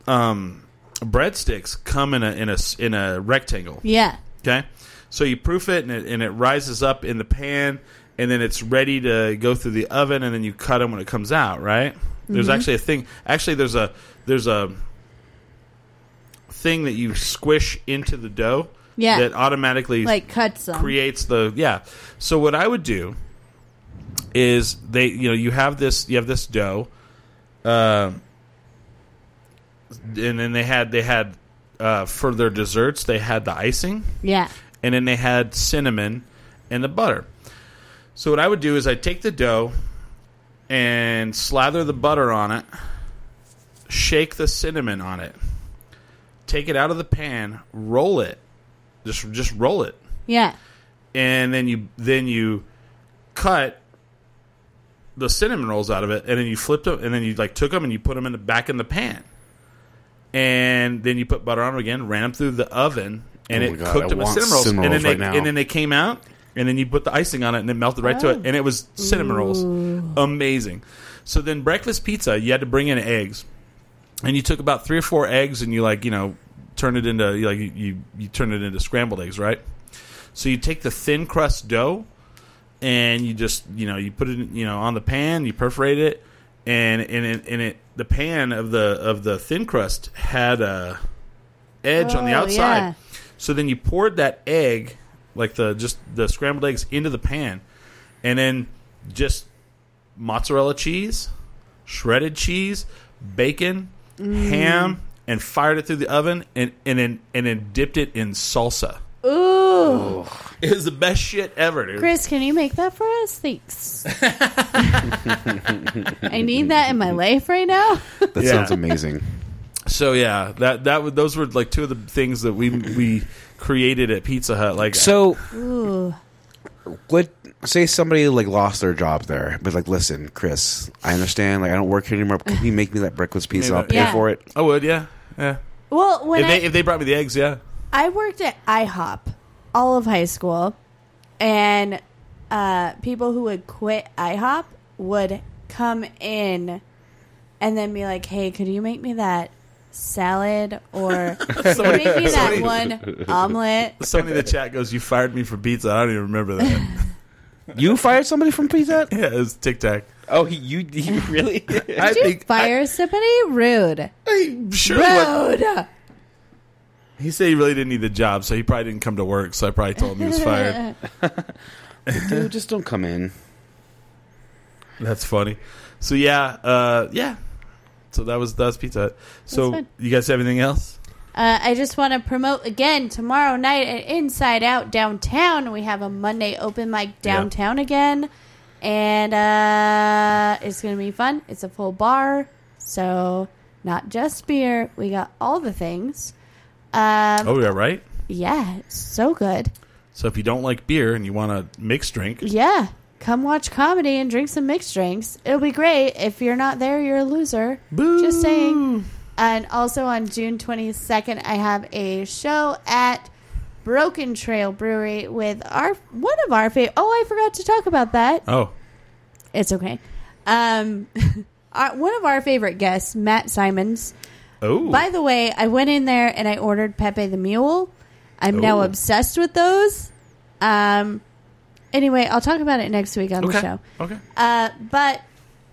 [SPEAKER 2] um, breadsticks come in a in a s- in a rectangle.
[SPEAKER 3] Yeah.
[SPEAKER 2] Okay, so you proof it and, it and it rises up in the pan, and then it's ready to go through the oven, and then you cut them when it comes out. Right? There's
[SPEAKER 3] Mm-hmm.
[SPEAKER 2] actually a thing. Actually, there's a there's a thing that you squish into the dough.
[SPEAKER 3] Yeah.
[SPEAKER 2] That automatically
[SPEAKER 3] Like cuts them.
[SPEAKER 2] creates the yeah. So what I would do is they you know you have this you have this dough, um, and then they had they had uh, for their desserts they had the icing
[SPEAKER 3] yeah.
[SPEAKER 2] and then they had cinnamon and the butter. So what I would do is I'd take the dough and slather the butter on it, shake the cinnamon on it, take it out of the pan, roll it, just just roll it
[SPEAKER 3] Yeah.
[SPEAKER 2] and then you then you cut the cinnamon rolls out of it, and then you flipped them, and then you like took them and you put them in the back in the pan, and then you put butter on them again, ran them through the oven, and
[SPEAKER 4] Oh my
[SPEAKER 2] it
[SPEAKER 4] God, I
[SPEAKER 2] cooked them as
[SPEAKER 4] want
[SPEAKER 2] cinnamon rolls,
[SPEAKER 4] cinnamon
[SPEAKER 2] and then
[SPEAKER 4] rolls right
[SPEAKER 2] they
[SPEAKER 4] now.
[SPEAKER 2] and then they came out, and then you put the icing on it, and it melted right to it, and it was cinnamon rolls, amazing. So then breakfast pizza, you had to bring in eggs and you took about three or four eggs and you like you know turn it into you like you you, you turn it into scrambled eggs right so you take the thin crust dough and you just you know you put it you know on the pan you perforate it and and it, and it the pan of the of the thin crust had a edge on the
[SPEAKER 3] Oh,
[SPEAKER 2] outside
[SPEAKER 3] yeah.
[SPEAKER 2] so then you poured that egg like the just the scrambled eggs into the pan and then just mozzarella cheese shredded cheese, bacon, ham, and fired it through the oven and, and then and then dipped it in salsa.
[SPEAKER 3] Ooh.
[SPEAKER 2] It was the best shit ever, dude.
[SPEAKER 3] Chris, can you make that for us? Thanks. I need that in my life right now.
[SPEAKER 4] That
[SPEAKER 2] Yeah.
[SPEAKER 4] sounds amazing.
[SPEAKER 2] So yeah, that that would those were like two of the things that we we created at Pizza Hut. Like
[SPEAKER 4] So,
[SPEAKER 3] Ooh.
[SPEAKER 4] what? Say somebody like lost their job there, but like, listen, Chris, I understand. Like, I don't work here anymore. but Can you make me that breakfast pizza? I'll pay
[SPEAKER 3] Yeah.
[SPEAKER 4] for it.
[SPEAKER 2] I would, yeah, yeah.
[SPEAKER 3] Well, when
[SPEAKER 2] If they
[SPEAKER 3] I,
[SPEAKER 2] if they brought me the eggs, yeah.
[SPEAKER 3] I worked at IHOP all of high school, and uh, people who would quit IHOP would come in and then be like, "Hey, could you make me that salad or
[SPEAKER 2] Somebody,
[SPEAKER 3] make me that
[SPEAKER 2] somebody,
[SPEAKER 3] one omelet?"
[SPEAKER 2] somebody in the chat goes, "You fired me for pizza." I don't even remember that.
[SPEAKER 4] You fired somebody from Pizza Hut?
[SPEAKER 2] yeah, it was Tic Tac.
[SPEAKER 4] Oh, he, you, you really?
[SPEAKER 2] I
[SPEAKER 3] Did you fire somebody? Rude.
[SPEAKER 2] I- sure. what-
[SPEAKER 3] Rude.
[SPEAKER 2] He said he really didn't need the job, so he probably didn't come to work. So I probably told him he was fired.
[SPEAKER 4] Dude, uh, just don't come in.
[SPEAKER 2] That's funny. So yeah, uh, yeah. So that was that was Pizza Hut.
[SPEAKER 3] That's
[SPEAKER 2] So
[SPEAKER 3] fun.
[SPEAKER 2] you guys have anything else?
[SPEAKER 3] Uh, I just want to promote again tomorrow night at Inside Out Downtown. We have a Monday open mic downtown again, and uh, it's going to be fun. It's a full bar, so not just beer. We got all the things. Um,
[SPEAKER 2] Oh yeah, right.
[SPEAKER 3] Yeah, it's so good.
[SPEAKER 2] So if you don't like beer and you want a mixed drink,
[SPEAKER 3] Yeah, come watch comedy and drink some mixed drinks. It'll be great. If you're not there, you're a loser. Just saying. And also on June 22nd, I have a show at Broken Trail Brewery with our one of our favorite. Oh, I forgot to talk about that.
[SPEAKER 2] oh
[SPEAKER 3] It's okay. Um, our, one of our favorite guests, Matt Simons.
[SPEAKER 2] oh,
[SPEAKER 3] By the way, I went in there and I ordered Pepe the Mule. I'm now
[SPEAKER 2] Ooh.
[SPEAKER 3] obsessed with those. Um, anyway, I'll talk about it next week on the
[SPEAKER 2] okay,
[SPEAKER 3] show.
[SPEAKER 2] okay.
[SPEAKER 3] Uh, but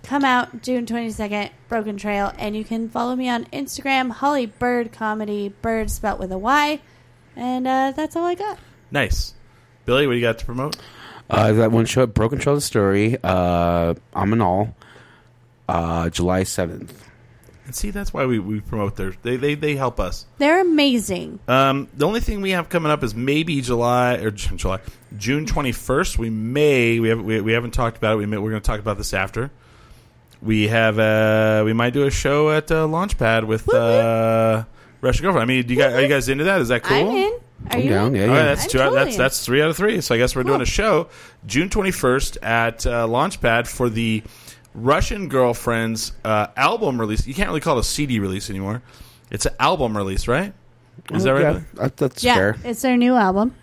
[SPEAKER 3] come out June 22nd, Broken Trail, and you can follow me on Instagram, Holly Bird Comedy, Bird spelt with a Y. And uh, that's all I got.
[SPEAKER 2] Nice. Billy, what do you got to promote?
[SPEAKER 4] Uh, that one show, Broken Trail the Story, uh, I'm an all, uh, July 7th.
[SPEAKER 2] And see, that's why we, we promote their they, they they help us.
[SPEAKER 3] They're amazing.
[SPEAKER 2] Um, the only thing we have coming up is maybe July or Ju- July June twenty first. We may we haven't we, we haven't talked about it. We may, we're going to talk about this after. We have uh we might do a show at uh, Launchpad with uh Russian girlfriend. I mean, do you guys, are you guys into that? Is that cool?
[SPEAKER 3] I'm in. Are
[SPEAKER 4] I'm
[SPEAKER 3] you
[SPEAKER 4] down,
[SPEAKER 3] in?
[SPEAKER 4] yeah,
[SPEAKER 2] All right, that's
[SPEAKER 3] I'm
[SPEAKER 2] two.
[SPEAKER 3] totally
[SPEAKER 2] that's
[SPEAKER 3] in.
[SPEAKER 2] that's three out of three. So I guess we're doing
[SPEAKER 3] Cool.
[SPEAKER 2] a show June twenty first at uh, Launchpad for the Russian Girlfriends uh, album release. You can't really call it a CD release anymore. It's an album release, right? Is that right?
[SPEAKER 4] Oh, Yeah, that, that's
[SPEAKER 3] Yeah,
[SPEAKER 4] fair.
[SPEAKER 3] it's their new album.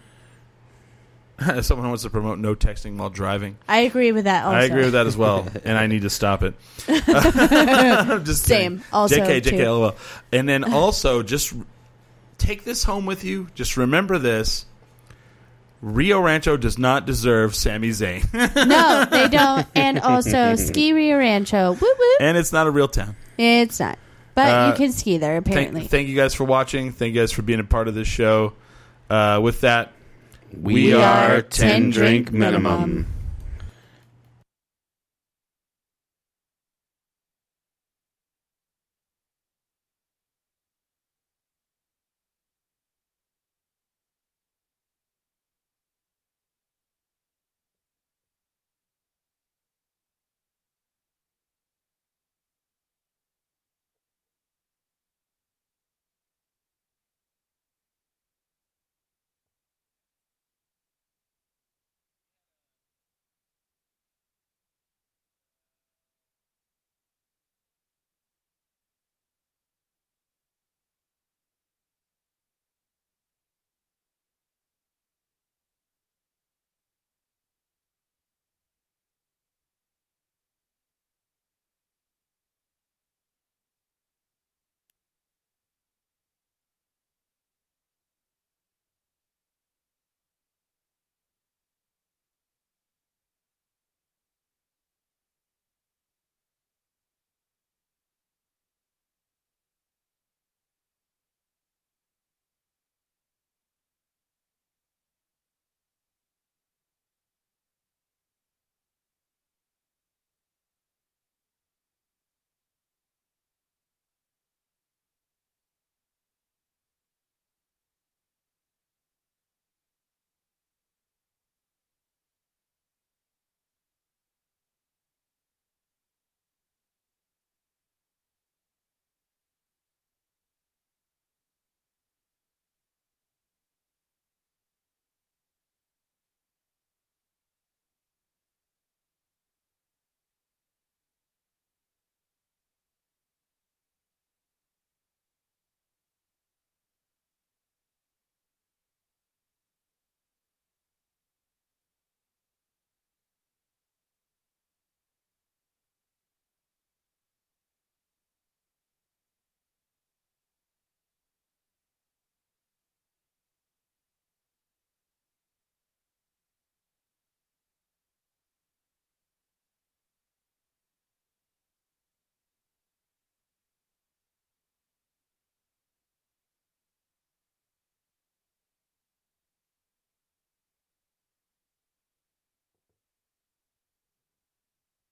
[SPEAKER 2] Billy? Someone who wants to promote no texting while driving.
[SPEAKER 3] I agree with that also.
[SPEAKER 2] I agree with that as well, and I need to stop it. I'm just
[SPEAKER 3] Same.
[SPEAKER 2] kidding.
[SPEAKER 3] Also,
[SPEAKER 2] JK,
[SPEAKER 3] too.
[SPEAKER 2] JK, LOL. And then also, just r- take this home with you. Just remember this: Rio Rancho does not deserve Sami Zayn.
[SPEAKER 3] No, they don't. And also, Ski Rio Rancho. Woo woo.
[SPEAKER 2] and it's not a real town.
[SPEAKER 3] It's not. But
[SPEAKER 2] Uh,
[SPEAKER 3] you can ski there, apparently.
[SPEAKER 2] Thank, thank you guys for watching. Thank you guys for being a part of this show. Uh, with that,
[SPEAKER 4] We
[SPEAKER 3] are 10 drink minimum.